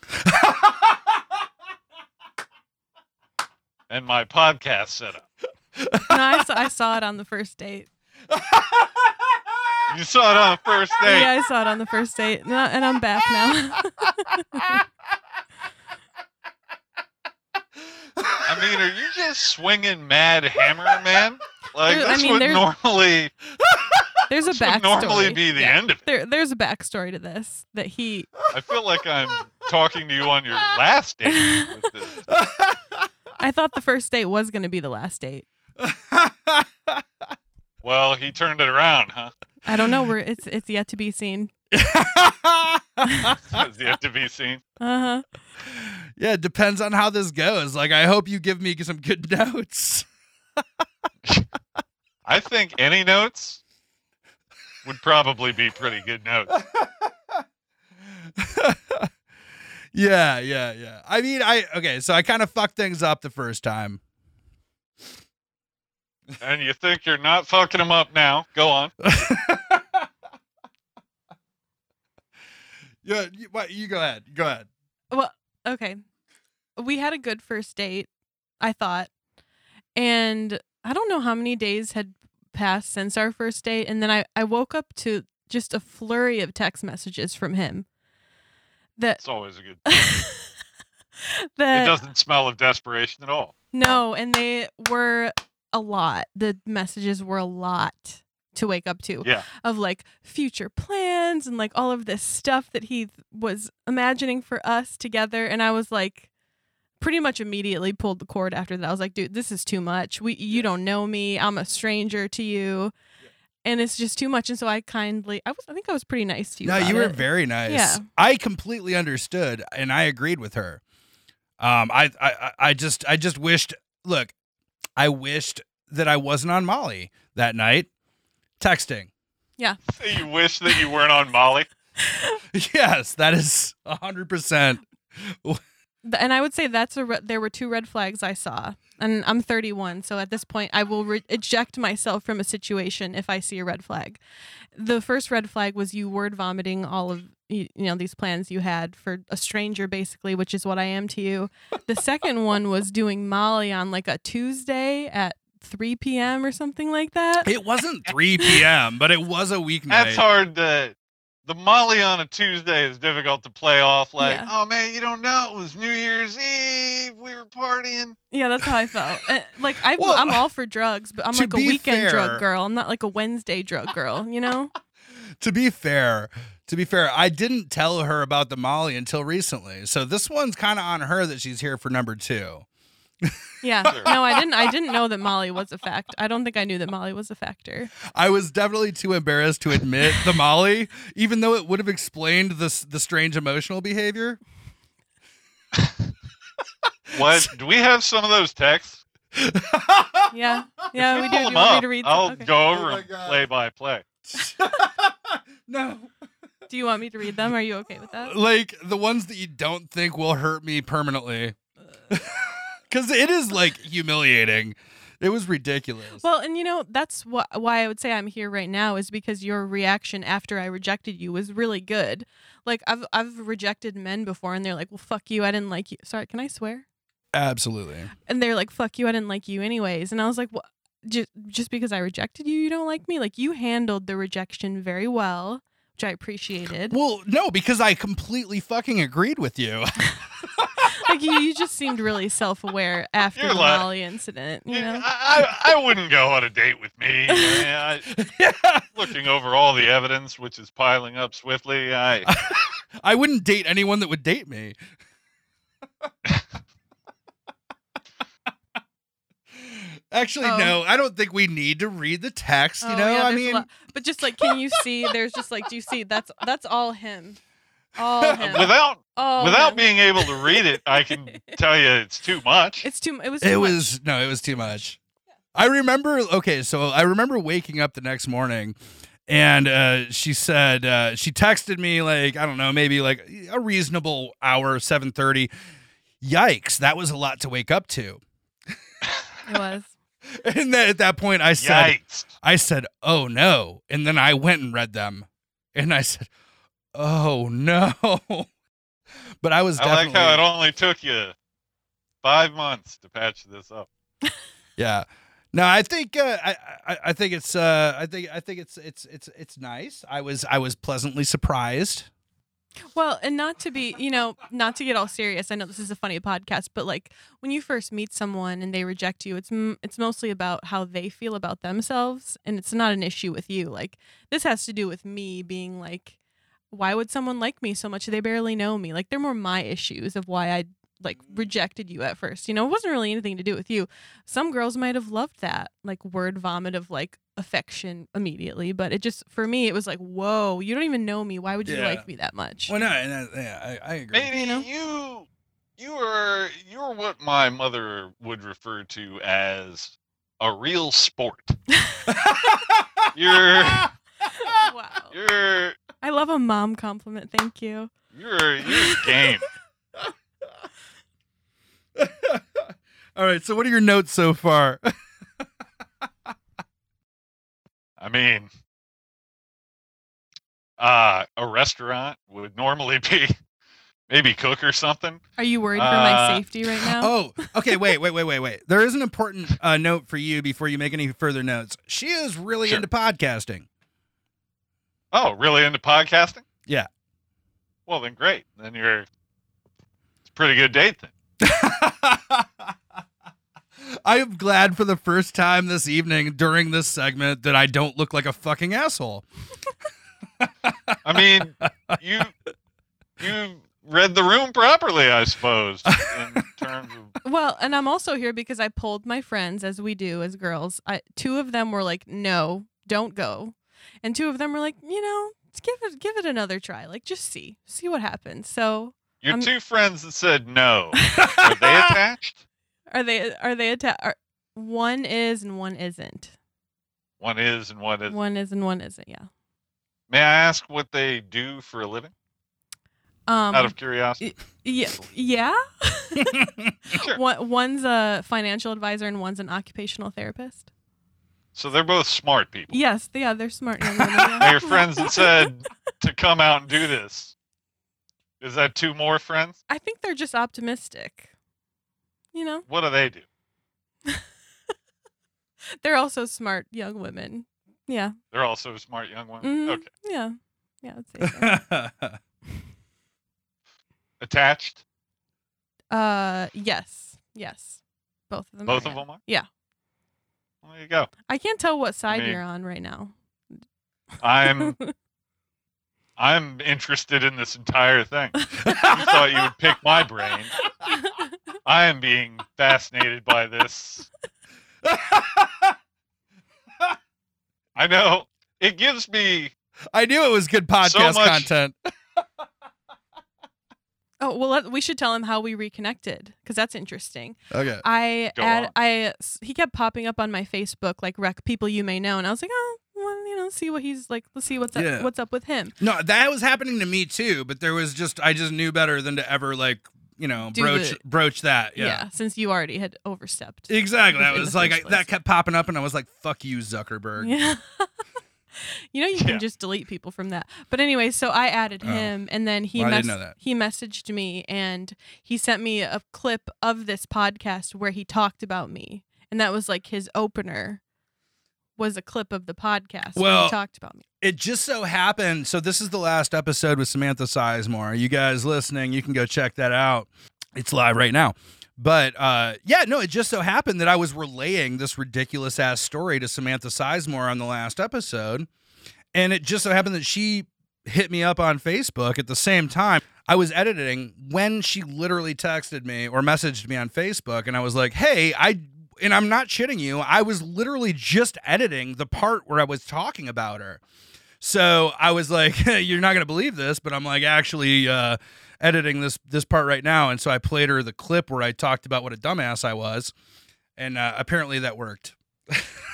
Speaker 4: and my podcast setup.
Speaker 8: No, I saw, I saw it on the first date.
Speaker 4: You saw it on the first date.
Speaker 8: [laughs] Yeah, I saw it on the first date, and I- and I'm back now.
Speaker 4: I mean, are you just swinging mad hammer, man? Like
Speaker 8: There- I
Speaker 4: that's
Speaker 8: mean,
Speaker 4: what
Speaker 8: there's
Speaker 4: normally
Speaker 8: [laughs] There's a
Speaker 4: would
Speaker 8: backstory.
Speaker 4: normally be the
Speaker 8: Yeah.
Speaker 4: end of it.
Speaker 8: There, there's a backstory to this that he.
Speaker 4: I feel like I'm talking to you on your last date. With this.
Speaker 8: I thought the first date was going to be the last date.
Speaker 4: Well, he turned it around, huh? [laughs]
Speaker 8: I don't know. We're it's it's yet to be seen.
Speaker 3: [laughs]
Speaker 4: Is yet to be seen.
Speaker 8: Uh huh.
Speaker 3: yeah, it depends on how this goes. Like, I hope you give me some good [laughs] notes.
Speaker 4: I think any notes would probably be pretty good notes.
Speaker 3: yeah, yeah, yeah. I mean, I okay, so I kind of fucked things up the first time.
Speaker 4: And you think you're not fucking him up now? Go on.
Speaker 3: Yeah, you, what, you go ahead. Go ahead.
Speaker 8: Well, okay. We had a good first date, I thought. And I don't know how many days had passed since our first date. And then I, I woke up to just a flurry of text messages from him that.
Speaker 4: It's always a good. It
Speaker 8: [laughs] that
Speaker 4: doesn't smell of desperation at all.
Speaker 8: no, and they were a lot. The messages were a lot to wake up to.
Speaker 4: Yeah.
Speaker 8: of like future plans and like all of this stuff that he th- was imagining for us together and i was like pretty much immediately pulled the cord after that i was like dude this is too much we you don't know me i'm a stranger to you and it's just too much and so i kindly i was i think i was pretty nice to you
Speaker 3: No,
Speaker 8: about
Speaker 3: you were
Speaker 8: it.
Speaker 3: very nice.
Speaker 8: Yeah.
Speaker 3: I completely understood and I agreed with her. Um, I, I, I- I just, I just wished. Look, I wished that I wasn't on Molly that night, texting. [laughs]
Speaker 4: You wish that you weren't on
Speaker 8: [laughs]
Speaker 4: Molly.
Speaker 3: Yes, that is hundred percent.
Speaker 8: Th- and i would say that's a re- there were two red flags i saw and i'm 31 so at this point i will re- eject myself from a situation if i see a red flag the first red flag was you word vomiting all of you, you know these plans you had for a stranger basically which is what i am to you
Speaker 3: [laughs]
Speaker 8: the second one was doing molly on like a tuesday at 3 p.m or something like that
Speaker 3: It wasn't three p.m., but it was a weeknight.
Speaker 4: That's hard to. The Molly on a Tuesday is difficult to play off. Like,
Speaker 8: Yeah.
Speaker 4: oh man, you don't know. It was New Year's Eve. We were partying.
Speaker 8: yeah that's how
Speaker 3: [laughs]
Speaker 8: i felt Uh, like I,
Speaker 3: Well,
Speaker 8: i'm all for drugs but i'm
Speaker 3: to
Speaker 8: like a
Speaker 3: be
Speaker 8: weekend
Speaker 3: fair-
Speaker 8: drug girl i'm not like a wednesday drug girl you know
Speaker 3: To be fair, to be fair, I didn't tell her about the Molly until recently. So this one's kind of on her that she's here for number two.
Speaker 8: Yeah.
Speaker 4: Sure.
Speaker 8: No, I didn't. I didn't know that Molly was a fact. I don't think I knew that Molly was
Speaker 4: [laughs]
Speaker 8: a factor.
Speaker 3: I was definitely too embarrassed to admit the Molly, even though it would have explained this the strange emotional
Speaker 4: [laughs]
Speaker 3: behavior.
Speaker 8: [laughs]
Speaker 4: What? Do we have some of those texts?
Speaker 8: Yeah. Yeah,
Speaker 4: If
Speaker 8: Uh, we
Speaker 4: you
Speaker 8: do. Do
Speaker 4: pull
Speaker 8: you
Speaker 4: them
Speaker 8: want me
Speaker 4: up,
Speaker 8: to read? some-
Speaker 4: I'll
Speaker 8: okay.
Speaker 4: go
Speaker 3: Oh
Speaker 4: over
Speaker 3: my
Speaker 4: them
Speaker 3: God.
Speaker 4: play by play.
Speaker 3: [laughs] no.
Speaker 8: Do you want me to read them? Are you okay with that?
Speaker 3: Like the ones that you don't think will hurt me permanently. [laughs] Cuz it is like humiliating. It was ridiculous.
Speaker 8: Well, and you know that's wh- why I would say I'm here right now is because your reaction after I rejected you was really good. Like I've I've rejected men before, and they're like, "Well, fuck you, I didn't like you." Sorry, can I swear?
Speaker 3: Absolutely.
Speaker 8: and they're like, "Fuck you, I didn't like you anyways." And I was like, "What? Just just because I rejected you, you don't like me? Like you handled the rejection very well, which I appreciated.
Speaker 3: Well, no, because I completely fucking agreed with you. [laughs]
Speaker 8: like you, you just seemed really self-aware after
Speaker 4: You're
Speaker 8: the
Speaker 4: lying.
Speaker 8: Molly incident, you know."
Speaker 4: I, I, I wouldn't go on a date with
Speaker 8: [laughs]
Speaker 4: me. I- I- looking over all the evidence, which is piling up swiftly, I
Speaker 3: I wouldn't date anyone that would date me. Actually,
Speaker 8: Oh.
Speaker 3: no, I don't think we need to read the text. You
Speaker 8: Oh,
Speaker 3: know,
Speaker 8: yeah,
Speaker 3: I
Speaker 8: there's a
Speaker 3: mean,
Speaker 8: lot- but just like, can you see? There's just like, do you see? That's that's all him.
Speaker 4: [laughs]
Speaker 8: All him.
Speaker 4: without
Speaker 8: all
Speaker 4: without
Speaker 8: him.
Speaker 4: being able to read it, I
Speaker 8: [laughs]
Speaker 4: can tell you it's too much.
Speaker 8: It's too. It was. Too
Speaker 3: it
Speaker 8: much.
Speaker 3: was no, it was too much. I remember. Okay, so I remember waking up the next morning, and uh, she said uh, she texted me like I don't know, maybe like a reasonable hour, seven thirty. Yikes, that was a lot to wake up to.
Speaker 8: It was.
Speaker 3: And then at that point, I said,
Speaker 4: Yikes!
Speaker 3: I said, "Oh no!" And then I went and read them, and I said, "Oh no!" [laughs] But I was
Speaker 4: I like
Speaker 3: definitely
Speaker 4: how it only took you five months to patch this up.
Speaker 3: yeah. No, I think uh, I, I I think it's uh, I think I think it's it's it's it's nice. I was I was pleasantly surprised.
Speaker 8: Well, and not to be, you know, not to get all serious. I know this is a funny podcast, but like when you first meet someone and they reject you, it's m- it's mostly about how they feel about themselves, and it's not an issue with you. Like this has to do with me being like, why would someone like me so much? They barely know me. Like they're more my issues of why I like rejected you at first. You know, it wasn't really anything to do with you. Some girls might have loved that like word vomit of like affection immediately, but it just for me it was like, whoa, you don't even know me. Why would you
Speaker 3: Yeah.
Speaker 8: like me that much?
Speaker 3: Well, no, and I, yeah, I, I agree. [laughs]
Speaker 4: Maybe you you are you're what my mother would refer to as a real sport.
Speaker 8: Oh.
Speaker 4: You're
Speaker 8: [laughs] wow.
Speaker 4: you're
Speaker 8: I love a mom compliment. Thank you.
Speaker 4: you're you're game.
Speaker 3: [laughs] All right. So, what are your notes so far?
Speaker 4: I mean, uh, a restaurant would normally [laughs] be maybe cook or something.
Speaker 8: Are you worried for my
Speaker 4: Uh,
Speaker 8: safety right now?
Speaker 3: [laughs] Oh, okay. Wait, wait, wait, wait, wait. There is an important uh, note for you before you make any further notes. She is really
Speaker 4: Sure.
Speaker 3: into podcasting. [laughs]
Speaker 4: Oh, really into podcasting?
Speaker 3: Yeah.
Speaker 4: Well, then great. Then you're it's a pretty good date then.
Speaker 3: I am glad for the first time this evening during this segment that I don't look like a fucking asshole.
Speaker 4: I mean, you you read the room properly, I suppose, in terms
Speaker 8: [laughs]
Speaker 4: of
Speaker 8: Well, and I'm also here because I polled my friends, as we do as girls. I, two of them were like, "No, don't go," and two of them were like, "You know, let's give it, give it another try. Like, just see, see what happens."
Speaker 4: [laughs]
Speaker 8: So,
Speaker 4: your
Speaker 8: Um,
Speaker 4: two friends that said no. Are they attached?
Speaker 8: are they are they atta- are, One is and one isn't.
Speaker 4: One is and one isn't.
Speaker 8: One is and one isn't. Yeah.
Speaker 4: May I ask what they do for a living?
Speaker 8: Um,
Speaker 4: Out of curiosity.
Speaker 8: yeah, yeah.
Speaker 4: Sure.
Speaker 8: One, one's a financial advisor and one's an occupational therapist.
Speaker 4: So they're both smart people.
Speaker 8: Yes, yeah, they're smart.
Speaker 4: [laughs]
Speaker 8: young women,
Speaker 4: Now,
Speaker 8: [laughs] yeah.
Speaker 4: your friends that said to come out and do this. Is that two more friends?
Speaker 8: I think they're just optimistic. You know,
Speaker 4: What do they do?
Speaker 8: they're also smart young women. Yeah,
Speaker 4: They're also smart young women.
Speaker 8: Mhm.
Speaker 4: Okay.
Speaker 8: yeah, yeah. I'd say
Speaker 4: Attached? [laughs]
Speaker 8: so. uh, yes, yes, both of them.
Speaker 4: Both
Speaker 8: are,
Speaker 4: of
Speaker 8: yeah.
Speaker 4: them are?
Speaker 8: Yeah.
Speaker 4: Well, there you go.
Speaker 8: I can't tell what side
Speaker 4: mean-
Speaker 8: you're on
Speaker 4: [laughs]
Speaker 8: right now. [laughs]
Speaker 4: I'm I'm interested in this entire thing. You
Speaker 8: [laughs]
Speaker 4: thought you would pick my brain. I am being fascinated by this. I know. It gives me
Speaker 3: [laughs] I knew it was good podcast
Speaker 4: much-
Speaker 3: content.
Speaker 8: oh well, let, we should tell him how we reconnected because that's interesting.
Speaker 3: Okay.
Speaker 8: I
Speaker 4: Go
Speaker 8: add,
Speaker 4: on.
Speaker 8: I s- he kept popping up on my Facebook like rec people you may know, and I was like, oh, well, you know, see what he's like, let's see what's
Speaker 3: Yeah.
Speaker 8: up, what's up with him.
Speaker 3: No, that was happening to me too, but there was just I just knew better than to ever like, you know,
Speaker 8: Do
Speaker 3: broach
Speaker 8: the-
Speaker 3: broach that.
Speaker 8: Yeah.
Speaker 3: Yeah.
Speaker 8: since you already had overstepped. [laughs]
Speaker 3: Exactly. That
Speaker 8: In the
Speaker 3: was like I,
Speaker 8: first place.
Speaker 3: that kept popping up and I was like, fuck you, Zuckerberg.
Speaker 8: Yeah. you know, you
Speaker 4: Yeah.
Speaker 8: can just delete people from that. But anyway, so I added
Speaker 3: Oh.
Speaker 8: him, and then he
Speaker 3: Well, I
Speaker 8: mess-
Speaker 3: didn't know that.
Speaker 8: he messaged me, and he sent me a clip of this podcast where he talked about me, and that was like his opener. Was a clip of the podcast where
Speaker 3: Well,
Speaker 8: he talked about me.
Speaker 3: It just so happened. So this is the last episode with Samantha Sizemore. You guys listening, you can go check that out. It's live right now. But uh, yeah, no, it just so happened that I was relaying this ridiculous ass story to Samantha Sizemore on the last episode, and it just so happened that she hit me up on Facebook at the same time. I was editing when she literally texted me or messaged me on Facebook, and I was like, "Hey, I." And I'm not shitting you. I was literally just editing the part where I was talking about her. So I was like, [laughs] "You're not gonna believe this," but I'm like actually uh, editing this this part right now, and so I played her the clip where I talked about what a dumbass I was, and uh, apparently that worked.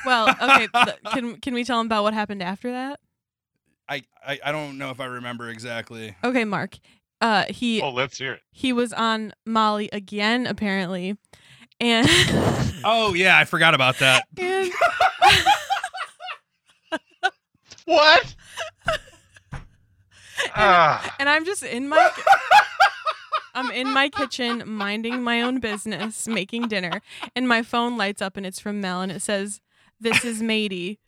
Speaker 8: Well,
Speaker 3: [laughs]
Speaker 8: okay, th- can can we tell him about what happened after that?
Speaker 3: I, I I don't know if I remember
Speaker 8: [clears throat]
Speaker 3: exactly.
Speaker 8: Okay, Mark. Uh, he
Speaker 4: Oh, let's hear it.
Speaker 8: he was on Molly again apparently,
Speaker 3: [laughs]
Speaker 8: and [laughs]
Speaker 3: Oh yeah, I forgot about that.
Speaker 8: and [laughs]
Speaker 4: What? Ah,
Speaker 3: [laughs]
Speaker 8: and I'm just in my I'm in my kitchen minding my own business, making dinner, and my phone lights up and it's from Mel and it says, This is Matey.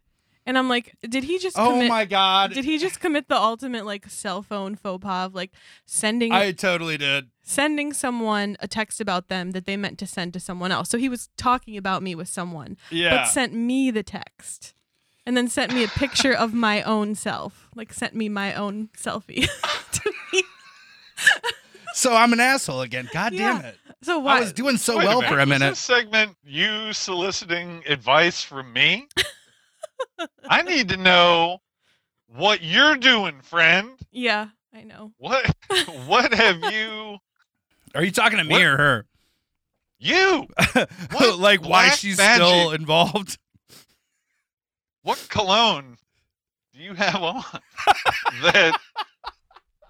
Speaker 8: And I'm like, did he just
Speaker 3: Oh
Speaker 8: commit
Speaker 3: my god.
Speaker 8: did he just commit the ultimate like cell phone faux pas of like sending
Speaker 3: I totally did.
Speaker 8: sending someone a text about them that they meant to send to someone else. So he was talking about me with someone,
Speaker 3: Yeah.
Speaker 8: but sent me the text. And then sent me a picture of my own self. Like sent me my own selfie [laughs] to me.
Speaker 3: so I'm an asshole again. God
Speaker 8: Yeah.
Speaker 3: damn it.
Speaker 8: So why
Speaker 3: I was doing so
Speaker 4: Wait
Speaker 3: well for a
Speaker 4: Was
Speaker 3: minute.
Speaker 4: This segment, you soliciting advice from me. I need to know what you're doing, friend.
Speaker 8: Yeah, I know.
Speaker 4: What
Speaker 3: [laughs]
Speaker 4: what have you
Speaker 3: Are you talking to me
Speaker 4: What?
Speaker 3: or her? [laughs]
Speaker 4: you What
Speaker 3: like why
Speaker 4: black
Speaker 3: she's
Speaker 4: magic?
Speaker 3: still involved? [laughs]
Speaker 4: what cologne do you have on that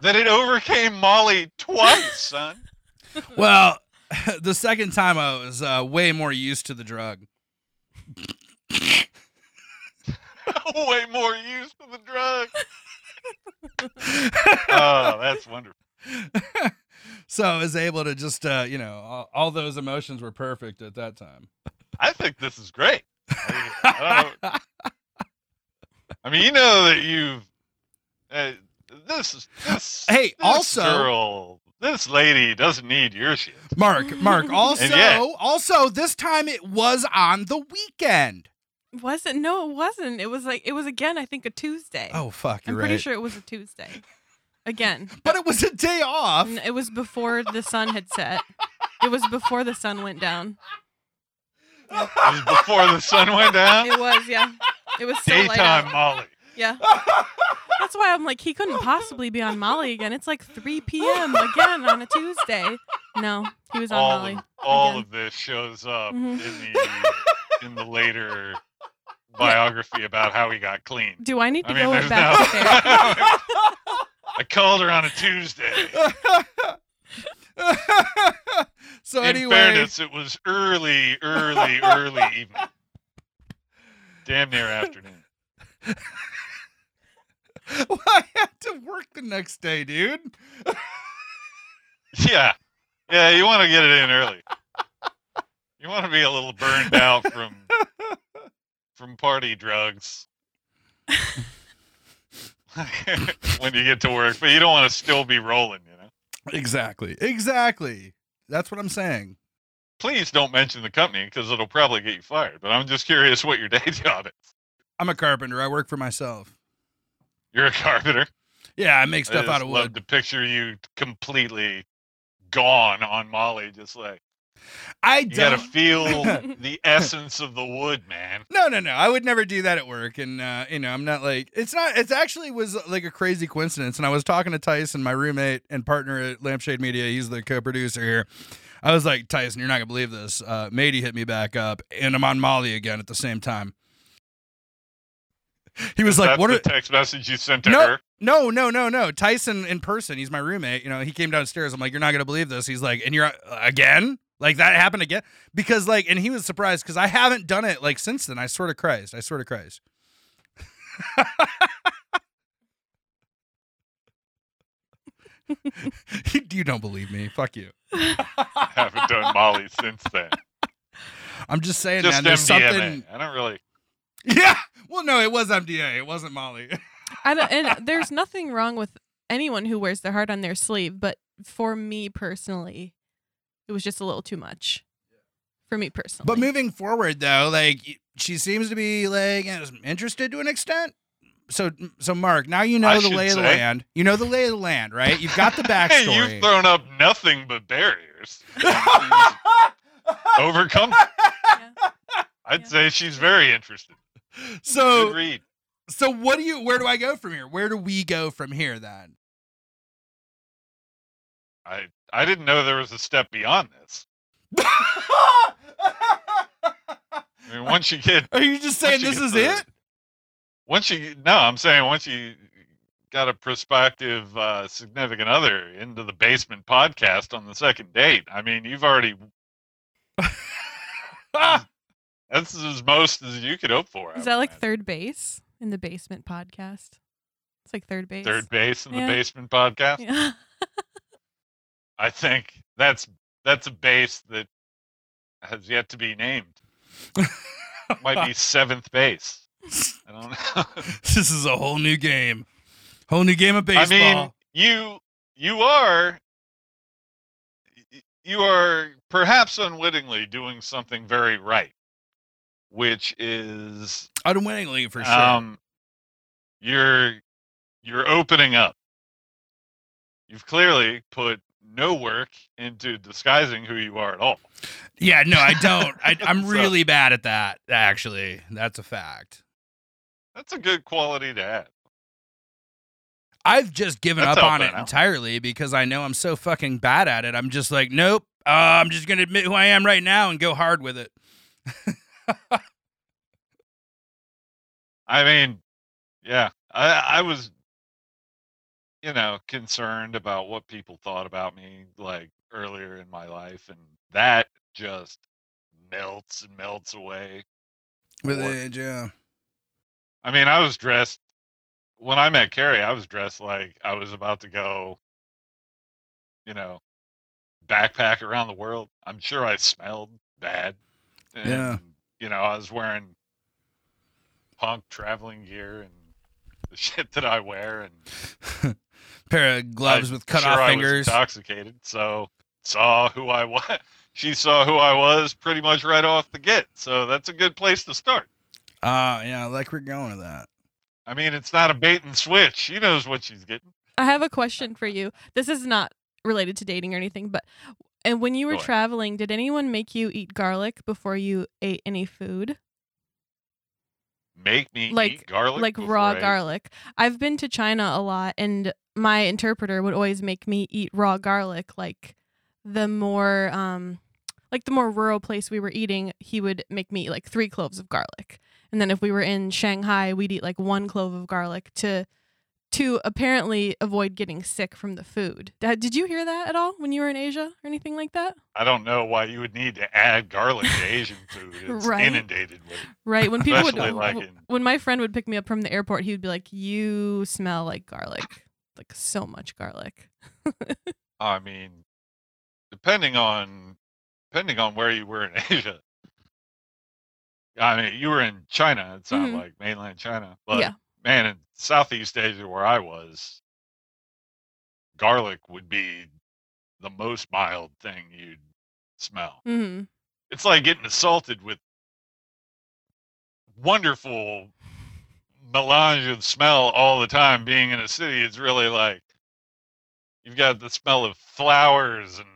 Speaker 4: that it overcame Molly twice, son? [laughs]
Speaker 3: Well, [laughs] the second time I was uh, way more used to the drug.
Speaker 4: Way more use for the drug. Oh, that's wonderful.
Speaker 3: [laughs] so I was able to just uh, you know all, all those emotions were perfect at that time.
Speaker 4: I think this is great. I, I don't, I mean, you know that you've. Uh, this is this.
Speaker 3: Hey,
Speaker 4: this
Speaker 3: also-
Speaker 4: girl, this lady doesn't need your shit.
Speaker 3: [laughs] Mark,
Speaker 4: [laughs]
Speaker 3: Mark. Also,
Speaker 4: yet-
Speaker 3: also this time it was on the weekend.
Speaker 8: Was it? No, it wasn't. It was like it was again. I think a Tuesday.
Speaker 3: Oh fuck,
Speaker 8: I'm
Speaker 3: you're
Speaker 8: pretty
Speaker 3: right.
Speaker 8: sure it was
Speaker 4: [laughs]
Speaker 8: a Tuesday. Again,
Speaker 3: But it was a day off.
Speaker 8: N- it was before the sun had set. It was before the sun went down.
Speaker 4: It was before the sun went
Speaker 8: [laughs]
Speaker 4: down. [laughs]
Speaker 8: It was, yeah. It was so light
Speaker 4: Daytime,
Speaker 8: out.
Speaker 4: Molly. [laughs]
Speaker 8: Yeah. That's why I'm like, he couldn't possibly be on Molly again. It's like 3 p.m. again on a Tuesday. No, he was on
Speaker 4: all
Speaker 8: Molly.
Speaker 4: of, all
Speaker 8: again.
Speaker 4: of this shows up in
Speaker 8: Mhm.
Speaker 4: the in the
Speaker 8: [laughs]
Speaker 4: later biography about how he got clean.
Speaker 8: Do I need to
Speaker 4: I mean,
Speaker 8: go
Speaker 4: there's
Speaker 8: back up there?
Speaker 4: no. [laughs] I called her on a
Speaker 8: [laughs]
Speaker 4: Tuesday.
Speaker 3: [laughs] so
Speaker 4: In
Speaker 3: anyway,
Speaker 4: fairness, it was early, early,
Speaker 8: [laughs]
Speaker 4: early evening. Damn near afternoon.
Speaker 3: [laughs] I had to work the next day, dude.
Speaker 4: [laughs] Yeah. Yeah, you want to get it in early. You want to be a little burned out
Speaker 3: [laughs]
Speaker 4: from from party drugs. [laughs] when you get to work, but you don't want to still be rolling, you know.
Speaker 3: Exactly, exactly. That's what I'm saying.
Speaker 4: Please don't mention the company because it'll probably get you fired. But I'm just curious what your day [laughs] job is.
Speaker 3: I'm a carpenter. I work for myself.
Speaker 4: You're a carpenter.
Speaker 3: Yeah, I make stuff
Speaker 4: I
Speaker 3: out
Speaker 4: just
Speaker 3: of
Speaker 4: love
Speaker 3: wood.
Speaker 4: to picture you completely gone on Molly, just like
Speaker 3: I
Speaker 4: you gotta
Speaker 3: don't. [laughs]
Speaker 4: feel the essence of the wood, man.
Speaker 3: No, no, no. I would never do that at work. And, uh, you know, I'm not like, it's not, it's actually was uh, like a crazy coincidence. And I was talking to Tyson, my roommate and partner at Lampshade Media. He's the co producer here. I was like, Tyson, you're not going to believe this. Uh, Matey hit me back up and I'm on Molly again at the same time. He was like,
Speaker 4: That's
Speaker 3: what
Speaker 4: the
Speaker 3: are,
Speaker 4: text message you sent to
Speaker 3: No,
Speaker 4: her? [laughs]
Speaker 3: no, no, no, no. Tyson in person. He's my roommate. You know, he came downstairs. I'm like, you're not gonna believe this. He's like, and you're uh, again. Like that happened again because like, and he was surprised because I haven't done it like since then. I swear to Christ. I swear to Christ. [laughs] you, you don't believe me? Fuck you.
Speaker 4: I haven't done Molly since then.
Speaker 3: I'm just saying,
Speaker 4: Just
Speaker 3: man. There's
Speaker 4: MDMA.
Speaker 3: something.
Speaker 4: I don't really.
Speaker 3: Yeah. Well, no, it was MDA. It wasn't Molly. [laughs]
Speaker 8: I don't, and there's nothing wrong with anyone who wears their heart on their sleeve, but for me personally, it was just a little too much. For me personally.
Speaker 3: But moving forward, though, like y- she seems to be like interested to an extent. So, so Mark, now you know
Speaker 4: I
Speaker 3: the
Speaker 4: should
Speaker 3: lay of the
Speaker 4: say.
Speaker 3: land. You know the lay of the land, right? You've got the
Speaker 4: [laughs] Hey,
Speaker 3: backstory.
Speaker 4: you've thrown up nothing but barriers.
Speaker 3: [laughs]
Speaker 4: Overcome. them. I'd
Speaker 8: Yeah.
Speaker 4: say she's very interested. Good
Speaker 3: so,
Speaker 4: read.
Speaker 3: so what do you? Where do I go from here? Where do we go from here
Speaker 4: [laughs]
Speaker 3: then?
Speaker 4: I I didn't know there was a step beyond this. I mean, once you get
Speaker 3: Are you just [laughs]
Speaker 4: once
Speaker 3: saying
Speaker 4: you
Speaker 3: this
Speaker 4: get
Speaker 3: is
Speaker 4: the-
Speaker 3: it?
Speaker 4: Once you no, I'm saying once you got a prospective uh, significant other into the basement podcast on the second date, I mean, you've already [laughs] that's as most as you could hope for. I
Speaker 8: Is that
Speaker 4: would
Speaker 8: like
Speaker 4: imagine.
Speaker 8: third base in the basement [laughs] podcast? It's like third base.
Speaker 4: third base in
Speaker 8: Yeah.
Speaker 4: the basement podcast?
Speaker 8: Yeah.
Speaker 4: I think that's that's a base that has yet to be named. [laughs] Might be seventh base. I don't know.
Speaker 3: [laughs]
Speaker 4: [laughs]
Speaker 3: this is a whole new game, whole new game of
Speaker 4: I
Speaker 3: baseball.
Speaker 4: mean, you you are y- you are perhaps unwittingly doing something very right, which is
Speaker 3: unwittingly for sure.
Speaker 4: um, you're you're opening up. You've clearly put no work into disguising who you are at all.
Speaker 3: yeah, no, I don't.
Speaker 4: [laughs]
Speaker 3: I, I'm
Speaker 4: So-
Speaker 3: really bad at that. Actually, that's a fact.
Speaker 4: That's a good quality to have.
Speaker 3: I've just given
Speaker 4: That's
Speaker 3: up
Speaker 4: how
Speaker 3: on
Speaker 4: I
Speaker 3: it
Speaker 4: found out.
Speaker 3: entirely because I know I'm so fucking bad at it. I'm just like, nope. Uh, I'm just gonna admit who I am right now and go hard with it.
Speaker 4: I mean, yeah, I I was, you know, concerned about what people thought about me like earlier in my life, and that just melts and melts away.
Speaker 3: With
Speaker 4: Or-
Speaker 3: age, yeah. [laughs]
Speaker 4: I mean, I was dressed when I met Carrie. I was dressed like I was about to go, you know, backpack around the world. I'm sure I smelled bad. And,
Speaker 3: Yeah.
Speaker 4: You know, I was wearing punk traveling gear and the [laughs] shit that I wear, and
Speaker 3: Pair of gloves
Speaker 4: I'm
Speaker 3: with cut
Speaker 4: sure
Speaker 3: off
Speaker 4: I was
Speaker 3: fingers.
Speaker 4: intoxicated, so saw who I was. [laughs] She saw who I was pretty much right off the get. So that's a good place to start.
Speaker 3: Ah, yeah, I like we're going with that.
Speaker 4: I mean, it's not a bait and switch. She knows what she's getting.
Speaker 8: I have a question for you. This is not related to dating or anything, but and when you were
Speaker 4: Go ahead.
Speaker 8: traveling, did anyone make you eat garlic before you ate any food?
Speaker 4: make me
Speaker 8: Like-
Speaker 4: eat garlic
Speaker 8: like
Speaker 4: before
Speaker 8: raw
Speaker 4: I-
Speaker 8: garlic. I've been to China a lot and my interpreter would always make me eat raw garlic like the more um like the more rural place we were eating, he would make me eat like 3 cloves of garlic. And then if we were in Shanghai, we'd eat like 1 clove of garlic to to apparently avoid getting sick from the food. Dad, Did you hear that at all when you were in Asia or anything like that?
Speaker 4: I don't know why you would need to add garlic to Asian
Speaker 8: [laughs]
Speaker 4: food. It's
Speaker 8: Right.
Speaker 4: inundated with it.
Speaker 8: Right. When people would
Speaker 4: Especially like
Speaker 8: w-
Speaker 4: in-
Speaker 8: when my friend would pick me up from the airport, he would be like, You smell like garlic. Like so much garlic.
Speaker 4: I mean, depending on depending on where you were in [laughs] Asia. I mean, you were in China. It's not
Speaker 8: Mhm.
Speaker 4: like mainland China, but
Speaker 8: Yeah.
Speaker 4: man, in Southeast Asia where I was, garlic would be the most mild thing you'd smell.
Speaker 8: hmm
Speaker 4: it's like getting assaulted with wonderful melange of smell all the time being in a city it's really like you've got the smell of flowers and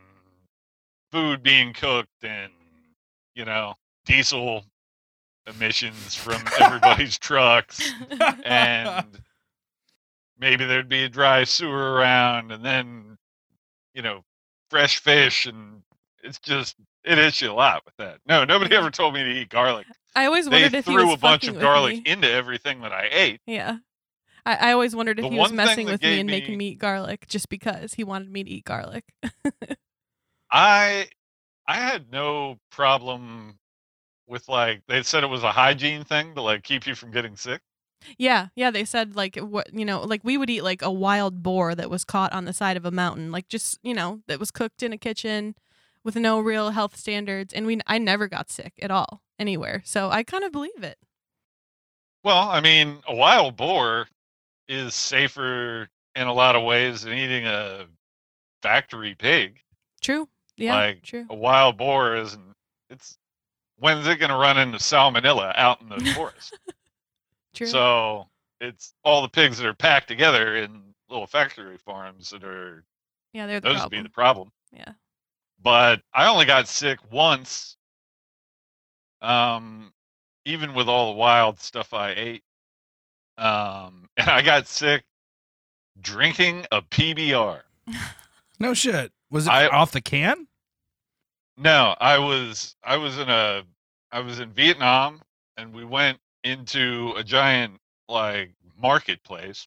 Speaker 4: food being cooked and you know diesel emissions from everybody's trucks and maybe there'd be a dry sewer around and then you know fresh fish and it's just it hits you a lot with that no nobody ever told me to eat garlic
Speaker 8: I always
Speaker 4: they
Speaker 8: wondered if he
Speaker 4: threw
Speaker 8: was
Speaker 4: a bunch
Speaker 8: fucking
Speaker 4: of
Speaker 8: with
Speaker 4: garlic
Speaker 8: me.
Speaker 4: into everything that i ate
Speaker 8: Yeah. I, I always wondered if
Speaker 4: The
Speaker 8: he was
Speaker 4: one thing
Speaker 8: messing
Speaker 4: that
Speaker 8: with me
Speaker 4: gave
Speaker 8: and
Speaker 4: me-
Speaker 8: making me eat garlic just because he wanted me to eat garlic. [laughs]
Speaker 4: i i had no problem with like they said it was a hygiene thing to like keep you from getting sick
Speaker 8: yeah, yeah. They said like what you know, like we would eat like a wild boar that was caught on the side of a mountain, like just you know that was cooked in a kitchen with no real health standards, and we I never got sick at all anywhere. So I kind of believe it.
Speaker 4: well i mean a wild boar is safer in a lot of ways than eating a factory pig
Speaker 8: True. Yeah.
Speaker 4: Like,
Speaker 8: true.
Speaker 4: a wild boar isn't it's when's it going to run into salmonella out in
Speaker 8: [laughs]
Speaker 4: the forest
Speaker 8: True.
Speaker 4: so it's all the pigs that are packed together in little factory farms that are
Speaker 8: yeah, they're the
Speaker 4: those would
Speaker 8: problem.
Speaker 4: be the problem
Speaker 8: Yeah.
Speaker 4: but i only got sick once um even with all the wild stuff i ate um [laughs] and i got sick drinking a pbr
Speaker 3: No shit. Was it
Speaker 4: I-
Speaker 3: off the can? [laughs]
Speaker 4: No, I was I was in a I was in Vietnam and we went into a giant like marketplace.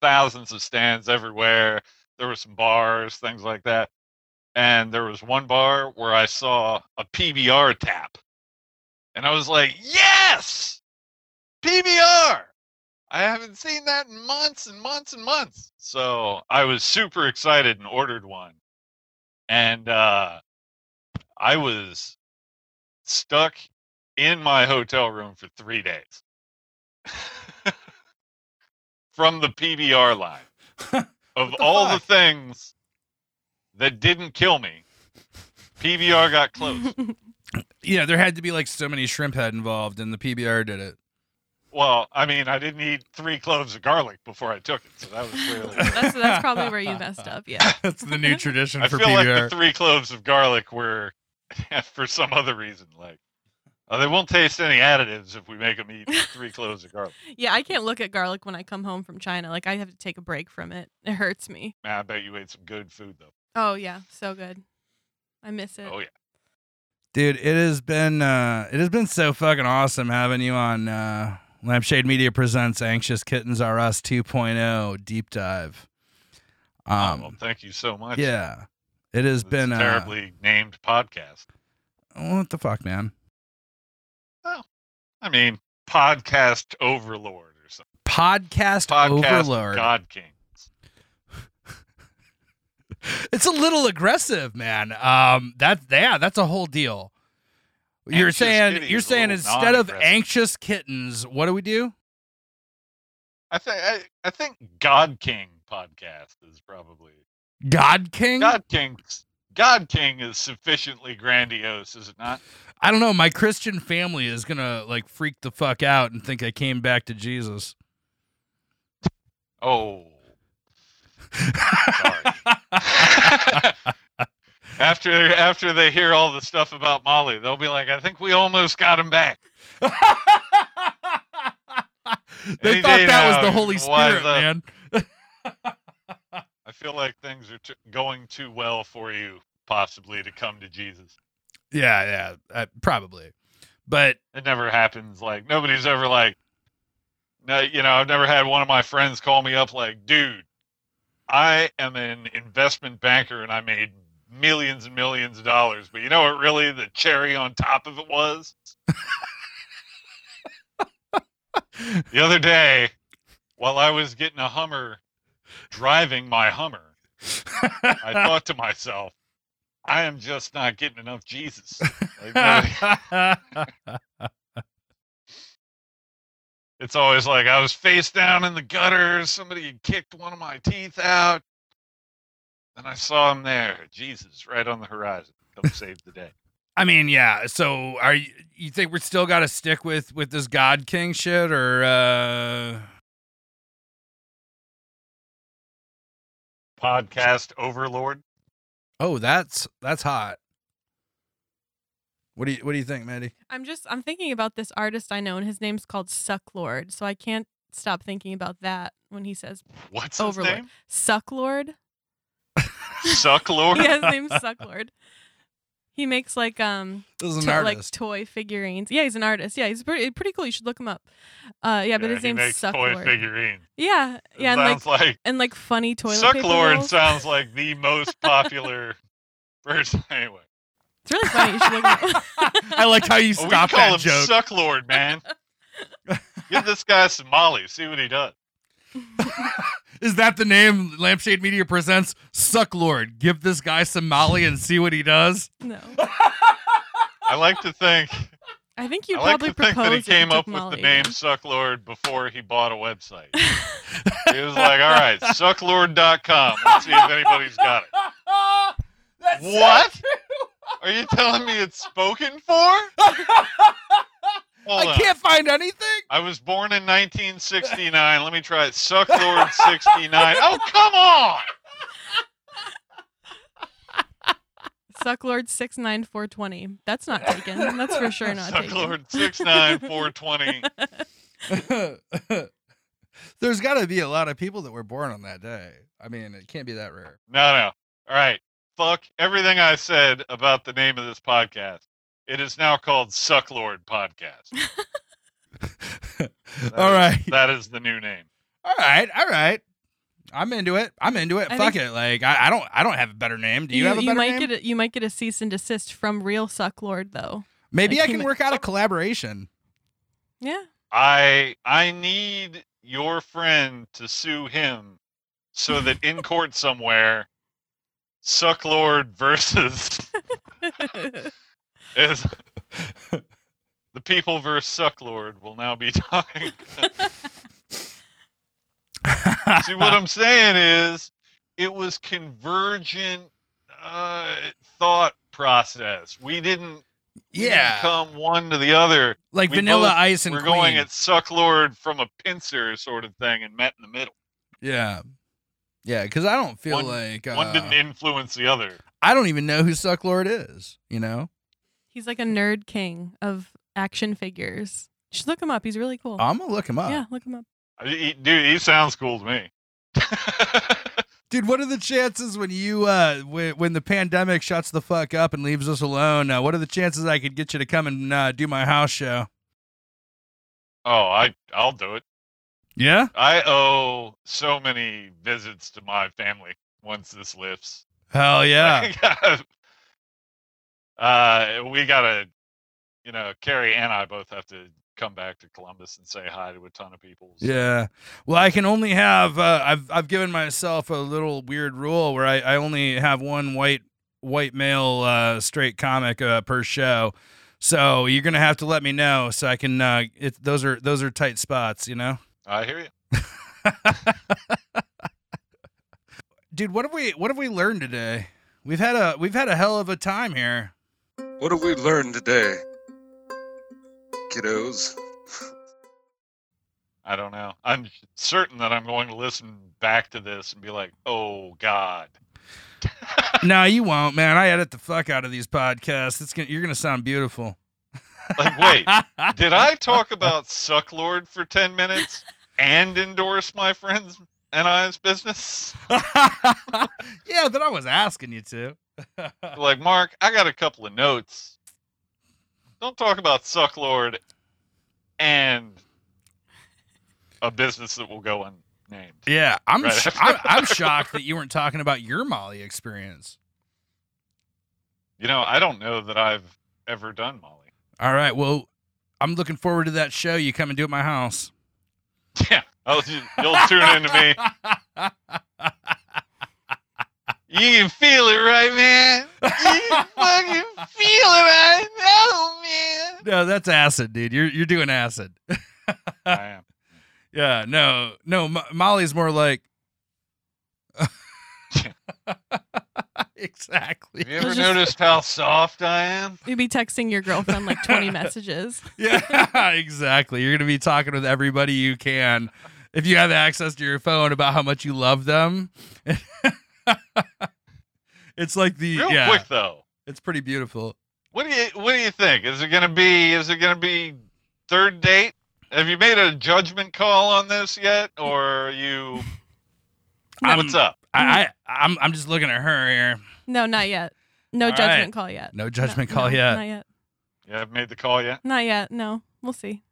Speaker 4: Thousands of stands everywhere. There were some bars, things like that. And there was one bar where I saw a PBR tap. And I was like, "Yes! PBR! I haven't seen that in months and months and months." So, I was super excited and ordered one and uh, I was stuck in my hotel room for three days [laughs] from the PBR line. of
Speaker 3: What the
Speaker 4: all
Speaker 3: fuck?
Speaker 4: the things that didn't kill me, PBR got close.
Speaker 3: [laughs]
Speaker 8: [laughs]
Speaker 3: Yeah, there had to be like so many shrimp head involved, and the PBR did it.
Speaker 4: well, I mean, I didn't eat three cloves of garlic before I took it, so that was
Speaker 8: [laughs]
Speaker 3: [laughs]
Speaker 4: clearly.
Speaker 8: that's that's probably where you messed up. Yeah.
Speaker 4: [laughs]
Speaker 3: That's the new tradition
Speaker 4: I
Speaker 3: for
Speaker 4: feel like the
Speaker 3: PBR.
Speaker 4: three cloves of garlic were [laughs] for some other reason, like. Uh, they won't taste any additives if we make
Speaker 3: [laughs]
Speaker 4: them eat three cloves of garlic.
Speaker 8: Yeah, I can't look at garlic when I come home from China. Like I have to take a break from it. It hurts me.
Speaker 4: Man, I bet you ate some good food though.
Speaker 8: Oh yeah, so good. I miss it.
Speaker 4: Oh yeah,
Speaker 3: Dude, it has been uh, it has been so fucking awesome having you on uh, Lampshade Media presents Anxious Kittens R Us 2.0 deep dive.
Speaker 4: Oh,
Speaker 3: Um,
Speaker 4: well, thank you so much.
Speaker 3: yeah, it has
Speaker 4: This
Speaker 3: been uh,
Speaker 4: terribly named podcast.
Speaker 3: What the fuck, man?
Speaker 4: I mean, podcast overlord or something.
Speaker 3: Podcast,
Speaker 4: Podcast
Speaker 3: overlord.
Speaker 4: god king.
Speaker 3: It's a little aggressive, man. Um, that yeah, that's a whole deal. You're
Speaker 4: Anxious
Speaker 3: saying
Speaker 4: kitty
Speaker 3: you're
Speaker 4: is a
Speaker 3: saying
Speaker 4: little
Speaker 3: instead of
Speaker 4: non-aggressive.
Speaker 3: anxious kittens, what do we do?
Speaker 4: I think I, I think God King podcast is probably
Speaker 3: God King?
Speaker 4: God King. God King is sufficiently grandiose, is it not?
Speaker 3: I don't know. My Christian family is gonna like freak the fuck out and think I came back to Jesus. [laughs]
Speaker 4: Oh, sorry. [laughs]
Speaker 3: I
Speaker 4: after after they hear all the stuff about Molly, they'll be like, "I think we almost got him back."
Speaker 3: they
Speaker 4: Any
Speaker 3: thought that
Speaker 4: day now,
Speaker 3: was the Holy
Speaker 4: he's uh, wise
Speaker 3: Spirit,
Speaker 4: up.
Speaker 3: man.
Speaker 4: I feel like things are t- going too well for you, possibly to come to Jesus.
Speaker 3: Yeah, yeah, uh, probably. But
Speaker 4: It never happens. Like nobody's ever like, no, you know, I've never had one of my friends call me up like, dude, I am an investment banker and I made millions and millions of dollars, but you know what? Really, the cherry on top of it was the other day while I was getting a Hummer, driving my Hummer.
Speaker 3: [laughs]
Speaker 4: I thought to myself, I am just not getting enough Jesus. Like, nobody- It's always like I was face down in the gutter. Somebody had kicked one of my teeth out. And I saw him there, Jesus, right on the horizon. Come save the day.
Speaker 3: [laughs] I mean, yeah. So are you? You think we're still got to stick with with this God King shit, or uh
Speaker 4: Podcast Overlord.
Speaker 3: oh, that's that's hot. What do you What do you think, Mandy?
Speaker 8: I'm just I'm thinking about this artist I know and his name's called Sucklord, so I can't stop thinking about that when he says
Speaker 4: What's
Speaker 8: Overlord.
Speaker 4: his name? [laughs]
Speaker 8: Sucklord.
Speaker 4: Suck Lord.
Speaker 8: [laughs] yeah, his name's Sucklord. He makes like um
Speaker 3: This is an
Speaker 8: to- like
Speaker 3: artist.
Speaker 8: toy figurines. Yeah, he's an artist. Yeah, he's pretty pretty cool. You should look him up. Uh, yeah, but his
Speaker 4: he
Speaker 8: name's
Speaker 4: makes toy
Speaker 8: Sucklord.
Speaker 4: figurine.
Speaker 8: Yeah, yeah, and like
Speaker 4: sounds like,
Speaker 8: and like funny toilet
Speaker 4: Suck
Speaker 8: paper
Speaker 4: Lord
Speaker 8: rolls.
Speaker 4: sounds like the
Speaker 8: [laughs]
Speaker 4: most popular person. [laughs] Anyway,
Speaker 8: It's really funny. You should look him up. [laughs]
Speaker 3: [laughs] I liked how you
Speaker 4: Oh, we
Speaker 3: stopped
Speaker 4: can call
Speaker 3: that
Speaker 4: him
Speaker 3: joke.
Speaker 4: Suck Lord,
Speaker 8: [laughs]
Speaker 4: man. Give this guy some Molly. See what he does.
Speaker 3: [laughs] is that the name? Lampshade Media presents Suck Lord. Give this guy some Molly and see what he does.
Speaker 8: no,
Speaker 4: I like to think
Speaker 8: I think you
Speaker 4: I
Speaker 8: probably
Speaker 4: like to think
Speaker 8: proposed
Speaker 4: that he
Speaker 8: if
Speaker 4: came
Speaker 8: took
Speaker 4: up with
Speaker 8: Molly,
Speaker 4: the name
Speaker 8: yeah.
Speaker 4: Sucklord before he bought a website. he was like, "All right, sucklord.com. Let's see if anybody's got it." what? Are you telling me it's spoken for? Hold
Speaker 3: I
Speaker 4: on.
Speaker 3: can't find anything. [laughs]
Speaker 4: I was born in 1969. Let me try it. Sucklord69. oh, come on!
Speaker 8: Sucklord six nine four twenty. That's not taken. That's for sure not taken. [laughs]
Speaker 4: Sucklord69420.
Speaker 3: There's got to be a lot of people that were born on that day. I mean, it can't be that rare.
Speaker 4: No, no. All right. Fuck everything I said about the name of this podcast. It is now called Sucklord Podcast. That
Speaker 3: all
Speaker 4: is-
Speaker 3: right.
Speaker 4: That is the new name.
Speaker 3: All right. All right. I'm into it. I'm into it.
Speaker 8: I
Speaker 3: Fuck
Speaker 8: think-
Speaker 3: it. Like I, I don't I don't have a better name. Do you, have a better
Speaker 8: might
Speaker 3: name?
Speaker 8: get a, you might get a cease and desist from real Sucklord though.
Speaker 3: Maybe I
Speaker 8: like, you
Speaker 3: can
Speaker 8: might-
Speaker 3: work out a collaboration.
Speaker 8: Yeah. [laughs]
Speaker 4: I I need your friend to sue him so that in court somewhere Suck Lord versus is [laughs] the people versus Suck Lord will now be
Speaker 3: [laughs]
Speaker 4: [laughs] talking. See what I'm saying is, it was convergent uh, thought process. We didn't we didn't
Speaker 3: yeah,
Speaker 4: come one to the other.
Speaker 3: like
Speaker 4: we
Speaker 3: Vanilla
Speaker 4: both
Speaker 3: Ice and
Speaker 4: We're
Speaker 3: Queen.
Speaker 4: going at Suck Lord from a pincer sort of thing and met in the middle.
Speaker 3: yeah, yeah. Because I don't feel
Speaker 4: One-
Speaker 3: like uh,
Speaker 4: One didn't influence the other.
Speaker 3: I don't even know who Suck Lord is. You know,
Speaker 8: He's like a nerd king of action figures. You should look him up. He's really cool.
Speaker 3: I'm gonna look him up.
Speaker 8: yeah, look him up.
Speaker 4: I- he- dude, he sounds cool to me. [laughs]
Speaker 3: Dude, what are the chances when you uh when, when the pandemic shuts the fuck up and leaves us alone? Uh, what are the chances I could get you to come and uh, do my house show?
Speaker 4: oh, I I'll do it.
Speaker 3: Yeah.
Speaker 4: I owe so many visits to my family once this lifts. [laughs]
Speaker 3: Hell yeah.
Speaker 4: uh, we gotta, you know, Carrie and I both have to come back to Columbus and say hi to a ton of people. so-
Speaker 3: Yeah. Well, I can only have uh, I've I've given myself a little weird rule where I, I only have one white white male uh, straight comic uh, per show. So you're gonna have to let me know so I can. Uh, it, those are those are tight spots, you know.
Speaker 4: I hear you.
Speaker 3: [laughs] Dude, what have we what have we learned today? We've had a we've had a hell of a time here.
Speaker 9: What have we learned today, kiddos?
Speaker 4: I don't know. I'm certain that I'm going to listen back to this and be like, "Oh God."
Speaker 3: no, you won't, man. I edit the fuck out of these podcasts. It's gonna, you're gonna sound beautiful.
Speaker 4: Like, wait, did I
Speaker 3: [laughs]
Speaker 4: talk about Suck Lord for ten minutes and endorse my friends and I's business?
Speaker 3: [laughs] yeah, but I was asking you to. [laughs]
Speaker 4: Like, Mark, I got a couple of notes. Don't talk about Suck Lord and a business that will go unnamed.
Speaker 3: yeah, I'm,
Speaker 4: Right.
Speaker 3: sh- I'm I'm shocked that you weren't talking about your Molly experience.
Speaker 4: You know, I don't know that I've ever done Molly. [laughs]
Speaker 3: All right, well, I'm looking forward to that show. You come and do it at my house.
Speaker 4: Yeah, I'll, you'll tune into
Speaker 3: [laughs]
Speaker 4: me. You can feel it, right, man? You can fucking feel it right now, man.
Speaker 3: no, that's acid, dude. You're you're doing acid.
Speaker 4: I am.
Speaker 3: Yeah, no, no. Mo- Molly's more
Speaker 4: [laughs]
Speaker 3: like. [laughs] exactly.
Speaker 4: Have you ever
Speaker 8: just-
Speaker 4: noticed how soft I am?
Speaker 8: You'd be texting your girlfriend like
Speaker 3: [laughs]
Speaker 8: 20 messages.
Speaker 3: Yeah, [laughs] exactly. You're gonna be talking with everybody you can, if you have access to your phone about how much you love them. [laughs] it's like the
Speaker 4: Real
Speaker 3: yeah,
Speaker 4: quick though,
Speaker 3: it's pretty beautiful.
Speaker 4: what do you what do you think? Is it gonna be is it gonna be third date? Have you made a judgment call on this yet, or are you?
Speaker 3: I'm-
Speaker 4: What's up?
Speaker 3: Um, I, I I'm I'm just looking at her here.
Speaker 8: No, not yet. No
Speaker 3: All right.
Speaker 8: judgment call yet.
Speaker 3: No
Speaker 8: No,
Speaker 3: judgment call
Speaker 8: no,
Speaker 3: yet.
Speaker 8: Not yet.
Speaker 4: You haven't made the call yet,
Speaker 8: Not yet. No. We'll see.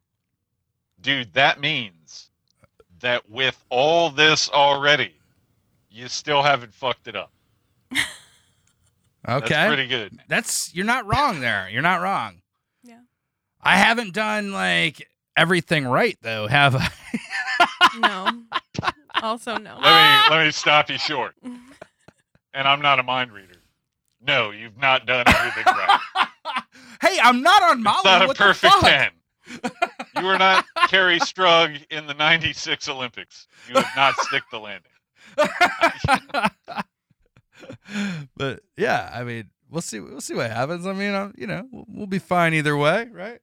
Speaker 4: dude. That means that with all this already, you still haven't fucked it up.
Speaker 3: Okay,
Speaker 4: That's pretty good.
Speaker 3: That's you're not wrong there. You're not wrong.
Speaker 8: Yeah.
Speaker 3: I haven't done like everything right though, have I? [laughs]
Speaker 8: No. also no.
Speaker 4: Let me let me stop you short. And I'm not a mind reader. No, you've not
Speaker 3: [laughs]
Speaker 4: done everything right.
Speaker 3: hey, I'm not on Molly.
Speaker 4: It's not a
Speaker 3: what
Speaker 4: perfect
Speaker 3: the fuck?
Speaker 4: ten. You
Speaker 3: [laughs]
Speaker 4: were not Carrie Strug in the '96 Olympics. You have not stick the landing.
Speaker 3: [laughs] but yeah, I mean, we'll see. We'll see what happens. I mean, i you know, we'll, we'll be fine either way, right?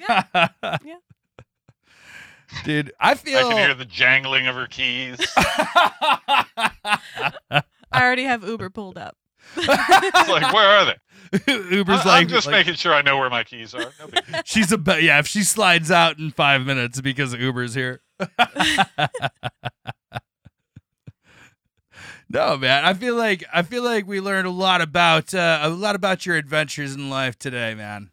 Speaker 8: Yeah.
Speaker 3: [laughs]
Speaker 8: Yeah.
Speaker 3: Dude, I feel.
Speaker 4: I can hear the jangling of her keys.
Speaker 3: [laughs]
Speaker 8: I already have Uber pulled up.
Speaker 4: It's like, where
Speaker 3: [laughs]
Speaker 4: are they?
Speaker 3: Uber's
Speaker 4: I,
Speaker 3: like,
Speaker 4: am just
Speaker 3: like,
Speaker 4: making sure I know where my keys are. No big deal.
Speaker 3: she's a be- yeah. If she slides out in five minutes because Uber's here. [laughs] no, man. I feel like I feel like we learned a lot about uh, a lot about your adventures in life today, man.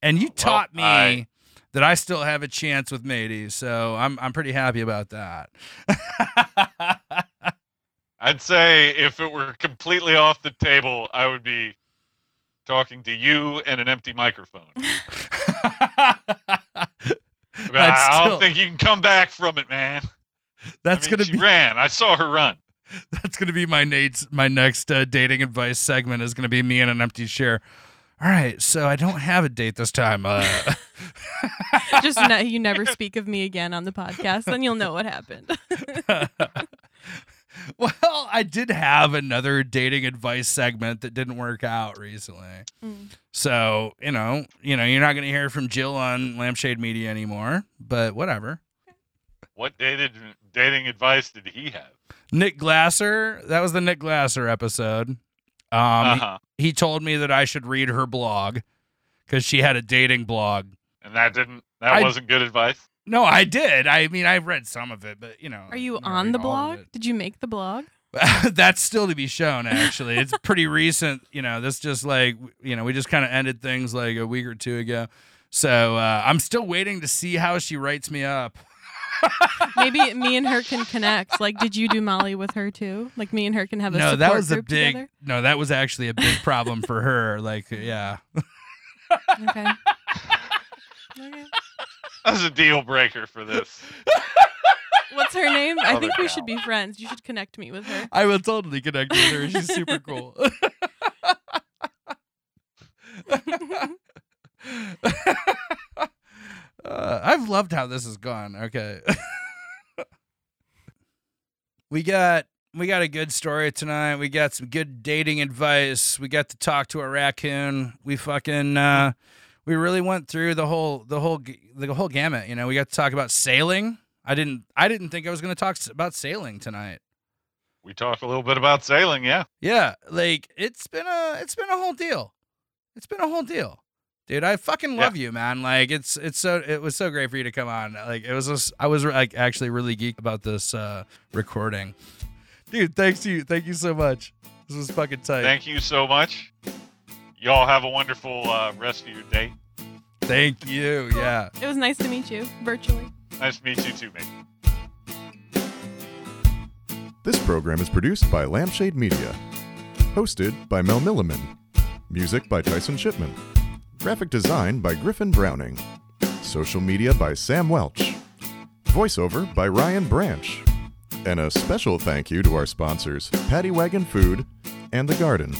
Speaker 3: And you
Speaker 4: Well,
Speaker 3: taught me
Speaker 4: I-
Speaker 3: that I still have a chance with Matey, so I'm I'm pretty happy about that. [laughs]
Speaker 4: I'd say if it were completely off the table, I would be talking to you and an
Speaker 3: [laughs]
Speaker 4: empty microphone. But
Speaker 3: That's
Speaker 4: I don't
Speaker 3: still-
Speaker 4: think you can come back from it, man. I
Speaker 3: That's
Speaker 4: mean,
Speaker 3: gonna
Speaker 4: she
Speaker 3: be
Speaker 4: ran. I saw her run.
Speaker 3: That's gonna be my Nate's my next uh, dating advice segment is gonna be me and an empty chair. All right, so I don't have a date this time. Uh,
Speaker 8: [laughs]
Speaker 3: [laughs]
Speaker 8: Just ne- you never speak of me again on the podcast, then you'll know what happened.
Speaker 3: well, I did have another dating advice segment that didn't work out recently.
Speaker 8: Mm.
Speaker 3: So you know, you know, you're not gonna hear from Jill on Lampshade Media anymore. But whatever.
Speaker 4: What dated, dating advice did he have?
Speaker 3: Nick Glasser, that was the Nick Glasser episode. Um,
Speaker 4: uh-huh.
Speaker 3: he told me that I should read her blog because she had a dating blog.
Speaker 4: And that didn't. That
Speaker 3: I-
Speaker 4: wasn't good advice.
Speaker 3: No, I did. I mean, I read some of it, but you know.
Speaker 8: Are you
Speaker 3: I don't
Speaker 8: on
Speaker 3: read
Speaker 8: the
Speaker 3: all of
Speaker 8: blog? Did you make the blog?
Speaker 3: it. [laughs] That's still to be shown. Actually, it's pretty recent. You know, this just like you know, we just kind of ended things like a week or two ago. So uh, I'm still waiting to see how she writes me up.
Speaker 8: Maybe me and her can connect. Like, did you do Molly with her too? Like, me and her can have a
Speaker 3: no,
Speaker 8: support
Speaker 3: that was a
Speaker 8: group
Speaker 3: big.
Speaker 8: together.
Speaker 3: No, that was actually a big problem for her. Like, yeah,
Speaker 8: Okay.
Speaker 3: [laughs]
Speaker 8: okay.
Speaker 4: That was a deal breaker for this.
Speaker 8: What's her name? I
Speaker 4: Other
Speaker 8: think we
Speaker 4: gal.
Speaker 8: should be friends. You should connect me with her.
Speaker 3: I will totally connect with her. She's
Speaker 8: [laughs]
Speaker 3: super cool. Uh, I've loved how this has gone. Okay. [laughs] we got we got a good story tonight. We got some good dating advice. We got to talk to a raccoon. We fucking uh we really went through the whole the whole g- the whole gamut, you know. We got to talk about sailing. I didn't I didn't think I was going to talk s- about sailing tonight.
Speaker 4: We talked a little bit about sailing, yeah.
Speaker 3: Yeah, like it's been a it's been a whole deal. It's been a whole deal. Dude, I fucking
Speaker 4: Yeah.
Speaker 3: love you, man. Like it's it's so it was so great for you to come on. Like it was just, I was like actually really geeked about this uh recording. Dude, thanks to you. Thank you so much. This was fucking tight.
Speaker 4: Thank you so much. Y'all have a wonderful uh, rest of your day.
Speaker 3: Thank you. Yeah.
Speaker 8: It was nice to meet you virtually.
Speaker 4: Nice to meet you too, mate.
Speaker 1: This program is produced by Lampshade Media. Hosted by Mel Milliman. Music by Tyson Shipman. Graphic design by Griffin Browning. Social media by Sam Welch. Voiceover by Ryan Branch. And a special thank you to our sponsors, Paddy Wagon Food and The Garden.